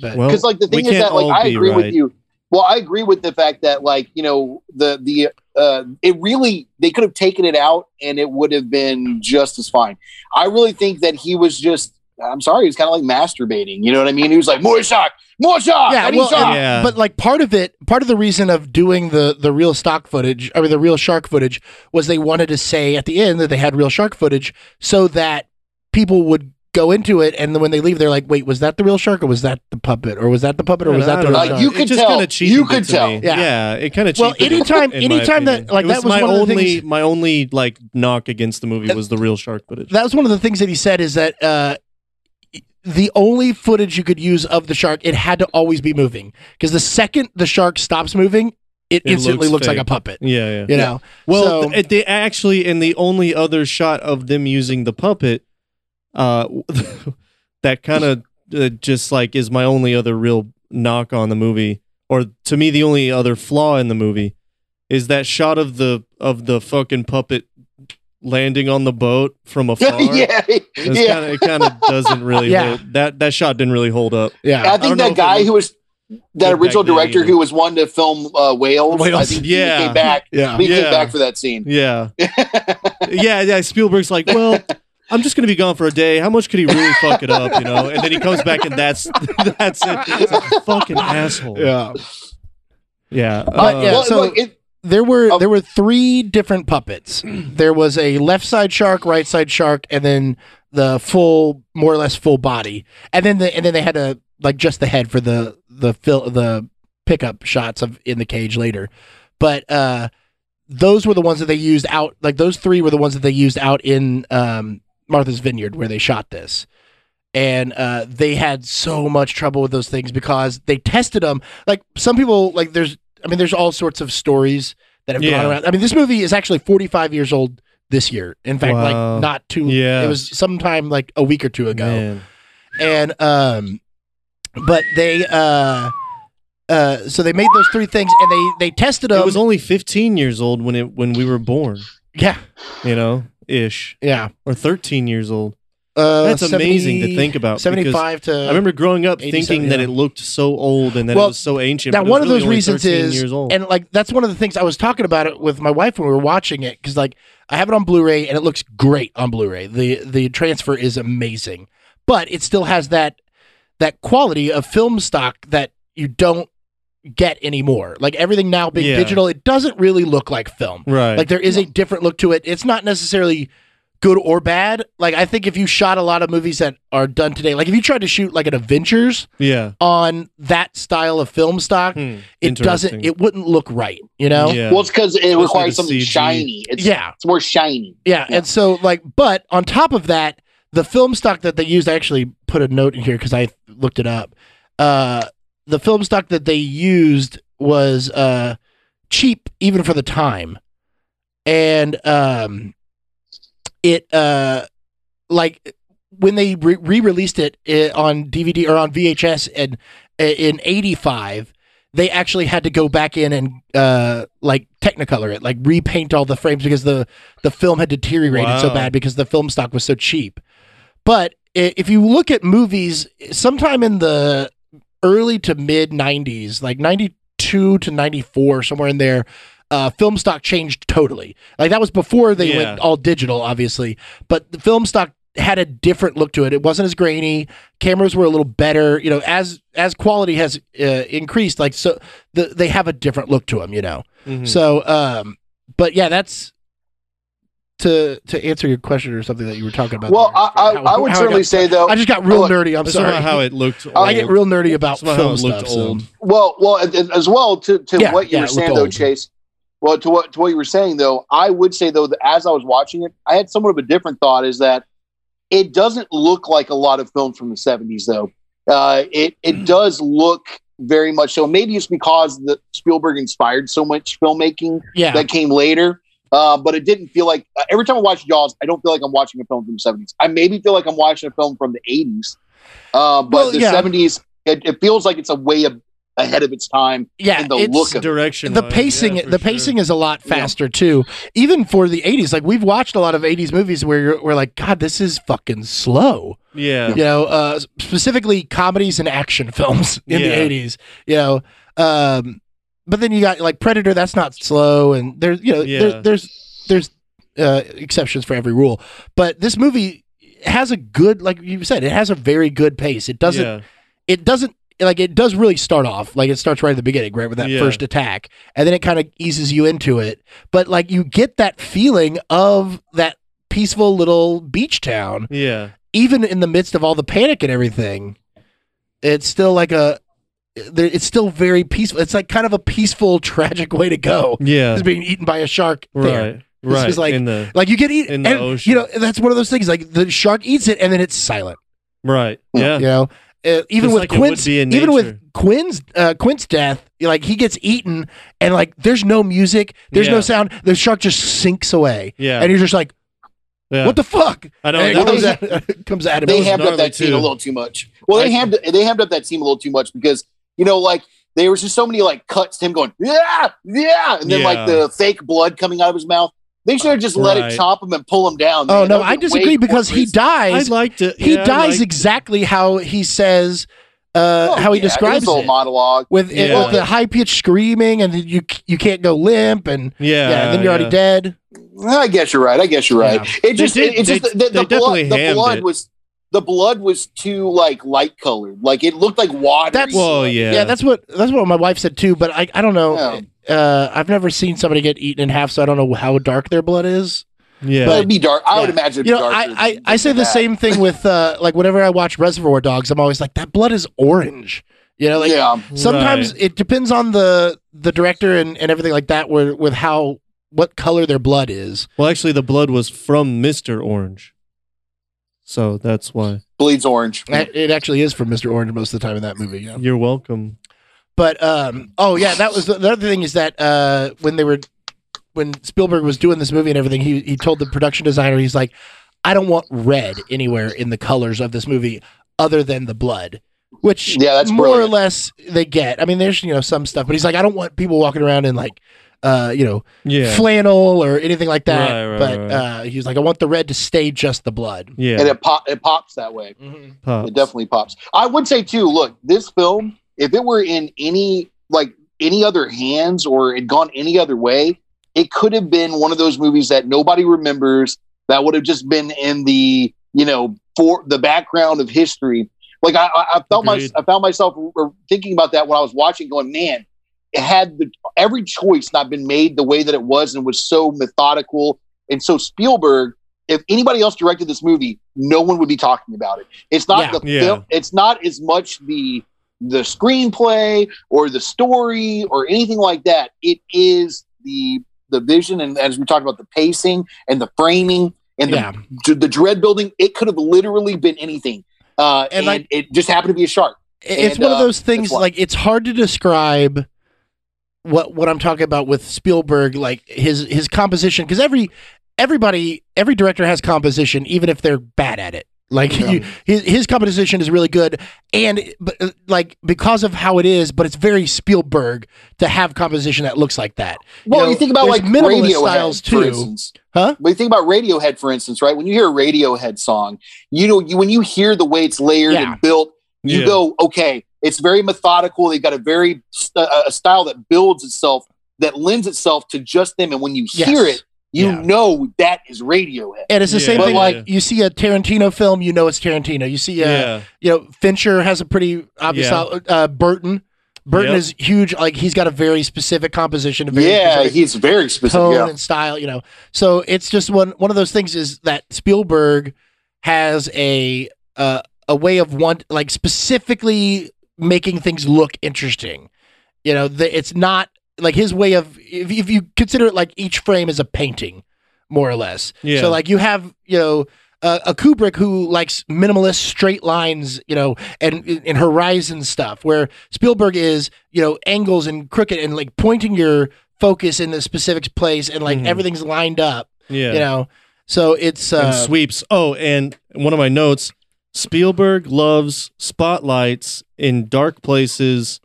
B: but
D: Well,
A: because like the
D: we
A: thing is
D: can't
A: that like
D: all
A: I
D: be
A: agree
D: right.
A: with you. Well, I agree with the fact that like you know the the uh, it really they could have taken it out and it would have been just as fine. I really think that he was just I'm sorry, he was kind of like masturbating. You know what I mean? He was like more shock, more shock.
B: yeah,
A: I need
B: well,
A: shock."
B: and-
D: Yeah.
B: but like part of it, part of the reason of doing the the real stock footage, I mean the real shark footage, was they wanted to say at the end that they had real shark footage, so that people would go into it, and then when they leave, they're like, wait, was that the real shark, or was that the puppet, or was that the puppet, or was that
D: I
B: the
D: don't
B: real
A: Like,
D: know.
B: shark? Uh,
A: you
D: It
A: could
D: just
A: tell.
D: kinda cheated
A: You could
D: it to
A: tell.
D: Me.
B: Yeah.
D: Yeah. it kind of.
B: Well, anytime-
D: in my
B: anytime that-
D: opinion.
B: like,
D: It was
B: that was
D: my
B: one of the
D: only
B: things-
D: my only like knock against the movie was the real shark footage.
B: that was one of the things that he said is that uh, the only footage you could use of the shark, it had to always be moving because the second the shark stops moving, it,
D: It
B: instantly looks,
D: looks
B: like a
D: fake.
B: puppet.
D: yeah, yeah.
B: You know,
D: Well,
B: So-
D: th- they actually, in the only other shot of them using the puppet, uh, that kind of uh, just like is my only other real knock on the movie, or to me the only other flaw in the movie is that shot of the of the fucking puppet landing on the boat from afar.
A: yeah,
D: It's
A: yeah.
D: Kinda, it kind of doesn't really
B: Yeah.
D: hold. That that shot didn't really hold up.
B: yeah,
A: I
D: don't
A: think
D: know
A: that
D: if it
A: guy
D: looked-
A: who was that
D: looked
A: original
D: back then
A: director
D: either.
A: who was wanting to film uh, whales, I
B: Whales,
A: think he
D: yeah.
A: came back.
B: yeah.
A: He
D: Yeah.
A: came back for that scene.
D: Yeah. yeah, yeah. Spielberg's like, well, I'm just gonna be gone for a day. How much could he really fuck it up, you know? And then he comes back and that's that's it. He's a fucking asshole.
B: Yeah.
D: Yeah.
B: But,
D: uh,
B: yeah,
A: Well,
B: so-
A: look, it,
B: There were
A: Oh.
B: there were three different puppets. There was a left side shark, right side shark, and then the full, more or less full body. And then the and then they had a like just the head for the the fill the pickup shots of in the cage later. But uh those were the ones that they used out like those three were the ones that they used out in um Martha's Vineyard where they shot this. And uh, they had so much trouble with those things because they tested them. Like some people, like there's, I mean, there's all sorts of stories that have gone
D: Yeah.
B: around. I mean, this movie is actually 45 years old this year. In fact,
D: Wow.
B: like not too.
D: Yeah.
B: It was sometime like a week or two ago
D: man.
B: and um but they uh uh so they made those three things and they they tested them
D: It was only 15 years old when it when we were born,
B: yeah
D: you know, ish,
B: yeah
D: or 13 years old.
B: uh,
D: That's amazing to think about. because
B: 75 to
D: I remember growing up
B: 87,
D: thinking that
B: yeah.
D: it looked so old and that
B: Well,
D: it was so ancient.
B: now
D: but it was
B: one of
D: really
B: those
D: only
B: reasons
D: 13
B: is
D: years old.
B: and like that's one of the things i was talking about it with my wife when we were watching it because like i have it on blu-ray and it looks great on blu-ray the the transfer is amazing but it still has that that quality of film stock that you don't get anymore like everything now being
D: Yeah.
B: digital it doesn't really look like film
D: right.
B: Like there is a different look to it. It's not necessarily good or bad. Like I think if you shot a lot of movies that are done today, like if you tried to shoot like an Avengers
D: yeah.
B: on that style of film stock,
D: Hmm.
B: it doesn't
D: Interesting.
B: it wouldn't look right, you know?
D: yeah.
A: Well, it's because it
D: like
A: requires
D: a
A: something
D: CG.
A: shiny. It's,
B: Yeah.
A: it's more shiny.
B: Yeah. And so like but on top of that, the film stock that they used I actually put a note in here cuz I looked it up. Uh the film stock that they used was uh cheap even for the time. And um it uh like when they re- re-released it uh, on DVD or on VHS and uh, in 85 they actually had to go back in and uh like technicolor it like repaint all the frames because the the film had deteriorated so
D: Wow.
B: bad because the film stock was so cheap but i- if you look at movies sometime in the early to mid 90s like 92 to 94 somewhere in there uh, film stock changed totally like that was before they
D: Yeah.
B: went all digital obviously but the film stock had a different look to it. It wasn't as grainy. Cameras were a little better. You know, as as quality has uh, increased, like so the, they have a different look to them. You know,
D: Mhm.
B: so um, but yeah, that's to to answer your question or something that you were talking about.
F: Well,
B: there.
F: I, I,
B: How-
F: I would
B: how
F: certainly
B: got-
F: say though.
B: I just got real
F: Look,
B: nerdy. I'm
D: That's
B: sorry.
D: about how it looked.
B: I get
D: old.
B: real nerdy about
D: Somehow
B: film
D: it looked
B: stuff. so-
D: old.
F: well, well, and- and as well to, to
B: Yeah,
F: what you
B: yeah,
F: were
B: it
F: saying
B: looked
F: though,
B: old.
F: Chase. Well, to what to what you were saying though, I would say though that as I was watching it, I had somewhat of a different thought. Is that it doesn't look like a lot of films from the '70s though. Uh, it
B: Mm.
F: it does look very much so. Maybe it's because the Spielberg inspired so much filmmaking
B: yeah,
F: that came later. Uh, but it didn't feel like uh, every time I watch Jaws, I don't feel like I'm watching a film from the 70s. I maybe feel like I'm watching a film from the 80s. Uh, but
B: Well,
F: the
B: yeah.
F: 70s, it, it feels like it's a way ab- ahead of its time.
B: yeah.
F: and the
B: it's-
F: look of-
D: Direction.
B: the pacing the pacing is a lot
F: Yeah.
B: faster too even for the 80s like we've watched a lot of 80s movies where you're, we're like god this is fucking slow
D: Yeah.
B: you know uh specifically comedies and action films in
D: Yeah.
B: the 80s you know um but then you got like predator that's not slow and there's you know
D: Yeah.
B: there's there's there's uh exceptions for every rule but this movie has a good like you said it has a very good pace it doesn't
D: Yeah.
B: it doesn't like it does really start off like it starts right at the beginning right with that
D: Yeah.
B: first attack and then it kind of eases you into it but like you get that feeling of that peaceful little beach town
D: Yeah.
B: even in the midst of all the panic and everything it's still like a there- it's still very peaceful it's like kind of a peaceful tragic way to go
D: Yeah.
B: is being eaten by a shark there.
D: Right. Right.
B: is like-
D: in the
B: like you get eaten
D: In the ocean.
B: you know that's one of those things like the shark eats it and then it's silent
D: right. Yeah.
B: you know, uh, even
D: Just
B: with
D: like it would
B: Quinn's,
D: be in
B: even
D: nature.
B: with Quinn's, uh, Quinn's death, like he gets eaten, and like there's no music, there's
D: Yeah.
B: no sound. The shark just sinks away,
D: Yeah.
B: and you're just like,
D: yeah.
B: what the fuck?
D: I know
B: And it
D: that
B: comes,
D: was
B: at, comes at him.
F: They
D: was
F: hammed up
D: gnarly,
F: that scene
D: too.
F: a little too much. Well, they
D: I-
F: hammed, they hammed up that scene a little too much because, you know, like, there was just so many, like, cuts, him going, yeah, yeah. And then,
D: Yeah.
F: like, the fake blood coming out of his mouth. They should have just let
D: Right.
F: it chop him and pull him down.
B: oh
F: man.
B: no,
F: That
B: I
F: would've been way
B: disagree because
F: more
B: he
F: graceful.
D: I
B: dies.
D: liked it.
B: he
D: Yeah, I
B: dies
D: liked-
B: exactly how he says, uh,
F: Oh,
B: how he
F: yeah, his
B: describes
F: whole
B: it.
F: monologue.
B: With, it-
D: Yeah.
B: with the high pitched screaming, and then you you can't go limp, and
D: Yeah.
B: yeah, and then you're
D: yeah.
B: already dead.
F: I guess you're right. I guess you're right. It just,
D: did-
F: it, it's just
D: they-
F: the, the,
D: they
F: the
D: definitely
F: blood, the
D: hammed
F: blood
D: it.
F: was the blood was too like light colored. Like it looked like water.
B: That's-
D: Well, yeah.
B: yeah. that's what that's what my wife said too. But I I don't know. Uh, I've never seen somebody get eaten in half, so I don't know how dark their blood is.
D: yeah.
F: But it'd be dark. I would
B: Yeah.
F: imagine. It'd
B: You
F: be
B: know, I
F: darker
B: I,
F: than-
B: I say
F: than
B: the
F: that.
B: same thing with uh, like whenever I watch Reservoir Dogs, I'm always like that blood is orange. You know, like
F: yeah,
B: sometimes it depends on the the director and and everything like that. Where with how what color their blood is.
D: Well, actually, the blood was from Mister Orange, so that's why.
F: bleeds orange.
B: It it actually is from Mr. Orange most of the time in that movie. Yeah.
D: You're welcome.
B: But um, oh yeah, that was the, the other thing is that uh, when they were when Spielberg was doing this movie and everything, he he told the production designer, he's like, I don't want red anywhere in the colors of this movie other than the blood, which
F: Yeah, that's
B: more or
F: brilliant.
B: less they get. I mean, there's you know some stuff, but he's like, I don't want people walking around in like. Uh, you know,
D: Yeah.
B: flannel or anything like that.
D: Right, right,
B: but
D: right.
B: uh, he was like, I want the red to stay just the blood.
D: yeah.
F: And it pop, it pops that way.
D: pops.
F: It definitely pops. I would say too. Look, this film, if it were in any like any other hands or had gone any other way, it could have been one of those movies that nobody remembers. That would have just been in the you know for the background of history. Like I, I, I felt my,
D: Agreed.
F: I found myself r- r- thinking about that when I was watching, going, man, it had the every choice not been made the way that it was and was so methodical and so Spielberg. If anybody else directed this movie, no one would be talking about it. It's not
B: Yeah.
F: the
D: Yeah.
F: film. It's not as much the the screenplay or the story or anything like that. It is the the vision and as we talked about the pacing and the framing and the,
B: Yeah.
F: the dread building. It could have literally been anything, uh,
B: And
F: and,
B: like-
F: it just happened to be a shark.
B: it's
F: And,
B: one of
F: uh,
B: those things
F: that's why.
B: like it's hard to describe what what I'm talking about with Spielberg like his his composition because every everybody every director has composition even if they're bad at it like you, his his composition is really good and but uh, like because of how it is but it's very Spielberg to have composition that looks like that
F: Well, you,
B: know,
F: think about
B: there's
F: like
B: minimalist
F: Radiohead,
B: styles
F: for
B: too
F: instance.
B: Huh?
F: But you think about Radiohead, for instance, right? When you hear a Radiohead song, you know you, when you hear the way it's layered
B: Yeah.
F: and built, you
D: Yeah.
F: go, okay, it's very methodical. They've got a very st- a style that builds itself, that lends itself to just them. And when you
B: Yes.
F: hear it, You
B: Yeah.
F: know that is Radiohead.
B: And it's the
D: Yeah.
B: same
F: But
B: thing.
F: like-
B: Like you see a Tarantino film, you know it's Tarantino. You see a
D: yeah.
B: you know Fincher has a pretty obvious
D: Yeah.
B: out- uh, Burton. Burton
D: Yep.
B: is huge. Like he's got a very specific composition. A very
F: Yeah,
B: specific
F: he's very specific.
B: tone
F: Yeah.
B: and style. You know, so it's just one one of those things is that Spielberg has a uh, a way of want like specifically making things look interesting. You know, the, it's not like his way of if, if you consider it like each frame is a painting, more or less.
D: Yeah.
B: So like you have you know. Uh, a Kubrick who likes minimalist straight lines, you know, and and horizon stuff. Where Spielberg is, you know, angles and crooked and like pointing your focus in the specific place, and like
D: Mhm.
B: everything's lined up,
D: yeah.
B: you know. So it's uh,
D: and sweeps. Oh, and one of my notes: Spielberg loves spotlights in dark places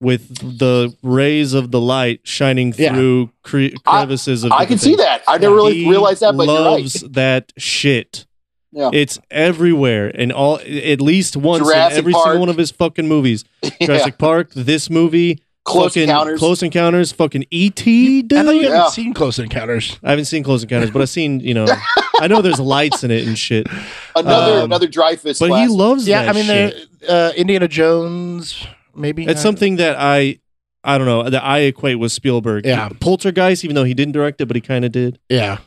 D: with the rays of the light shining
B: Yeah.
D: through cre- crevices of.
F: I can
D: different
F: see
D: things.
F: that. I never really
D: He
F: realized that, but you're right.
D: loves that shit.
F: Yeah.
D: It's everywhere and all at least once
F: Jurassic
D: in every
F: Park.
D: single one of his fucking movies.
F: Yeah.
D: Jurassic Park, this movie,
F: Close
D: fucking
F: Encounters.
D: Close Encounters, fucking E E.T. Dude.
B: I thought you
F: Yeah.
B: hadn't seen Close Encounters.
D: I haven't seen Close Encounters, but I've seen, you know, I know there's lights in it and shit.
F: Another
D: Um,
F: another Dreyfus.
D: But he
F: classic.
D: loves
B: yeah,
D: that
B: I mean,
D: shit.
B: they're, uh, Indiana Jones, maybe.
D: It's
B: I-
D: something that I, I don't know, that I equate with Spielberg.
B: Yeah.
D: Poltergeist, even though he didn't direct it, but he kind of did.
B: Yeah,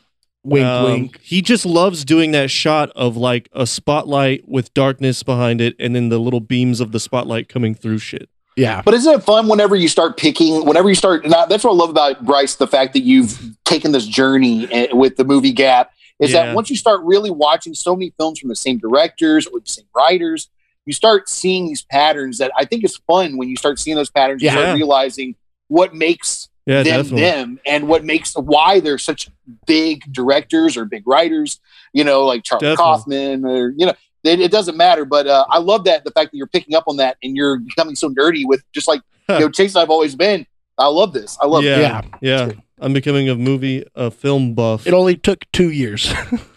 B: wink,
D: Um,
B: wink.
D: He just loves doing that shot of like a spotlight with darkness behind it and then the little beams of the spotlight coming through shit.
B: Yeah,
F: But isn't it fun whenever you start picking, whenever you start, and I, that's what I love about Bryce, the fact that you've taken this journey eh, with the movie Gap, is
D: Yeah.
F: that once you start really watching so many films from the same directors or the same writers, you start seeing these patterns that I think is fun when you start seeing those patterns, you
D: Yeah.
F: start realizing what makes
D: Yeah,
F: them
D: definitely.
F: them and what makes why they're such big directors or big writers, you know, like Charlie
D: Definitely.
F: Kaufman or, you know, it, it doesn't matter, but uh, I love that the fact that you're picking up on that and you're becoming so nerdy with just like you know, Chase, and I've always been. I love this. I love
D: yeah,
F: it.
B: yeah.
D: Yeah. I'm becoming a movie, a film buff.
B: It only took two years.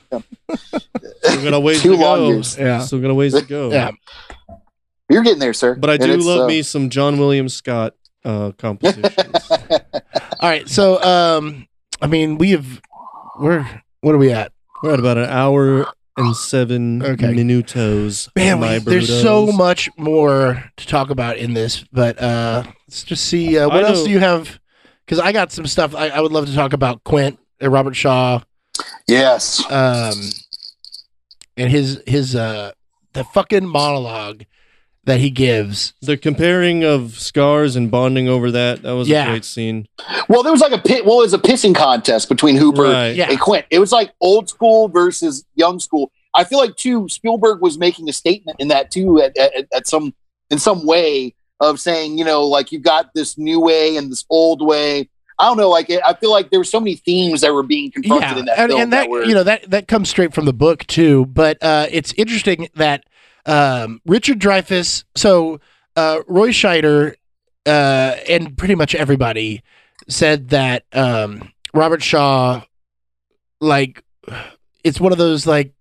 D: Still got a ways
F: Two
D: to
F: long
D: go.
F: years.
B: yeah,
D: Still got a ways to go.
B: yeah.
F: You're getting there, sir.
D: But I
F: And
D: do
F: it's,
D: love
F: uh,
D: me some John William Scott uh, compositions.
B: All right, so um, I mean, we have we're what are we at?
D: We're at about an hour and seven
B: Okay.
D: minutos.
B: Man, we,
D: my
B: there's so
D: Brutos.
B: much more to talk about in this, but uh, let's just see uh, what
D: I
B: else
D: know-
B: do you have? Because I got some stuff I, I would love to talk about. Quint, uh, Robert Shaw,
F: Yes.
B: um, and his his uh, the fucking monologue that he gives.
D: The comparing of scars and bonding over that, that was
B: Yeah.
D: a great scene.
F: Well, there was like a pit. Well, it was a pissing contest between Hooper
D: Right.
B: Yeah.
F: and Quint. It was like old school versus young school. I feel like too Spielberg was making a statement in that too at, at, at some in some way of saying you know like you've got this new way and this old way. I don't know. Like it, I feel like there were so many themes that were being confronted
B: yeah,
F: in that
B: and,
F: film.
B: and that,
F: were,
B: you know that that comes straight from the book too. But uh, it's interesting that um, Richard Dreyfuss, so uh, Roy Scheider, uh, and pretty much everybody said that um, Robert Shaw, like, it's one of those like,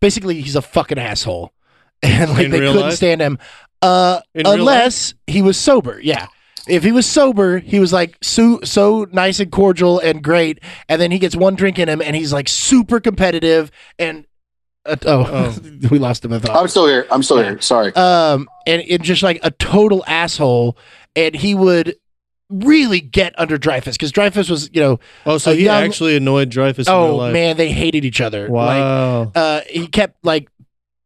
B: basically he's a fucking asshole, and like
D: In
B: they
D: real
B: couldn't
D: life?
B: stand him. Uh,
D: In real
B: unless he was sober. Yeah. If he was sober, he was like so so nice and cordial and great, and then he gets one drink in him, and he's like super competitive and uh, oh, we lost him. I
F: I'm
B: thought.
F: still here. I'm still here. Sorry.
B: Um, and it just like a total asshole, and he would really get under Dreyfus because Dreyfus was you know
D: Oh, so
B: A
D: he
B: young-
D: actually annoyed Dreyfus in real
B: oh
D: life.
B: man they hated each other. Like,
D: Wow.
B: uh, he kept like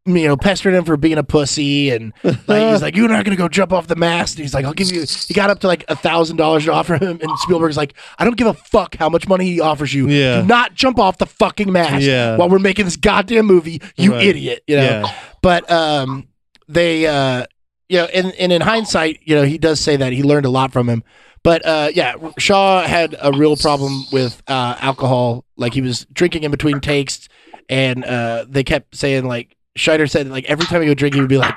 B: you know pestering him for being a pussy and like he's like you're not gonna go jump off the mast and he's like i'll give you he got up to like a thousand dollars to offer him and spielberg's like i don't give a fuck how much money he offers you
D: Yeah.
B: do not jump off the fucking mast
D: Yeah.
B: while we're making this goddamn movie you
D: Right.
B: idiot you know
D: Yeah.
B: but um they uh you know and, and in hindsight you know he does say that he learned a lot from him but uh yeah shaw had a real problem with uh alcohol like he was drinking in between takes and uh they kept saying like Scheider said like every time he would drink he would be like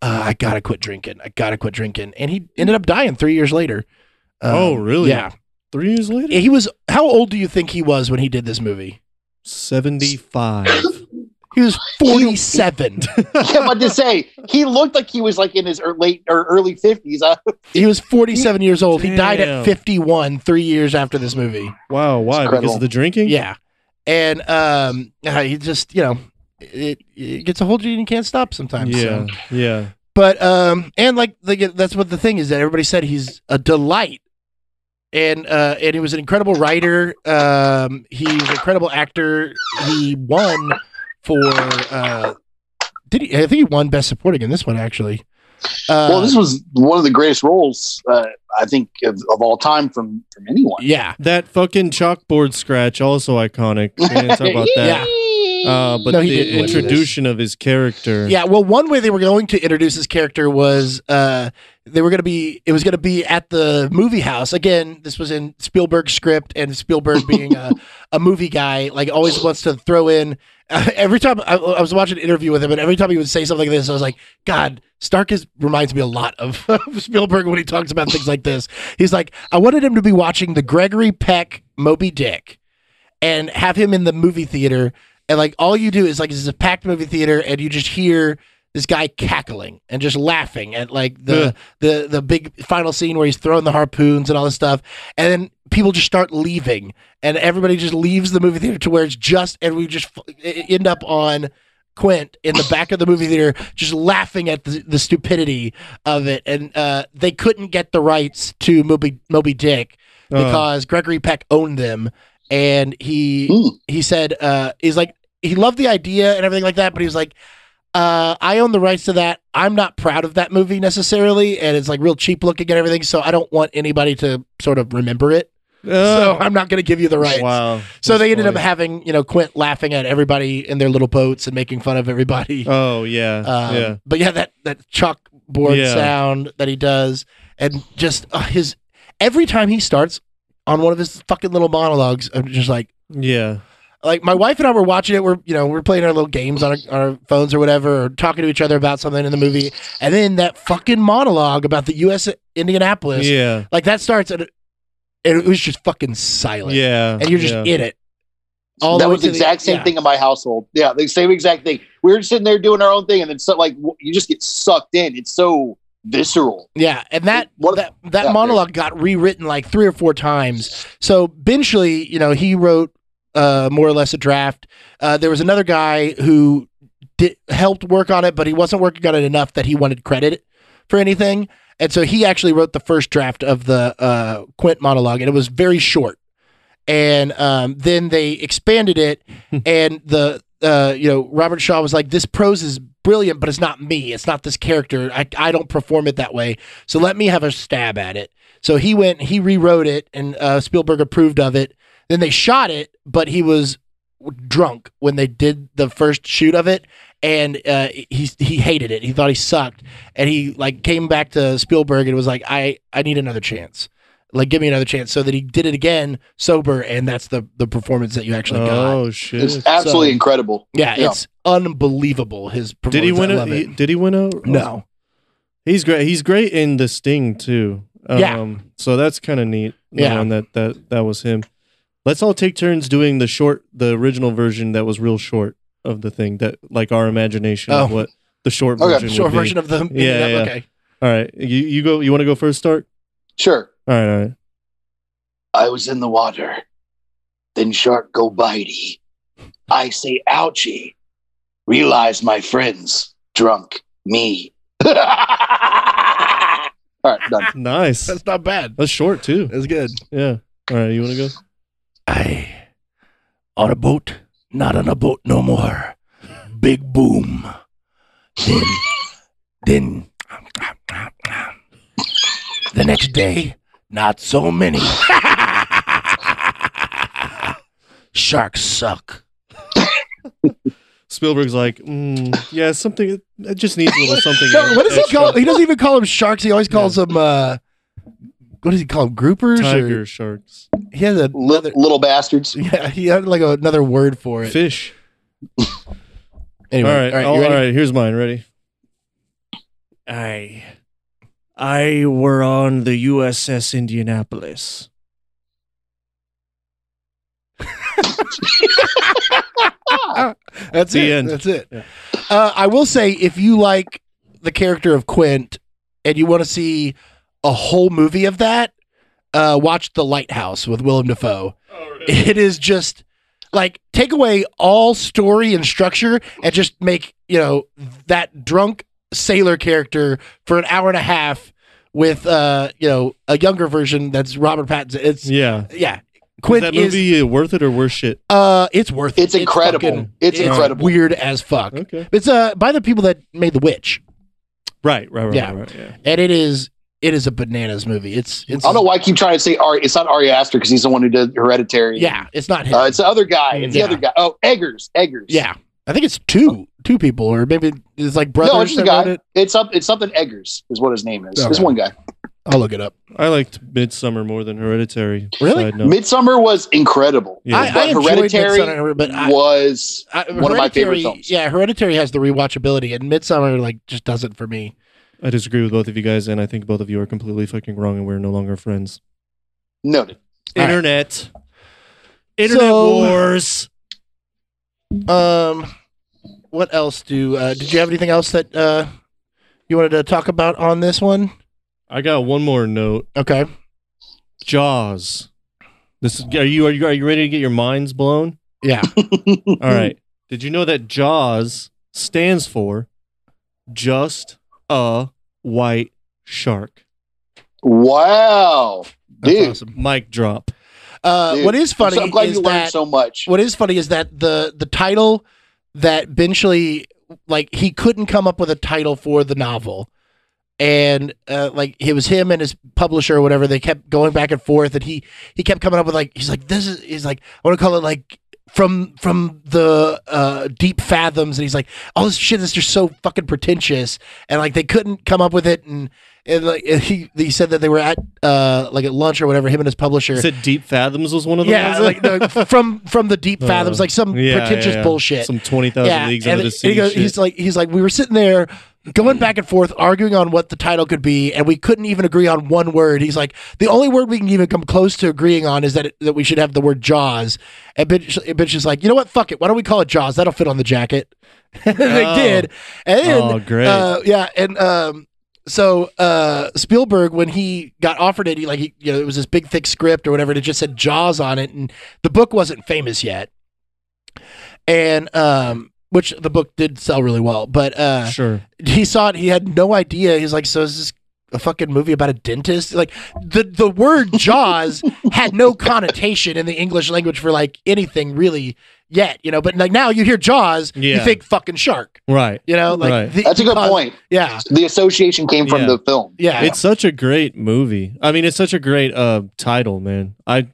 B: uh, I gotta quit drinking I gotta quit drinking and he ended up dying three years later Um,
D: Oh, really?
B: yeah
D: Three years later?
B: he was how old do you think he was when he did this movie
D: 75.
B: He was 47.
F: yeah, but to say he looked like he was like in his ear- late or early fifties. Uh,
B: He was 47 years old. He died at
D: Damn.
B: 51, three years after this movie.
D: Wow, why? Because
F: incredible.
D: of the drinking?
B: Yeah. And um, uh, you just, you know, it, it gets a hold of you and you can't stop sometimes. so.
D: yeah, yeah.
B: But, um, and like, like, that's what the thing is that everybody said he's a delight. And, uh, and he was an incredible writer. Um, he was an incredible actor. He won for, uh, did he? I think he won Best Supporting in this one, actually. Uh,
F: well, this was one of the greatest roles uh, I think of, of all time from from anyone.
B: yeah.
D: That fucking chalkboard scratch, also iconic. We didn't talk about that. Uh, but
B: No, he
D: the
B: didn't win for this.
D: introduction of his character.
B: Yeah, well, one way they were going to introduce his character was uh, they were going to be it was going to be at the movie house again. This was in Spielberg's script, and Spielberg being a, a movie guy, like always wants to throw in. every time I, I was watching an interview with him, and every time he would say something like this, I was like, God, Stark is reminds me a lot of, of Spielberg when he talks about things like this. He's like, I wanted him to be watching the Gregory Peck Moby Dick and have him in the movie theater. And like all you do is like this is a packed movie theater, and you just hear this guy cackling and just laughing at like the the the big final scene where he's throwing the harpoons and all this stuff. And then people just start leaving, and everybody just leaves the movie theater to where it's just and we just f- e- end up on. Quint in the back of the movie theater, just laughing at the, the stupidity of it, and uh, they couldn't get the rights to Moby Moby Dick
D: Uh,
B: because Gregory Peck owned them, and he
F: Hmm.
B: he said uh, he's like he loved the idea and everything like that, but he was like, uh, I own the rights to that. I'm not proud of that movie necessarily, and it's like real cheap looking and everything, so I don't want anybody to sort of remember it. so
D: uh,
B: I'm not going to give you the rights.
D: Wow.
B: So
D: That's
B: they ended up
D: funny.
B: having you know Quint laughing at everybody in their little boats and making fun of everybody.
D: Oh yeah,
B: Um,
D: yeah.
B: But yeah, that that chalkboard
D: Yeah.
B: sound that he does, and just uh, his every time he starts on one of his fucking little monologues, I'm just like,
D: Yeah.
B: like my wife and I were watching it. We're you know we're playing our little games on our, our phones or whatever, or talking to each other about something in the movie, and then that fucking monologue about the U.S. Indianapolis,
D: Yeah.
B: like that starts and it, and it was just fucking silent,
D: Yeah.
B: and you're just
D: yeah.
B: in it. All
F: that
B: way
F: was the
B: to
F: exact same
B: yeah.
F: thing in my household. Yeah, the same exact thing. We were sitting there doing our own thing, and then so, like w- you just get sucked in. It's so visceral.
B: Yeah, and that
F: What-
B: that that
F: yeah,
B: monologue got rewritten like three or four times. So Benchley, you know, he wrote uh, more or less a draft. Uh, there was another guy who did, helped work on it, but he wasn't working on it enough that he wanted credit for anything. And so he actually wrote the first draft of the uh, Quint monologue, and it was very short. And um, then they expanded it,
F: Hmm.
B: and the uh, you know Robert Shaw was like, "This prose is brilliant, but it's not me. It's not this character. I I don't perform it that way. So let me have a stab at it." So he went, he rewrote it, and uh, Spielberg approved of it. Then they shot it, but he was drunk when they did the first shoot of it, and uh, he he hated it. He thought he sucked, and he like came back to Spielberg and was like, "I I need another chance." Like, give me another chance, so that he did it again sober, and that's the the performance that you actually got.
D: Oh
F: It's
D: shit.
F: absolutely
B: So-
F: incredible.
B: Yeah,
F: Yeah.
B: it's unbelievable. His performance.
D: Did he win
B: I
D: a?
B: love
D: he-
B: it.
D: did he win a?
B: No,
D: He's great. He's great in the Sting too. Um,
B: Yeah.
D: So that's kind of neat.
B: Yeah.
D: knowing That that that was him. Let's all take turns doing the short, the original version that was real short of the thing that, like our imagination of
B: Oh.
D: what the short
F: Okay.
D: version.
B: short
D: would be.
B: version of the.
D: Yeah, yeah.
B: Okay.
D: All right, you you go. You want to go first, Stark?
F: Sure.
D: All right, all right.
A: I was in the water. Then shark go bitey. I say ouchie. Realize my friends drunk me.
F: All right, done.
D: Nice.
B: That's not bad.
D: That's short too.
B: That's good.
D: Yeah. All right. You want to go?
B: I on a boat, not on a boat no more. Big boom. Then, then the next day, not so many. Sharks suck.
D: Spielberg's like, mm, yeah, something. It just needs a little something.
B: No, what does he
D: extra."
B: call? He doesn't even call them sharks. He always calls them. Uh, what does he call them? Groupers.
D: Tiger
B: Or,
D: sharks,
B: he has a
F: Li- little bastards.
B: yeah. He had like another word for it.
D: fish.
B: Anyway,
D: all right,
B: all right, you
D: all, all
B: ready?
D: right. Here's mine. Ready? I, I were on the USS Indianapolis.
B: That's
D: The
B: it.
D: end.
B: That's it.
D: Yeah.
B: Uh, I will say, if you like the character of Quint and you want to see a whole movie of that, uh, watch The Lighthouse with Willem Dafoe. It is just like take away all story and structure and just make you know that drunk sailor character for an hour and a half with uh you know a younger version that's Robert Pattinson. It's yeah,
D: Yeah. Is
B: Quint
D: that
B: is
D: movie uh, worth it or worth shit?
B: uh, it's worth it.
F: It's incredible. It's incredible.
B: Weird as fuck.
D: Okay.
B: It's uh by the people that made The Witch,
D: Right, right, right,
B: Yeah.
D: right, right. Yeah.
B: and it is it is a bananas movie. It's it's
F: I don't know why I keep trying to say Ari. It's not Ari Aster because he's the one who did Hereditary.
B: yeah, it's not him.
F: Uh, it's the other guy. It's
B: Yeah.
F: the other guy. Oh, Eggers. Eggers.
B: yeah, I think it's two two people or maybe it's like brothers
F: no, it's the
B: that
F: guy.
B: wrote it.
F: It's up. It's something Eggers is what his name is.
B: Okay.
F: This one guy.
B: I'll look it up.
D: I liked Midsummer more than Hereditary.
B: Really?
D: Side note.
F: Midsummer was incredible.
D: Yeah.
B: I, I
F: But
B: enjoyed
F: Hereditary
B: Midsummer, but I,
F: was
B: I,
F: one of my favorite
B: Hereditary-
F: films.
B: Yeah, Hereditary has the rewatchability, and Midsummer like just does it for me.
D: I disagree with both of you guys, and I think both of you are completely fucking wrong, and we're no longer friends.
F: noted.
B: All right.
D: Internet. Internet
B: So-
D: wars.
B: Um, what else do? Uh, did you have anything else that uh you wanted to talk about on this one?
D: I got one more note.
B: Okay.
D: Jaws. This is, are you are you are you ready to get your minds blown?
B: Yeah.
D: All right. Did you know that Jaws stands for just a white shark?
F: Wow,
B: That's
F: dude.
B: awesome.
D: Mic drop.
B: Uh,
F: Dude,
B: what is funny
F: So I'm glad
B: is
F: you learned
B: that
F: so much.
B: what is funny is that the the title that Benchley like he couldn't come up with a title for the novel, and uh, like it was him and his publisher or whatever. They kept going back and forth, and he he kept coming up with like he's like this is he's like I want to call it like from from the uh, deep fathoms, and he's like all this shit is just so fucking pretentious, and like they couldn't come up with it, and. And like and he, he said that they were at uh like at lunch or whatever, him and his publisher.
D: You said Deep Fathoms was one of the
B: Yeah,
D: ones?
B: like the, from from the deep fathoms,
D: Uh,
B: like some
D: yeah,
B: pretentious
D: yeah, yeah.
B: bullshit.
D: Some 20,000
B: yeah,
D: leagues
B: and
D: under the
B: it-
D: sea.
B: he goes-
D: shit.
B: he's like, he's like, we were sitting there going back and forth, arguing on what the title could be, and we couldn't even agree on one word. He's like, the only word we can even come close to agreeing on is that it, that we should have the word Jaws. And bitch, and bitch is like, you know what? Fuck it. Why don't we call it Jaws? That'll fit on the jacket. And
D: Oh.
B: They did, and then,
D: Oh, great.
B: uh, yeah, and um, so uh, Spielberg, when he got offered it, he like he, you know it was this big thick script or whatever, and it just said Jaws on it, and the book wasn't famous yet, and um, which the book did sell really well, but uh,
D: sure.
B: he saw it, he had no idea. He's like, so is this a fucking movie about a dentist? Like the the word Jaws had no connotation in the English language for like anything really yet, you know. But like now you hear Jaws,
D: Yeah.
B: you think fucking shark.
D: Right.
B: You know, like
D: Right.
B: the-
F: That's a good
B: because-
F: point.
B: Yeah,
F: The association came from
D: Yeah.
F: the film.
B: yeah.
D: It's such a great movie. I mean, it's such a great uh title, man. I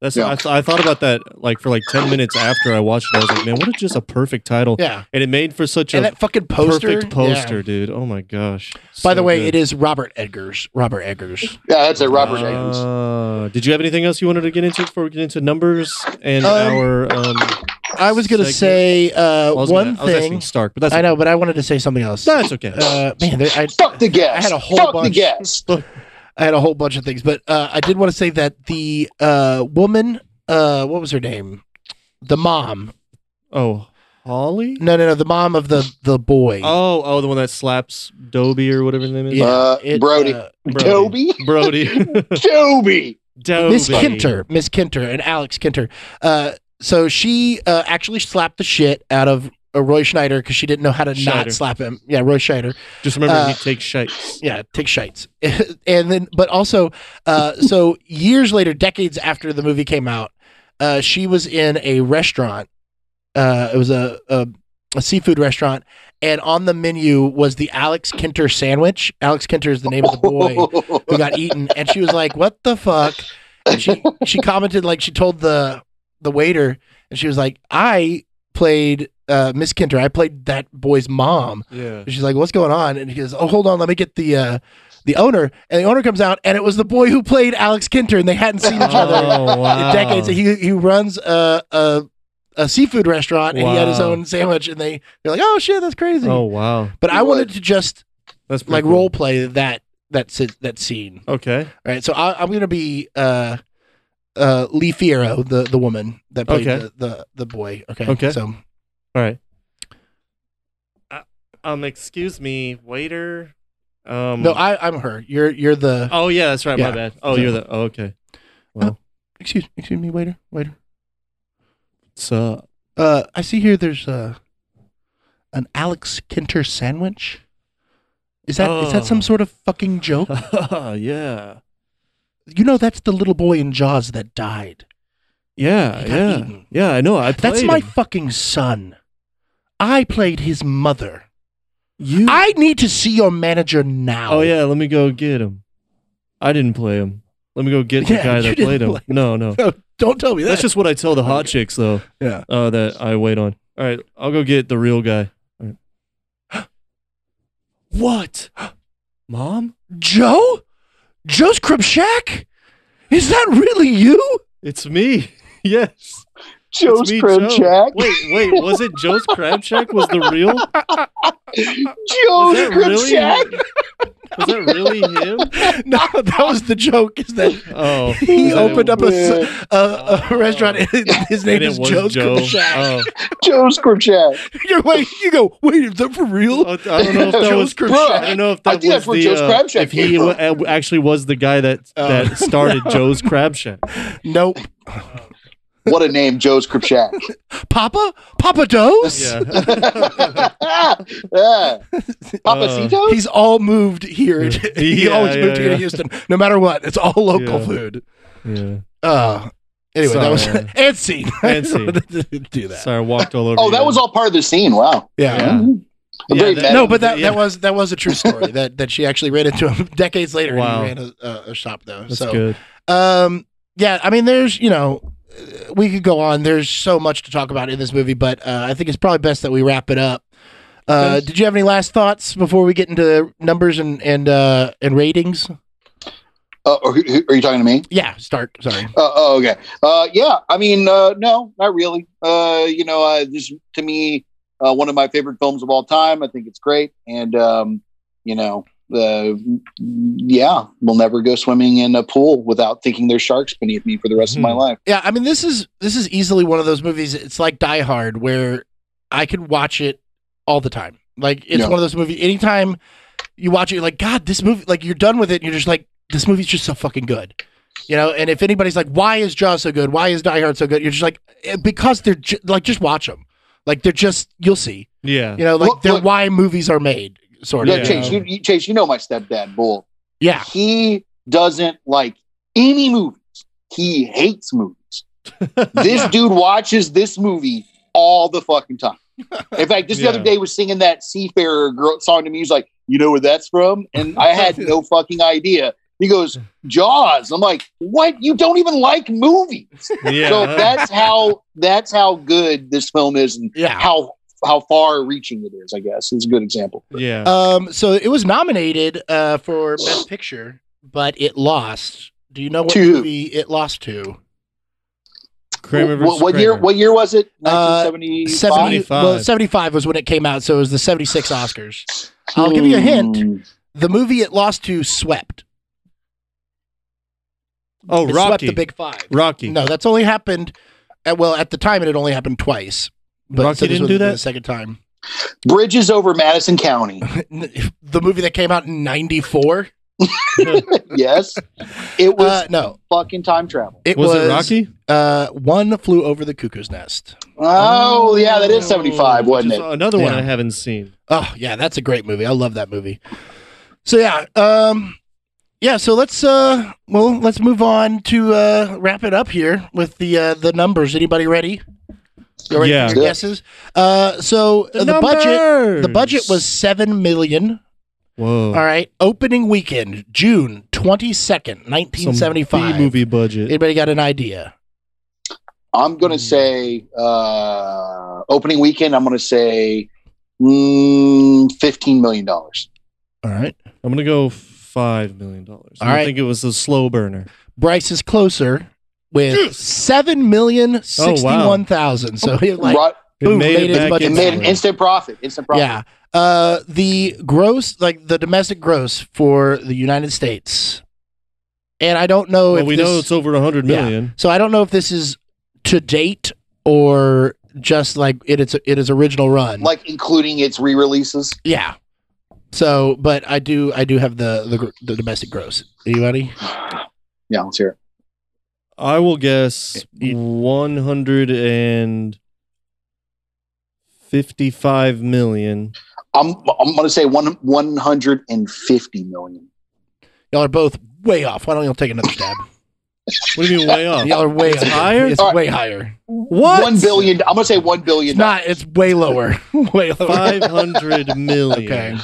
D: that's
F: Yeah.
D: I, th- I thought about that like for like 10 minutes after I watched it. I was like, man, what a just a perfect title.
B: Yeah.
D: And it made for such
B: And
D: a
B: that fucking poster.
D: perfect
B: yeah.
D: poster, dude. Oh my gosh.
B: By the way, it is Robert Edgers. Robert Edgers.
F: Yeah, that's it. Robert Eggers.
D: Uh, did you have anything else you wanted to get into before we get into numbers and
B: Um,
D: our um
B: I was gonna
D: Segment.
B: say uh,
D: I was gonna-
B: one
D: I was asking
B: thing.
D: Stark, but that's
B: I know, but I wanted to say something else.
D: No, it's okay.
B: Uh, man, there, I,
F: Fuck the guest.
B: I had a whole
F: Fuck the
B: bunch.
F: guest.
B: I had a whole bunch of things, but uh, I did want to say that the uh, woman, uh, what was her name? The mom.
D: oh, Holly?
B: No, no, no. The mom of the the boy.
D: Oh, oh, the one that slaps Dobie or whatever his name is.
B: yeah.
F: Uh, Brody.
B: uh,
F: Toby.
D: Brody.
F: Toby.
D: Dobie.
B: Miss Kinter, Miss Kinter, and Alex Kinter. Uh, so she uh, actually slapped the shit out of uh, Roy Schneider because she didn't know how to
D: Scheider.
B: not slap him. Yeah, Roy Schneider.
D: Just remember,
B: Uh,
D: he takes shakes.
B: yeah, take shites. and then, but also, uh, so years later, decades after the movie came out, uh, she was in a restaurant. Uh, it was a, a, a seafood restaurant. And on the menu was the Alex Kinter sandwich. Alex Kinter is the name of the boy who got eaten. And she was like, what the fuck? And she, she commented, like, she told the, the waiter, and she was like, I played uh, Miss Kinter. I played that boy's mom.
D: Yeah.
B: And She's like, "What's going on?" And he goes, "Oh, hold on, let me get the uh, the owner." And the owner comes out, and it was the boy who played Alex Kinter, and they hadn't seen each other
D: Oh, wow.
B: in decades. And He he runs a a, a seafood restaurant, and he had his
D: Wow.
B: own sandwich, and they they're like, "Oh shit, that's crazy."
D: oh, wow.
B: but I
F: What?
B: wanted to just
D: That's pretty
B: like
D: cool.
B: role play that that si- that scene.
D: Okay.
B: All right, so I, I'm gonna be uh uh Lee Fiero, the the woman that played
D: Okay.
B: the, the the boy. Okay,
D: Okay.
B: so.
D: All right. Uh, um, excuse me, waiter. Um,
B: No, I, I'm her. You're you're the.
D: oh yeah, that's right.
B: Yeah.
D: My bad. Oh, you're the. Oh, okay. Well,
B: Excuse excuse me, waiter, waiter.
D: so
B: Uh, I see here there's uh, an Alex Kinter sandwich. Is that is that
D: Oh.
B: some sort of fucking joke?
D: yeah,
B: You know, that's the little boy in Jaws that died.
D: yeah,
B: He got
D: yeah,
B: eaten.
D: yeah. I know. I played.
B: That's my
D: him.
B: fucking son. I played his mother.
D: you.
B: I need to see your manager now.
D: oh yeah. Let me go get him. I didn't play him. Let me go get
B: Yeah,
D: the guy
B: you
D: that
B: didn't
D: played him.
B: play
D: No, no.
B: Don't tell me that.
D: That's just what I tell the hot chicks though.
B: Yeah.
D: Uh, that I wait on. All right, I'll go get the real guy. All right. what? Mom?
B: Joe? Joe's Crib Shack? Is that really you?
D: It's me. Yes.
F: Joe's
D: it's me,
F: crib
D: Joe.
F: check.
D: Wait, wait, was it Joe's crab shack? Was the real? Was
F: Joe's
D: that
F: crib
D: really
F: check.
D: Was that really him?
B: No, that was the joke. Is that
D: Oh.
B: he
D: is that-
B: opened up a, s- a, a
D: Oh.
B: restaurant? And his name
D: and it
B: is
D: was
B: Joe's
D: Joe.
B: Crib Shack.
D: Oh.
F: Joe's crib check.
B: You're like, you go, wait, is that for real?
D: I don't know if that
B: Joe's
D: was
B: Crib
F: Bruh,
D: I don't know if
F: I
D: that
F: think
D: was
F: that's where
D: the
F: Joe's
D: uh,
F: Crab Shack
D: if he
F: came
D: wa- actually was the guy that
B: Oh.
D: that started Joe's Crab Shack.
B: Nope.
F: What a name, Joe's crib check.
B: Papa? Papa Doe's?
D: Yeah.
F: yeah.
D: Uh,
F: Papacito?
B: He's all moved here. he
D: Yeah,
B: always moved
D: yeah,
B: here to
D: yeah.
B: Houston, no matter what. It's all local
D: Yeah.
B: food.
D: yeah.
B: Uh, anyway, that was
D: Sorry.
B: and scene.
D: And scene.
B: Do that.
D: Sorry, I walked all over.
F: oh,
D: you.
F: that was all part of the scene. Wow.
B: Yeah.
D: Yeah.
F: I'm
D: Yeah,
F: very
D: that-
F: mad.
B: No, but that,
D: Yeah.
B: that was that was a true story that that she actually ran into him decades later.
D: Wow.
B: And he ran a, a, a shop though.
D: That's
B: so,
D: good.
B: um, yeah, I mean, there's you know, uh, we could go on. There's so much to talk about in this movie, but uh, I think it's probably best that we wrap it up. Uh,
D: Yes.
B: Did you have any last thoughts before we get into numbers and and uh, and ratings?
F: Uh, are, you- are you talking to me?
B: Yeah, start. Sorry.
F: Uh, oh, okay. Uh, yeah, I mean, uh, no, not really. Uh, you know, uh, this to me, uh, one of my favorite films of all time. I think it's great, and um, you know, uh, yeah, we'll never go swimming in a pool without thinking there's sharks beneath me for the rest of my
D: Hmm.
F: life.
B: Yeah, I mean this is this is easily one of those movies. It's like Die Hard, where I could watch it all the time. Like it's
F: Yeah.
B: one of those movies. Anytime you watch it, you're like, God, this movie. Like you're done with it, and you're just like, this movie's just so fucking good. You know, and if anybody's like, why is Jaws so good? Why is Die Hard so good? You're just like, "Eh, because they're ju- like, just watch them. Like they're just, you'll see.
D: Yeah.
B: You know, like
F: Look,
B: they're
F: look-
B: why movies are made, sort of.
F: Yeah,
D: Yeah.
F: Chase, you, you, Chase, you know my stepdad, Bull.
B: Yeah,
F: He doesn't like any movies. He hates movies. This dude watches this movie all the fucking time. In fact, just the
D: Yeah.
F: other day was singing that Seafarer girl song to me. He's like, "You know where that's from?" And I had no fucking idea. He goes, "Jaws." I'm like, "What? You don't even like movies?"
D: yeah.
F: So
B: Uh,
F: that's how that's how good this film is, and
B: yeah.
F: how how far reaching it is. I guess is a good example.
D: yeah.
B: Um, so it was nominated uh, for Best Picture, but it lost. Do you know what
F: To who?
B: movie it lost to?
D: Kramer
F: what,
D: versus
F: what year?
D: Kramer.
F: What year was it?
B: Uh, 70,
F: 1975.
D: 75.
B: well, 75 was when it came out, so it was the 76 Oscars. I'll give you a hint.
F: Hmm.
B: The movie it lost to swept.
D: oh,
B: It swept
D: Rocky.
B: the Big Five.
D: Rocky.
B: No, that's only happened, at, well, at the time it had only happened twice. But
D: Rocky
B: so this
D: didn't
B: was
D: do
B: the
D: that?
B: second time.
F: Bridges over Madison County.
B: the movie that came out in 94?
F: yes, it was
B: Uh, no.
F: fucking time travel.
B: It was,
D: was, it Rocky?
B: Uh, One Flew Over the Cuckoo's Nest.
F: Oh, yeah, that is 75,
B: Oh,
D: which
F: wasn't
D: is
F: it?
D: Another one
B: Yeah.
D: I haven't seen.
B: Oh yeah, that's a great movie. I love that movie. So yeah, um, yeah. So let's uh, well, let's move on to uh, wrap it up here with the uh, the numbers. Anybody ready? You ready
D: Yeah.
B: for your guesses? Uh, so uh, the, budget the budget was seven million.
D: Whoa.
B: All right, opening weekend, June twenty second, nineteen seventy five.
D: movie budget.
B: Anybody got an idea?
F: I'm gonna
D: Hmm.
F: say uh, opening weekend. I'm gonna say mm, fifteen million dollars.
B: All right,
D: I'm going to go $5 million.
B: All
D: I
B: right.
D: think it was a slow burner.
B: Bryce is closer with seven million sixty one thousand. So he like
F: right,
B: Boom,
D: made,
B: made it
D: it back
B: budget.
F: it
D: in
F: made
D: slow.
F: an instant profit. Instant profit.
B: Yeah. Uh, the gross, like the domestic gross for the United States, and I don't know
D: Well,
B: if
D: we
B: this,
D: know it's over 100
B: Yeah.
D: million.
B: so I don't know if this is to date or just like it, it's it is original run.
F: like including its re-releases.
B: yeah. So, but I do I do have the the, gr- the domestic gross. Anybody?
F: Yeah, let's hear it.
D: I will guess
B: It-
D: one hundred and fifty-five million.
F: I'm I'm gonna say one one hundred and fifty million.
B: Y'all are both way off. Why don't y'all take another stab?
D: What do you mean way off?
B: Y'all are way
D: It's
B: off.
D: higher?
B: It's
F: All right.
B: way higher.
D: What?
F: One billion. I'm gonna say one billion.
B: It's not. It's way lower. way lower.
D: Five hundred million.
B: Okay.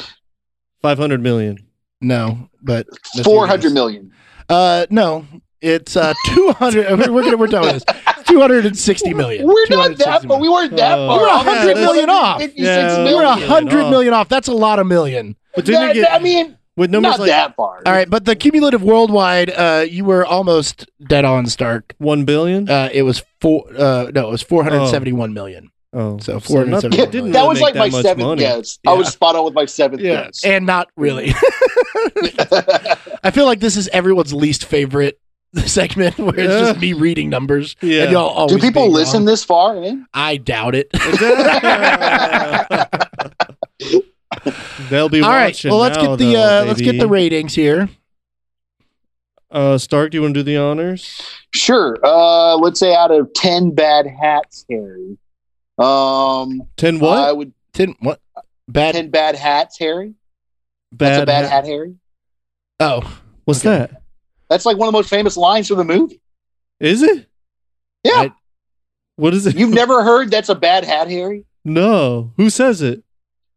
D: Five hundred million.
B: No, but that's
F: Four hundred
B: yours.
F: million.
B: Uh, no, it's uh two hundred. we're gonna, we're done with this. Two hundred and sixty million.
F: We're not that,
B: 260
F: but we weren't that
D: Oh.
F: far.
D: We're
B: a hundred million off.
D: Yeah.
B: million.
F: We're
B: we're a
D: million
B: hundred
F: uh,
D: off.
B: million off. That's a lot of million.
D: But didn't it get
F: I mean,
D: with numbers
F: not
D: like
F: that far.
B: All right, but the cumulative worldwide, uh, you were almost dead on, Stark.
D: one billion?
B: Uh, it was four. Uh, no, it was four hundred seventy-one million.
D: oh,
B: so
D: nothing-
B: 471
F: Yeah,
D: it
B: million.
D: didn't
F: that
D: really
F: was like
D: make
F: my
D: much
F: seventh
D: money.
F: guess.
B: Yeah.
F: I was spot on with my seventh guess.
B: and not really. I feel like this is everyone's least favorite segment, where it's just me reading numbers.
D: Yeah.
B: And y'all always
F: Do people
B: being
F: listen
B: wrong.
F: this far in?
B: I doubt it.
D: They'll be
B: All right,
D: watching
B: well let's
D: now,
B: get the
D: though,
B: uh, let's get the
D: baby.
B: ratings here.
D: Uh, Stark, do you want to do the honors?
F: Sure. Uh, let's say out of ten bad hats, Harry. Um,
D: Ten what?
F: I would
B: Ten what? Bad.
F: ten bad hats, Harry.
D: bad.
F: That's a bad
D: hat.
F: hat, Harry.
B: Oh,
D: What's
B: Okay.
D: that?
F: That's like one of the most famous lines from the movie.
D: Is it?
F: Yeah.
B: I-
D: What is it?
F: You've never heard that's a bad hat, Harry?
D: no. Who says it?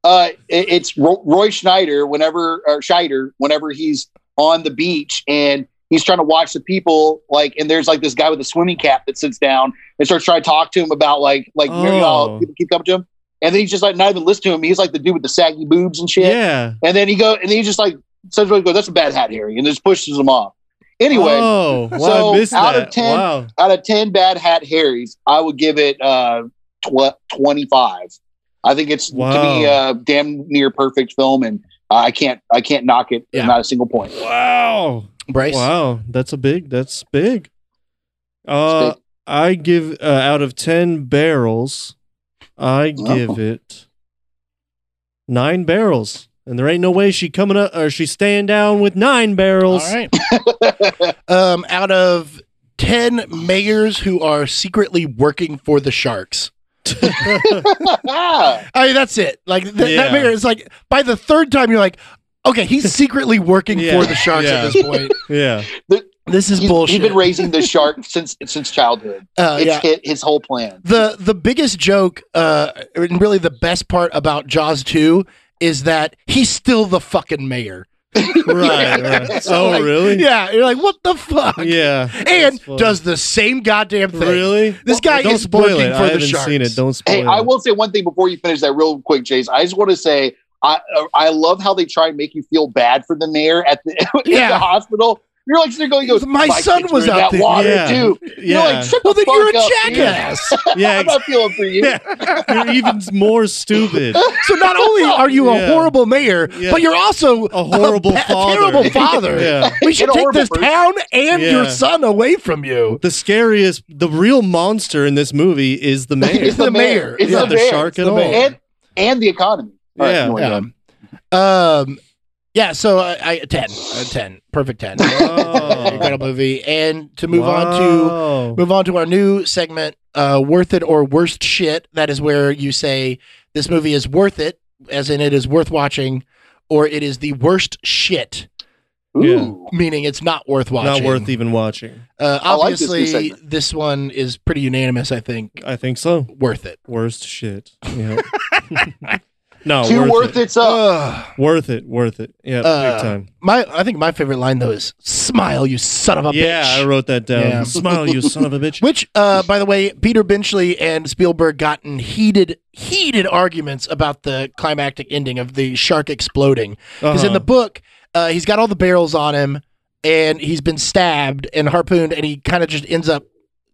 F: Uh, it- it's Ro- Roy Schneider whenever or Scheider whenever he's on the beach and he's trying to watch the people like and there's like this guy with a swimming cap that sits down and starts trying to talk to him about like like you know,
D: Oh.
F: all people keep coming to him and then he's just like not even listening to him he's like the dude with the saggy boobs and shit
D: Yeah.
F: and then he go and he just like says go that's a bad hat Harry and just pushes him off anyway
D: Oh, wow,
F: so
D: I missed
F: out of
D: that.
F: 10
D: wow.
F: out of 10 bad hat Harrys, I would give it uh, tw- 25. I think it's to
D: Wow.
F: me a damn near perfect film and I can't I can't knock it
B: Yeah.
F: not a single point.
D: Wow.
B: Bryce.
D: Wow. That's a big. That's big. Uh,
F: It's
D: I give uh, out of ten barrels, I
F: Oh.
D: give it nine barrels, and there ain't no way she coming up or she staying down with nine
B: All
D: barrels.
B: right. um, out of ten mayors who are secretly working for the Sharks,
F: Ah,
B: I mean that's it. Like th-
D: Yeah.
B: that mayor is like by the third time you're like, okay, he's secretly working
D: Yeah,
B: for the Sharks
D: yeah.
B: at this point.
D: Yeah,
B: This is
F: he's,
B: bullshit.
F: he's been raising the shark since since childhood.
B: uh,
F: it's
B: yeah. Oh,
F: hit his whole plan.
B: the the biggest joke uh and really the best part about jaws 2 is that he's still the fucking mayor
D: right. right.
B: So,
D: Oh,
B: like,
D: really?
B: yeah you're like what the fuck
D: Yeah.
B: and
D: That's funny.
B: does the same goddamn thing
D: really?
B: This guy
D: don't
B: is
D: spoil
B: working
D: it.
B: for
D: I
B: the
D: haven't
B: Sharks.
D: seen it. Don't spoil
F: Hey, I
D: it.
F: will say one thing before you finish that real quick, Chase. I just want to say I uh, I love how they try and make you feel bad for the mayor at the, at
B: Yeah.
F: the hospital. You're like sitting there going, he goes,
B: My son
F: kids
B: was
F: were in
B: out
F: that
B: there."
F: water
D: Yeah.
F: too.
D: Yeah.
F: You're like, shut
B: well
F: the
B: then you're a
F: fuck up, dude."
B: jackass
D: yeah.
F: I'm not feeling for you.
D: ex- You're even more stupid.
B: so not only are you a
D: Yeah.
B: horrible mayor
D: Yeah.
B: but you're also
D: A horrible
B: ba-
D: father.
B: terrible father
D: Yeah.
B: we should
F: And a
B: take
F: horrible
B: this
F: person.
B: town and your
D: Yeah.
B: son away from you
D: The scariest, the real monster in this movie is the mayor.
F: It's
B: the mayor.
F: It's
B: Yeah,
D: not
F: the,
D: the
F: mayor.
D: shark at
B: The
D: all.
B: mayor.
F: And and the economy. All right,
D: Yeah.
F: anyway,
B: yeah.
F: go.
B: um yeah so i, I 10 uh, 10 perfect 10
D: Oh.
B: incredible movie and to move on to
D: Wow.
B: move on to our new segment uh worth it or worst shit that is where you say this movie is worth it as in it is worth watching or it is the worst shit
D: Yeah.
F: Ooh.
B: meaning it's not worth watching
D: not worth even watching.
B: uh,
F: I like this new
B: obviously this,
F: segment.
B: one is pretty unanimous i think
D: I think so.
B: worth it
D: Worst shit. Yeah. no,
F: Two
D: worth,
F: worth
D: it.
F: it's
B: Uh,
F: up.
B: Ugh.
D: Worth it. Worth it. Yeah,
B: Uh,
D: big time.
B: my i think my favorite line though is smile you son of a
D: Yeah,
B: bitch
D: I wrote that down.
B: Yeah.
D: Smile, you son of a bitch.
B: Which, uh, by the way, Peter Benchley and Spielberg got in heated, heated arguments about the climactic ending of the shark exploding. Because in
D: Uh-huh.
B: the book, uh, he's got all the barrels on him, and he's been stabbed and harpooned, and he kind of just ends up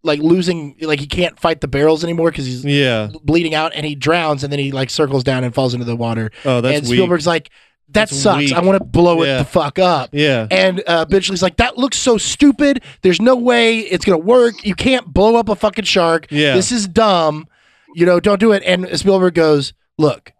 B: like losing, like he can't fight the barrels anymore because he's
D: Uh-huh. yeah.
B: bleeding out, and he drowns, and then he like circles down and falls into the water.
D: Oh, that's
B: and
D: weak.
B: Spielberg's like, "That
D: That's
B: sucks.
D: weak.
B: I want to blow it
D: Yeah.
B: the fuck up."
D: yeah.
B: And uh, Benchley's like, that looks so stupid. There's no way it's going to work. You can't blow up a fucking shark.
D: Yeah.
B: This is dumb. you know, don't do it. And Spielberg goes, look,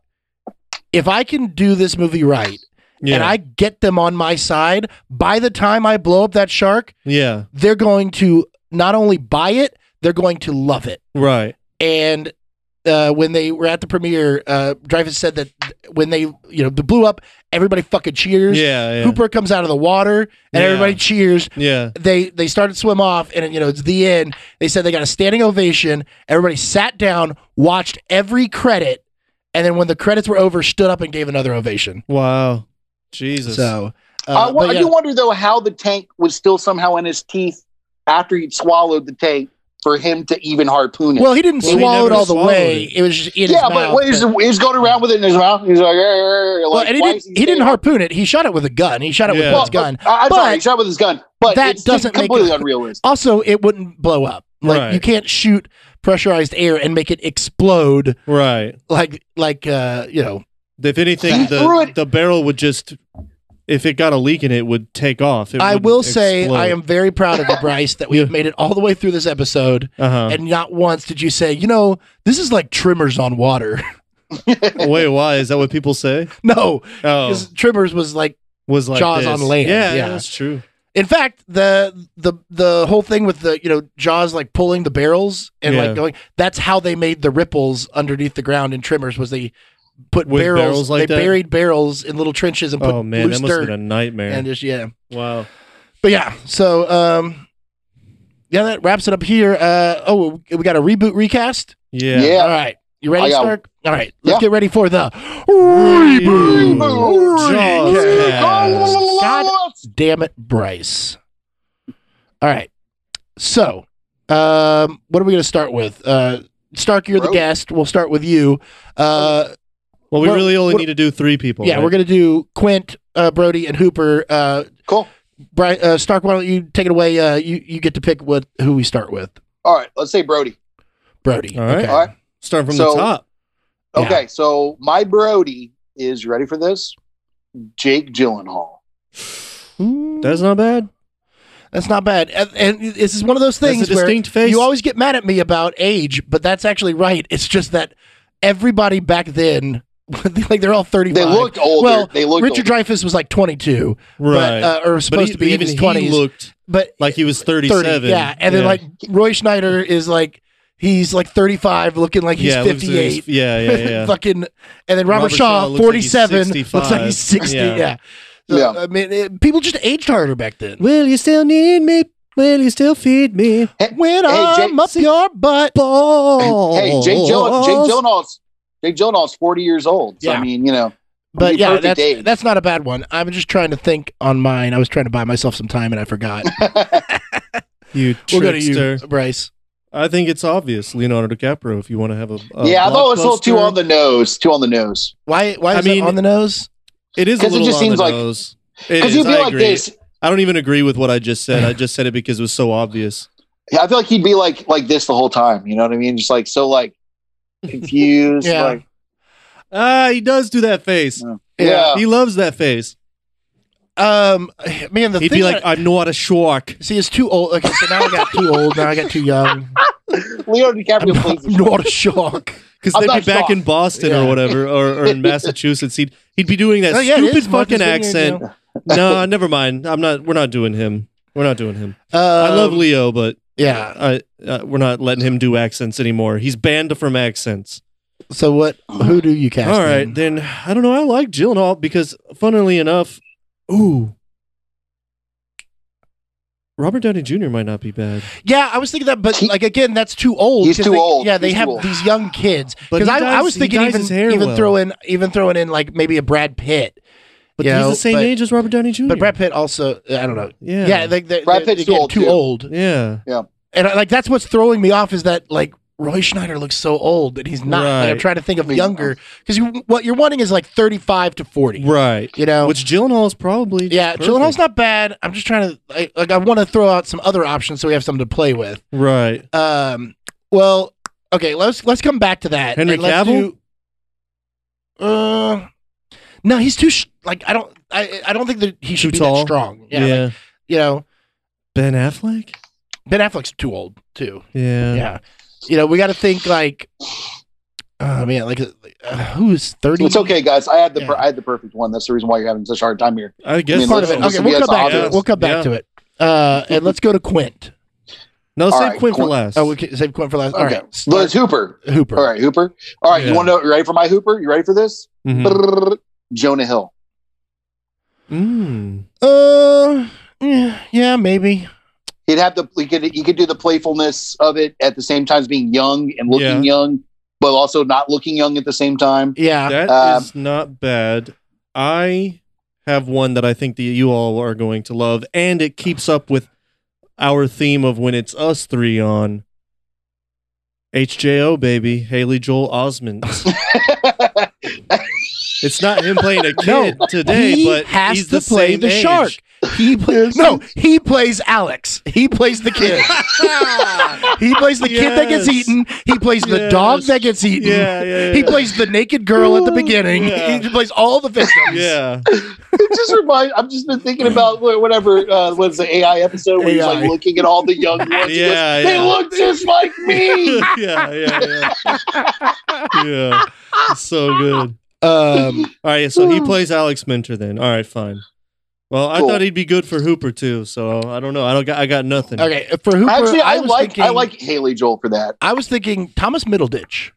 B: if I can do this movie right
D: Yeah.
B: and I get them on my side, by the time I blow up that shark,
D: yeah.
B: they're going to not only buy it, they're going to love it.
D: Right.
B: And uh, when they were at the premiere, uh, Dreyfus said that when they, you know, they blew up, everybody fucking cheers.
D: Yeah. Yeah.
B: Hooper comes out of the water and
D: Yeah.
B: everybody cheers
D: yeah.
B: they they started to swim off and you know it's the end they said they got a standing ovation everybody sat down watched every credit and then when the credits were over stood up and gave another ovation
D: Wow. Jesus.
B: so uh,
F: I, wa-
B: but
F: I
B: yeah,
F: do wonder though how the tank was still somehow in his teeth after he'd swallowed the tank for him to even harpoon it.
B: well he didn't
D: Well, he
B: swallow it
D: never
B: all the
D: swallowed
B: way
D: it.
B: it was just in his
F: yeah, but
B: mouth,
F: what is
B: but-
F: he's going around with it in his mouth. He's like, "Eh, eh, eh,"
B: well,
F: like,
B: and he
F: why
B: didn't
F: is
B: he didn't
F: saying-
B: harpoon it he shot it with a gun he shot it
D: Yeah.
B: with
F: Well,
B: his gun
F: but- I- I'm sorry,
B: But-
F: he shot with his gun, but
B: that
F: it's still
B: doesn't make
F: completely
B: it-
F: unrealistic.
B: also it wouldn't blow up like
D: Right.
B: you can't shoot pressurized air and make it explode
D: Right.
B: like like uh you know
D: If anything,
F: He threw
D: the
F: it-
D: the barrel would just, if it got a leak in it, would take off. It
B: I
D: wouldn't
B: will say
D: explode.
B: I am very proud of you, Bryce, that we've made it all the way through this episode,
D: Uh-huh.
B: and not once did you say, you know, this is like trimmers on water.
D: Wait, why is that? What people say?
B: no,
D: Oh,
B: because trimmers was like.
D: was like
B: Jaws
D: this.
B: on land,
D: Yeah,
B: yeah.
D: that's true.
B: In fact, the the the whole thing with the you know jaws like pulling the barrels and
D: Yeah.
B: like going. That's how they made the ripples underneath the ground in trimmers. Was they put
D: With
B: barrels?
D: barrels like
B: they
D: that?
B: buried barrels in little trenches and put
D: Oh man,
B: loose
D: that must have
B: dirt
D: been a nightmare.
B: and just yeah.
D: wow.
B: But yeah, so um, yeah, that wraps it up here. Uh, oh, we got a reboot recast.
D: Yeah.
F: Yeah.
B: All right. You ready,
F: I got-
B: Stark? All right. Let's
F: Yeah.
B: get ready for the reboot.
D: Jaws
B: Recast.
D: cast.
B: God damn it, Bryce. All right. So, um, what are we going to start with? Uh, Stark, you're the
F: Rope.
B: guest. We'll start with you. Uh,
D: Well, we
B: What-
D: really only
B: what-
D: need to do three people.
B: yeah,
D: right?
B: we're going to do Quint, uh, Brody, and Hooper. Uh,
F: Cool.
B: Bry- uh, Stark, why don't you take it away? Uh, you, you get to pick what who we start with.
F: All right, let's say Brody.
B: Brody.
D: All right.
B: Okay.
F: All right.
D: start from
F: So-
D: the top.
B: Yeah.
F: Okay, so my Brody is ready for this. Jake Gyllenhaal.
D: That's not bad.
B: That's not bad. And, and this is one of those
D: That's
B: things
D: a
B: where
D: distinct face.
B: you always get mad at me about age, but that's actually right. It's just that everybody back then, like they're all 35.
F: They looked older.
B: Well,
F: they looked
B: Richard Dreyfuss was like 22, but,
D: right.
B: uh, or supposed
D: he-
B: to be in
D: even
B: his
D: he
B: 20s.
D: looked
B: but
D: like he was
B: 30,
D: 37.
B: yeah. And then like Roy Schneider is like, he's like 35, looking like he's
D: yeah, looks like
B: 58.
D: he's- yeah, yeah, yeah.
B: Fucking, and then Robert,
D: Robert Shaw
B: Shaw,
D: looks like he's
B: 47, looks
D: 65.
B: like he's 60. Yeah.
D: Yeah.
B: So,
F: Yeah.
B: I mean, it- people just aged harder back then.
D: Will you still need me? Will you still feed me?
B: When
F: Jake-
B: I'm up your butt.
D: Balls.
F: Hey, Jake, Gyllen- Jake Gyllenhaal's Jake Gyllenhaal's forty years old. So
B: Yeah.
F: I mean, you know,
B: But
F: You've
B: yeah,
F: heard the
B: that's,
F: date.
B: that's not a bad one. I'm just trying to think on mine. I was trying to buy myself some time and I forgot. Oh,
D: You
B: we'll go
D: trickster.
B: to you, Bryce.
D: I think it's obvious, Leonardo DiCaprio. If you want to have a, a
F: yeah, I thought it was a little too
D: blockbuster.
F: on the nose, too on the nose.
B: Why? Why
D: I
B: is
D: mean-
B: it on the nose?
D: It is a
F: 'Cause it
D: little
F: just
D: on
F: seems
D: the
F: like-
D: nose. It
F: Because
D: is.
F: he'd be
D: I
F: like
D: agree.
F: this.
D: I don't even agree with what I just said. I just said it because it was so obvious.
F: I feel like he'd be like like this the whole time. You know what I mean? Just like so, like confused.
B: Yeah.
F: Like
D: Ah, he does do that face.
F: yeah,
D: He loves that face.
B: Um, man, the
D: He'd
B: thing.
D: be like,
B: that-
D: "I'm not a shark."
B: see, it's too old. Okay, so now I got too old. Now I got too young.
F: Leo
B: I'm
F: DiCaprio plays
B: not,
F: the
B: not a shark.
D: Because
F: I'm
D: they'd be
F: not
D: back
F: shocked.
D: in Boston
B: Yeah.
D: or whatever, or, or in Massachusetts. He'd he'd be doing that
B: Oh, yeah, it
D: stupid
B: is Martha's
D: fucking
B: Vineyard,
D: accent. nah, never mind. I'm not. We're not doing him. We're not doing him.
B: Um,
D: I love Leo, but
B: Yeah.
D: I, uh, we're not letting him do accents anymore. He's banned from accents.
B: So what? Who do you cast?
D: All right,
B: then?
D: then I don't know. I like Gyllenhaal because, funnily enough, ooh, Robert Downey Jr. might not be bad.
B: Yeah, I was thinking that, but
F: He-
B: like again, that's too old.
F: He's
B: 'cause
F: too
B: they-
F: old.
B: Yeah, they
F: He's too
B: have
F: old.
B: these young kids.
D: But
B: Because
D: he
B: I, I
D: dyes-
B: was
D: he
B: thinking
D: dyes
B: even
D: his hair
B: even
D: well.
B: throwing even throwing in like maybe a Brad Pitt.
D: But
B: you
D: he's
B: know,
D: the same
B: but-
D: age as Robert Downey Jr.
B: But Brad Pitt also, I don't know.
D: yeah,
B: Yeah, like they're,
F: Brad
B: they're-
F: Pitt's
B: they're getting
F: old,
B: too
F: too.
B: old,
D: yeah.
B: and I, like that's what's throwing me off is that like Roy Schneider looks so old that he's not. Like, I'm
D: Right.
B: trying to think of
F: He's-
B: younger because you, what you're wanting is like 35 to 40.
D: right.
B: You know,
D: Which Gyllenhaal is probably
B: yeah,
D: perfect.
B: Gyllenhaal's not bad. I'm just trying to like, like I want to throw out some other options so we have something to play with.
D: right.
B: Um. Well, okay. Let's let's come back to that.
D: Henry
B: and let's
D: Cavill?
B: do- uh, no, he's too sh- like I don't I I don't think that he should
D: Too
B: be that
D: tall?
B: strong. Yeah,
D: Yeah.
B: like, you know
D: ben Affleck.
B: Ben Affleck's too old too.
D: Yeah.
B: Yeah, you know we got to think like oh man, like uh, who's thirty?
F: It's okay, guys. I had the per-
B: Yeah.
F: I had the perfect one. That's the reason why you're having such a hard time here.
D: I guess
F: mean,
B: Part of it.
F: Listen,
B: Okay,
F: listen,
B: we'll
F: yes,
B: come back to it.
D: obvious.
B: We'll come back
D: Yeah.
B: to it. Uh, and let's go to Quint.
D: No,
F: All
D: save
F: right,
D: Quinn for
F: Quinn-
D: last.
B: Oh, we can save Quint for last. All
F: Okay.
B: right,
F: Well,
B: start
F: it's Hooper.
B: Hooper.
F: All right, Hooper. All right,
D: Yeah.
F: you want to know? You ready for my Hooper? You ready for this?
B: Mm-hmm.
D: Mhm.
F: Brrr, Jonah Hill.
D: Mm.
B: Uh, yeah, yeah, maybe.
F: He'd have the he could he could do the playfulness of it at the same time as being young and looking young, but also not looking young at the same time.
B: Yeah.
D: That is
F: Um,
D: not bad. I have one that I think that you all are going to love, and it keeps up with our theme of when it's us three on HJO baby, Haley Joel Osment. it's not him playing a kid today,
B: he
D: but
B: has
D: he's
B: to
D: the
B: play
D: same
B: the
D: age.
B: shark. He plays no. He plays Alex. He plays the kid. he plays the kid that gets
D: Yes.
B: eaten. He plays the
D: Yes.
B: dog that gets eaten.
D: Yeah, yeah, yeah.
B: He plays the naked girl at the beginning.
D: Yeah.
B: He plays all the victims.
D: Yeah,
F: it just reminds. I've just been thinking about wh- whatever uh, was the AI episode where he's
B: AI.
F: like looking at all the young ones. and goes,
D: Yeah,
F: they
D: yeah.
F: look just like me.
D: yeah, yeah, yeah. yeah. It's so good.
B: Um,
D: All right, so he plays Alex Minter then. All right, fine. Well, I
F: Cool.
D: thought he'd be good for Hooper too. So I don't know. I don't. Got, I got nothing.
B: okay. For Hooper,
F: Actually, I,
B: I, was
F: like
B: thinking,
F: I like Haley Joel for that.
B: I was thinking Thomas Middleditch.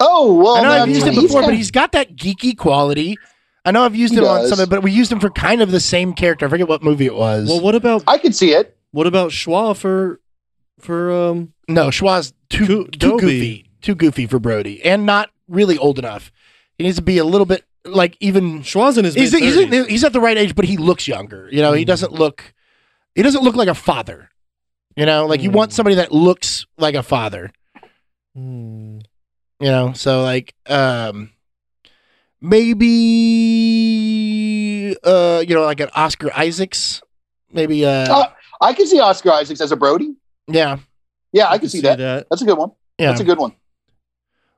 F: Oh well,
B: I know
F: now
B: I've used
F: he's-
B: him before,
F: got-
B: but he's got that geeky quality. I know I've used
F: He
B: him on
F: does.
B: something, but we used him for kind of the same character. I forget what movie it was.
D: Well, what about
F: I could see it.
D: what about Schwa for for um?
B: No, Schwa's too
D: Coo-
B: too
D: Dobie.
B: goofy, too goofy for Brody, and not really old enough. He needs to be a little bit like even.
D: Schwa's in his
B: He's,
D: mid
B: he's,
D: 30s.
B: he's at the right age, but he looks younger. You know, he
D: Mm.
B: doesn't look. He doesn't look like a father. You know, like you want
D: Mm.
B: somebody that looks like a father.
D: Hmm.
B: You know, so like um, maybe uh, you know, like an Oscar Isaacs, maybe uh,
F: Uh, I could see Oscar Isaacs as a Brody.
B: yeah,
F: Yeah, I, could see that. That's a good one.
B: yeah.
F: That's a good one.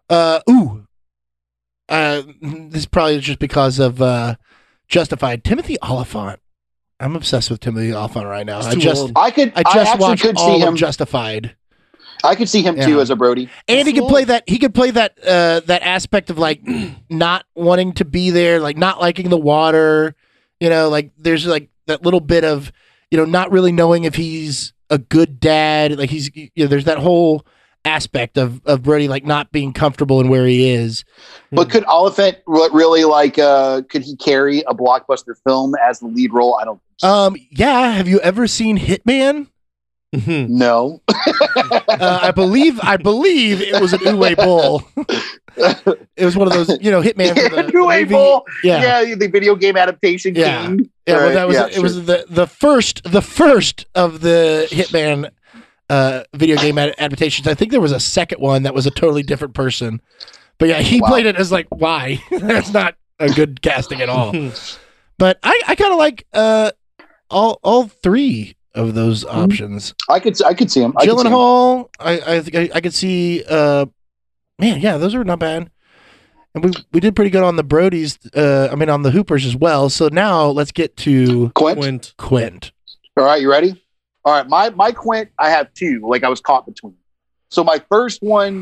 B: Uh, ooh. Uh, this is probably just because of uh, Justified. Timothy Oliphant. I'm obsessed with Timothy Oliphant right now.
D: He's
B: I
D: too
B: just,
D: old.
F: I could.
B: I
F: I,
B: just
F: actually
B: watched
F: could
B: all
F: see
B: of
F: him.
B: Justified,
F: I could see him
B: Yeah. Hmm.
F: too as a Brody.
B: and he
D: Too
B: could play
D: old.
B: that. He could play that. Uh, that aspect of like not wanting to be there, like not liking the water. You know, like there's like that little bit of you know not really knowing if he's a good dad. Like he's you know there's that whole aspect of of Brody like not being comfortable in where he is.
F: But could Oliphant re- really like? uh Could he carry a blockbuster film as the lead role? I don't.
B: Um, yeah. Have you ever seen Hitman?
D: Mhm.
F: know.
B: Uh, I believe I believe it was an Uwe Boll. it was one of those, you know, Hitman. for the- the
F: Uwe
B: movie.
F: Boll.
B: Yeah, yeah.
F: Yeah. the video game adaptation
B: Yeah.
F: king.
B: well,
F: Right,
B: that was
F: yeah,
B: it. Was the the first the first of the Hitman uh, video game ad- adaptations. I think there was a second one that was a totally different person. But yeah, he
F: Wow.
B: played it as like, why? That's not a good casting at all. But I, I kind of like uh, all all three of those options.
F: I could. I could see him. Mm-hmm. I could see him.
B: Gyllenhaal. I I think I, I could see. Uh, man, yeah, those are not bad. And we we did pretty good on the Brodies. Uh, I mean on the Hoopers as well. So now let's get to
F: Quint.
D: Quint.
B: Quint.
F: All right, you ready? All right, my my Quint, I have two. Like I was caught between. So my first one,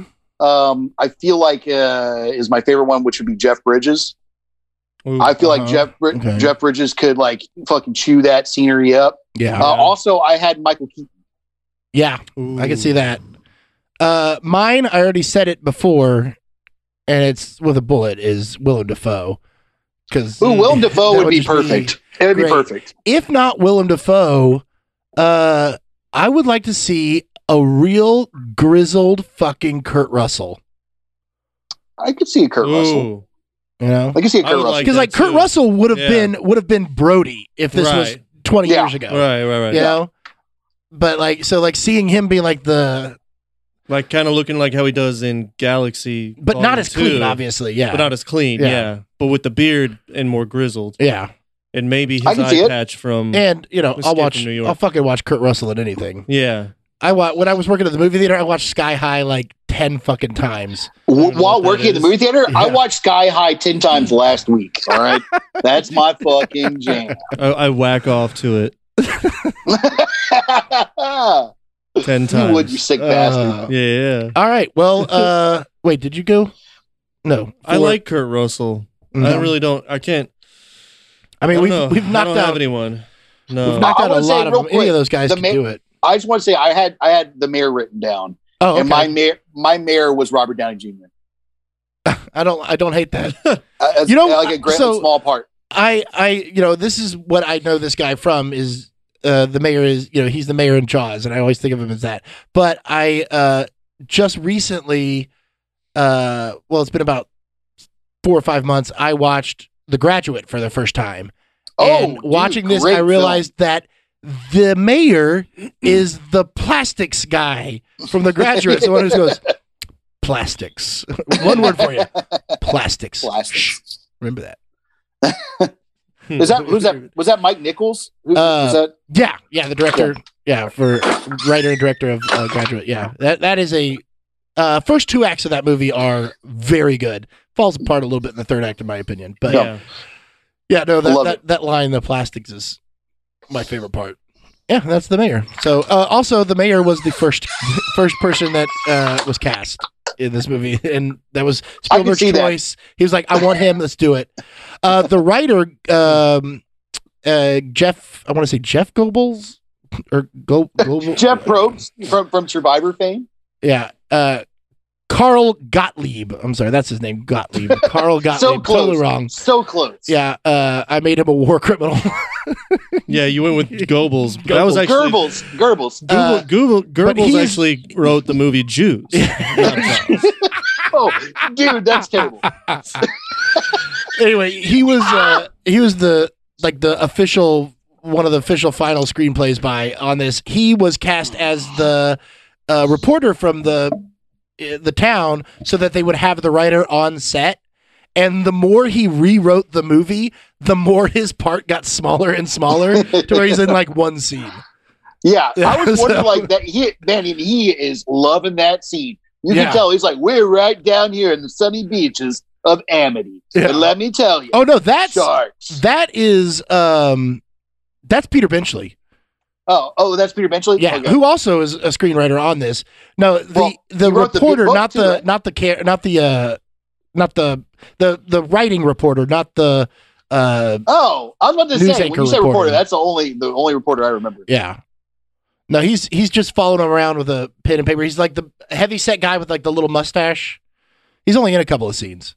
F: um, I feel like uh, is my favorite one, which would be Jeff Bridges.
D: Ooh.
F: I feel like
B: uh-huh.
F: Jeff Brid-
B: Okay.
F: Jeff Bridges could like fucking chew that scenery up.
B: Yeah,
F: Uh, also, I had Michael Keaton.
B: yeah,
D: Ooh.
B: I can see that. Uh, mine. I already said it before, and it's with a bullet. Is Willem Dafoe? Because
F: Ooh, Willem Dafoe would, be
B: just Mm. be
F: perfect. it would be
B: great.
F: perfect.
B: if not Willem Dafoe, uh, I would like to see a real grizzled fucking Kurt Russell.
F: I could see a Kurt Russell.
D: Ooh.
B: You know,
F: I could see a
D: I
F: Kurt
D: would
F: Russell.
D: like
B: because like
D: that
B: Kurt
D: too.
B: Russell would have
D: Yeah.
B: been would have been Brody if this was
D: Right.
B: twenty
F: Yeah.
B: years ago,
D: Right, right, right.
B: you know. But like, so like seeing him being like the,
D: Like kind of looking like how he does in Galaxy,
B: but
D: Volume
B: not as clean,
D: Two,
B: obviously. Yeah,
D: But not as clean,
B: Yeah.
D: yeah. But with the beard and more grizzled,
B: yeah,
D: and maybe
F: I
D: his
F: can
D: eye
F: see it.
D: patch from
B: and you know,
D: Mm-hmm. Escape
B: I'll
D: from
B: watch,
D: New York.
B: I'll fucking watch Kurt Russell in anything.
D: yeah.
B: I wa- when I was working at the movie theater, I watched Sky High like ten fucking times.
D: don't
F: W-
D: know
F: while
D: what that
F: working at the
D: is.
F: movie theater, I
B: Yeah.
F: watched Sky High ten times last week. All right, that's my fucking jam.
D: I, I whack off to it ten
F: you
D: times.
F: would, you sick
B: Uh,
F: bastard.
D: Uh, Yeah, yeah.
B: All right, well, uh, wait, did you go? No,
D: I
B: four.
D: like Kurt Russell. I
B: No.
D: really don't. I can't.
B: I
D: I
B: mean,
D: don't
B: we've
D: know.
B: we've
D: I
B: knocked
D: don't have uh,
B: out
D: anyone.
B: we've
D: No.
B: knocked
F: I
B: out a
F: wanna say
B: lot of
F: real
B: them. Any
F: quick,
B: of those guys
F: the
B: can
F: ma-
B: do it.
F: I just want to say I had I had the mayor written down,
B: Oh, okay.
F: and my mayor my mayor was Robert Downey Jr.
B: I don't I don't hate that.
F: Uh, as-
B: You know,
F: like a great
B: so-
F: small part.
B: I I you know this is what I know this guy from is uh the mayor is you know he's the mayor in Jaws and I always think of him as that. But I uh just recently uh well it's been about 4 or 5 months I watched The Graduate for the first time. and
F: Oh, dude,
B: watching this
F: great
B: I realized that the mayor is the plastics guy from The Graduate. so one who just goes plastics. One word for you. Plastics.
F: film. Plastics.
B: Remember that.
F: Is that who's that? Was that Mike Nichols? Who,
B: Hmm. Uh,
F: is that
B: Yeah, yeah, the director. Yeah, for writer and director of uh, Graduate. Yeah, that that is a uh, first two acts of that movie are very good. Falls apart a little bit in the third act, in my opinion. But yeah,
D: Yeah.
B: no, that,
F: Love
B: that, that line, the plastics, is my favorite part. Yeah, that's the mayor. So uh, also the mayor was the first first person that uh, was cast in this movie, and that was
F: I can
B: Spielberg's
F: see that.
B: choice. He was like, "I want him. Let's do it." Uh, the writer, um, uh, Jeff, I want to say Jeff Goebbels or Go- Goebbels.
F: Jeff Probst from from Survivor fame?
B: Yeah. Uh, Carl Gottlieb. I'm sorry, that's his name. Gottlieb. Carl Gottlieb.
F: So close.
B: Totally wrong.
F: So close.
B: Yeah. Uh, I made him a war criminal.
D: Yeah, you went with Goebbels. but That was
B: Goebbels.
D: actually
F: Goebbels. Goebbels.
B: Uh,
D: Google,
B: but he's-
D: Goebbels actually wrote the movie Jews.
F: Oh, dude, that's terrible.
B: anyway, he was uh, he was the like the official one of the official final screenplays by on this. He was cast as the uh, reporter from the uh, the town so that they would have the writer on set. And the more he rewrote the movie, the more his part got smaller and smaller to where he's in like one scene.
F: Yeah,
B: Yeah,
F: I was
B: so-
F: wondering like that. He man, and he is loving that scene. You
B: Yeah.
F: can tell he's like we're right down here in the sunny beaches of Amity.
B: Yeah.
F: And let me tell you,
B: Oh no, that's
F: sharks.
B: that is um that's Peter Benchley.
F: Oh, oh, that's Peter Benchley.
B: Yeah,
F: Okay.
B: who also is a screenwriter on this. No, the
F: Well,
B: the
F: he wrote the big
B: reporter,
F: book
B: not
F: too,
B: the
F: right?
B: not the care, not the uh, not the the the writing reporter, not the uh,
F: Oh, I was about to
B: News
F: say when
B: anchor
F: you say reporter,
B: reporter.
F: that's the only the only reporter I remember.
B: yeah. No, he's he's just following him around with a pen and paper. He's like the heavy set guy with like the little mustache. He's only in a couple of scenes,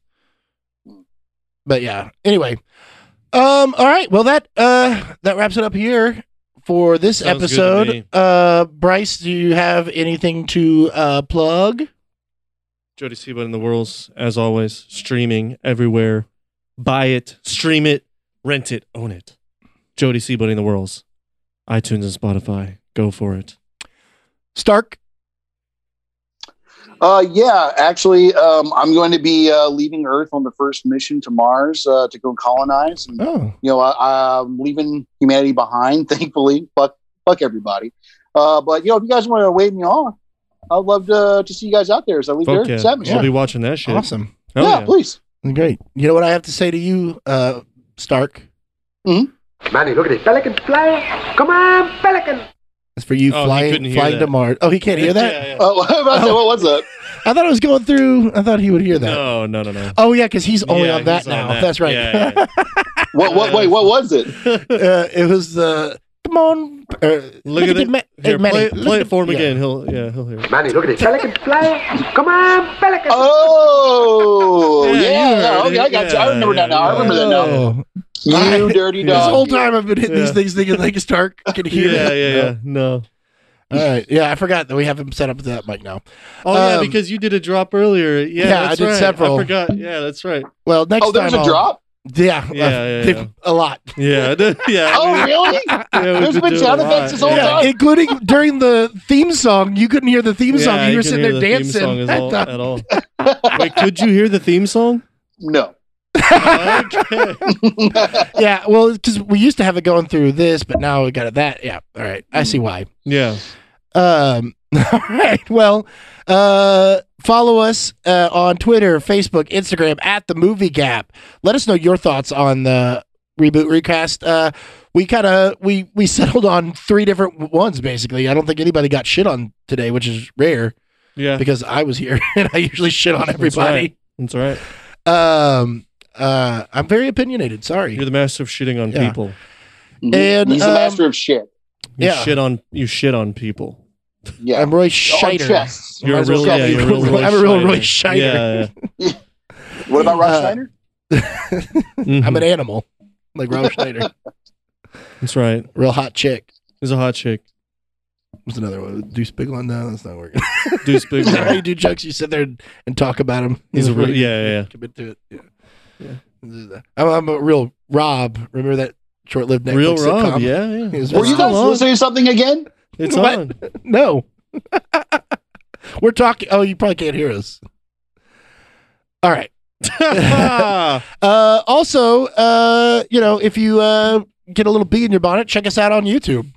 B: but yeah. Anyway, um, all right. Well, that uh, that wraps it up here for this
D: Sounds good to me.
B: episode. Uh, Bryce, do you have anything to uh plug?
D: Jody Seba in the world's, as always, streaming everywhere. Buy it, stream it, rent it, own it. Jody Seba in the world's, iTunes and Spotify. Go for it.
B: Stark.
F: Uh, yeah, actually, um, I'm going to be uh, leaving Earth on the first mission to Mars uh, to go colonize. And,
B: Oh,
F: you know, I, I'm leaving humanity behind, thankfully. Fuck, fuck everybody. Uh, but, you know, if you guys want to wave me off, I'd love to, to see you guys out there as I leave
D: Fuck
F: Earth.
D: yeah.
F: That
D: We'll be watching that shit.
B: awesome.
D: Oh,
F: yeah,
D: yeah.
F: please.
B: Great. You know what I have to say to you, uh, Stark?
G: Manny, look at this pelican fly. Come on, pelican.
B: It's for you
D: Oh, he
B: flying
D: couldn't hear
B: flying to
D: that.
B: Mars. Oh, he can't hear that?
D: Yeah, yeah.
F: Oh, what about that? what was that?
B: I thought it was going through. I thought he would hear that.
D: No, no, no, no.
B: Oh, yeah, because he's only
D: Yeah,
B: on that
D: he's
B: now.
D: on that.
B: That's right.
D: Yeah, yeah,
F: What, what, wait, what was it?
B: uh, it was the. Come on. Uh, look,
D: at
B: the
D: it.
B: ma-
D: Here,
B: uh, Manny,
D: play,
B: look
D: play
B: at
D: it for him
B: the-
D: again. He'll, yeah, he'll hear. it.
G: Manny, look at this pelican fly. Come on, pelican.
F: Oh,
D: Yeah,
F: yeah.
D: you heard
F: okay,
D: it.
F: I got you. I
D: Yeah,
F: remember that now. I
D: yeah.
F: remember that now.
B: Oh.
F: You dirty
D: Yeah.
B: This whole
F: dog.
B: time I've been hitting these
D: Yeah.
B: things thinking like Stark can hear
D: Yeah,
B: that.
D: yeah, yeah. No.
B: No. All right. Yeah, I forgot that we have him set up to that mic now.
D: Oh yeah,
B: Um,
D: because you did a drop earlier. Yeah,
B: Yeah, I
D: that's
B: did
D: right.
B: several.
D: I forgot. Yeah, that's right.
B: Well, next
F: Oh,
B: time.
F: there's a
B: I'll-
F: drop?
B: Yeah. uh,
D: Yeah, yeah,
B: they've-
D: yeah.
B: A lot.
D: Yeah, I did- yeah.
F: Oh, really?
D: yeah, we've
F: there's been
D: doing
F: sound
D: a lot.
F: effects this whole
D: Yeah.
F: time?
B: yeah, including during the theme song. You couldn't hear the theme song.
D: Yeah,
B: you
D: I
B: were
D: couldn't
B: sitting
D: hear
B: there
D: the theme
B: dancing. I
D: song as
B: thought-
D: all- at all. Wait, could you hear the theme song?
F: No.
D: Okay.
B: yeah, well, because we used to have it going through this, but now we got it that. Yeah, all right, I
D: Hmm.
B: see why.
D: Yeah.
B: Um, all right, well, uh, follow us uh, on Twitter, Facebook, Instagram at the Movie Gap. Let us know your thoughts on the reboot recast. Uh, we kind of we we settled on three different ones basically. I don't think anybody got shit on today, which is rare
D: Yeah.
B: because I was here and I usually shit on everybody.
D: That's all right.
B: Um, uh, I'm very opinionated. Sorry.
D: You're the master of shitting on
B: Yeah.
D: people.
B: And,
F: he's a
B: um,
F: master of shit.
D: You
B: Yeah.
D: shit on you shit on people.
F: Yeah,
B: I'm Roy
F: on
B: Scheider.
F: chests.
D: You're
F: Might
D: a
F: as well
D: real,
F: call
D: yeah,
F: me
D: you're a real Roy
B: I'm a real Roy Scheider.
D: Yeah,
F: What about Rob
B: Uh,
F: Schneider?
D: yeah. Mhm.
B: I'm an animal, like Rob Schneider.
D: That's right.
B: Real hot chick.
D: He's a hot chick.
B: What's another one? Deuce Bigland? No, that's not working.
D: Deuce Big.
B: How you do jokes? You sit there and, and talk about him.
D: He's a real,
B: Really
D: yeah, yeah, yeah.
B: Commit to it. Yeah. I'm, I'm a real Rob. Remember that short-lived Netflix
D: Real
B: sitcom?
D: Rob. Yeah, yeah.
B: It's
F: Were you
B: still
F: guys
B: on.
F: listening to something again?
D: It's
B: What?
D: on.
B: No. We're talking. Oh, you probably can't hear us. All right. Uh, also, uh, you know, if you uh, get a little bee in your bonnet, check us out on YouTube,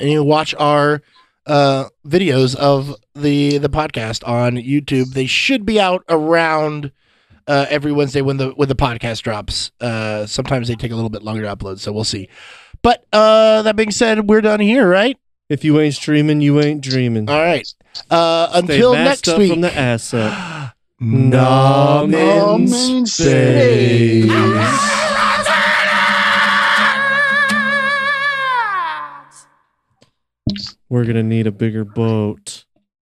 B: and you watch our uh, videos of the the podcast on YouTube. They should be out around uh, every Wednesday when the when the podcast drops. Uh, sometimes they take a little bit longer to upload, so we'll see. But uh, that being said, we're done here, right?
D: if you ain't streaming, you ain't dreaming.
B: All right. Uh,
D: Stay
B: until
D: masked
B: next
D: up
B: week.
D: From the ass up.
B: Nom
D: in
F: Nom in space.
B: space.
D: We're gonna need a bigger boat.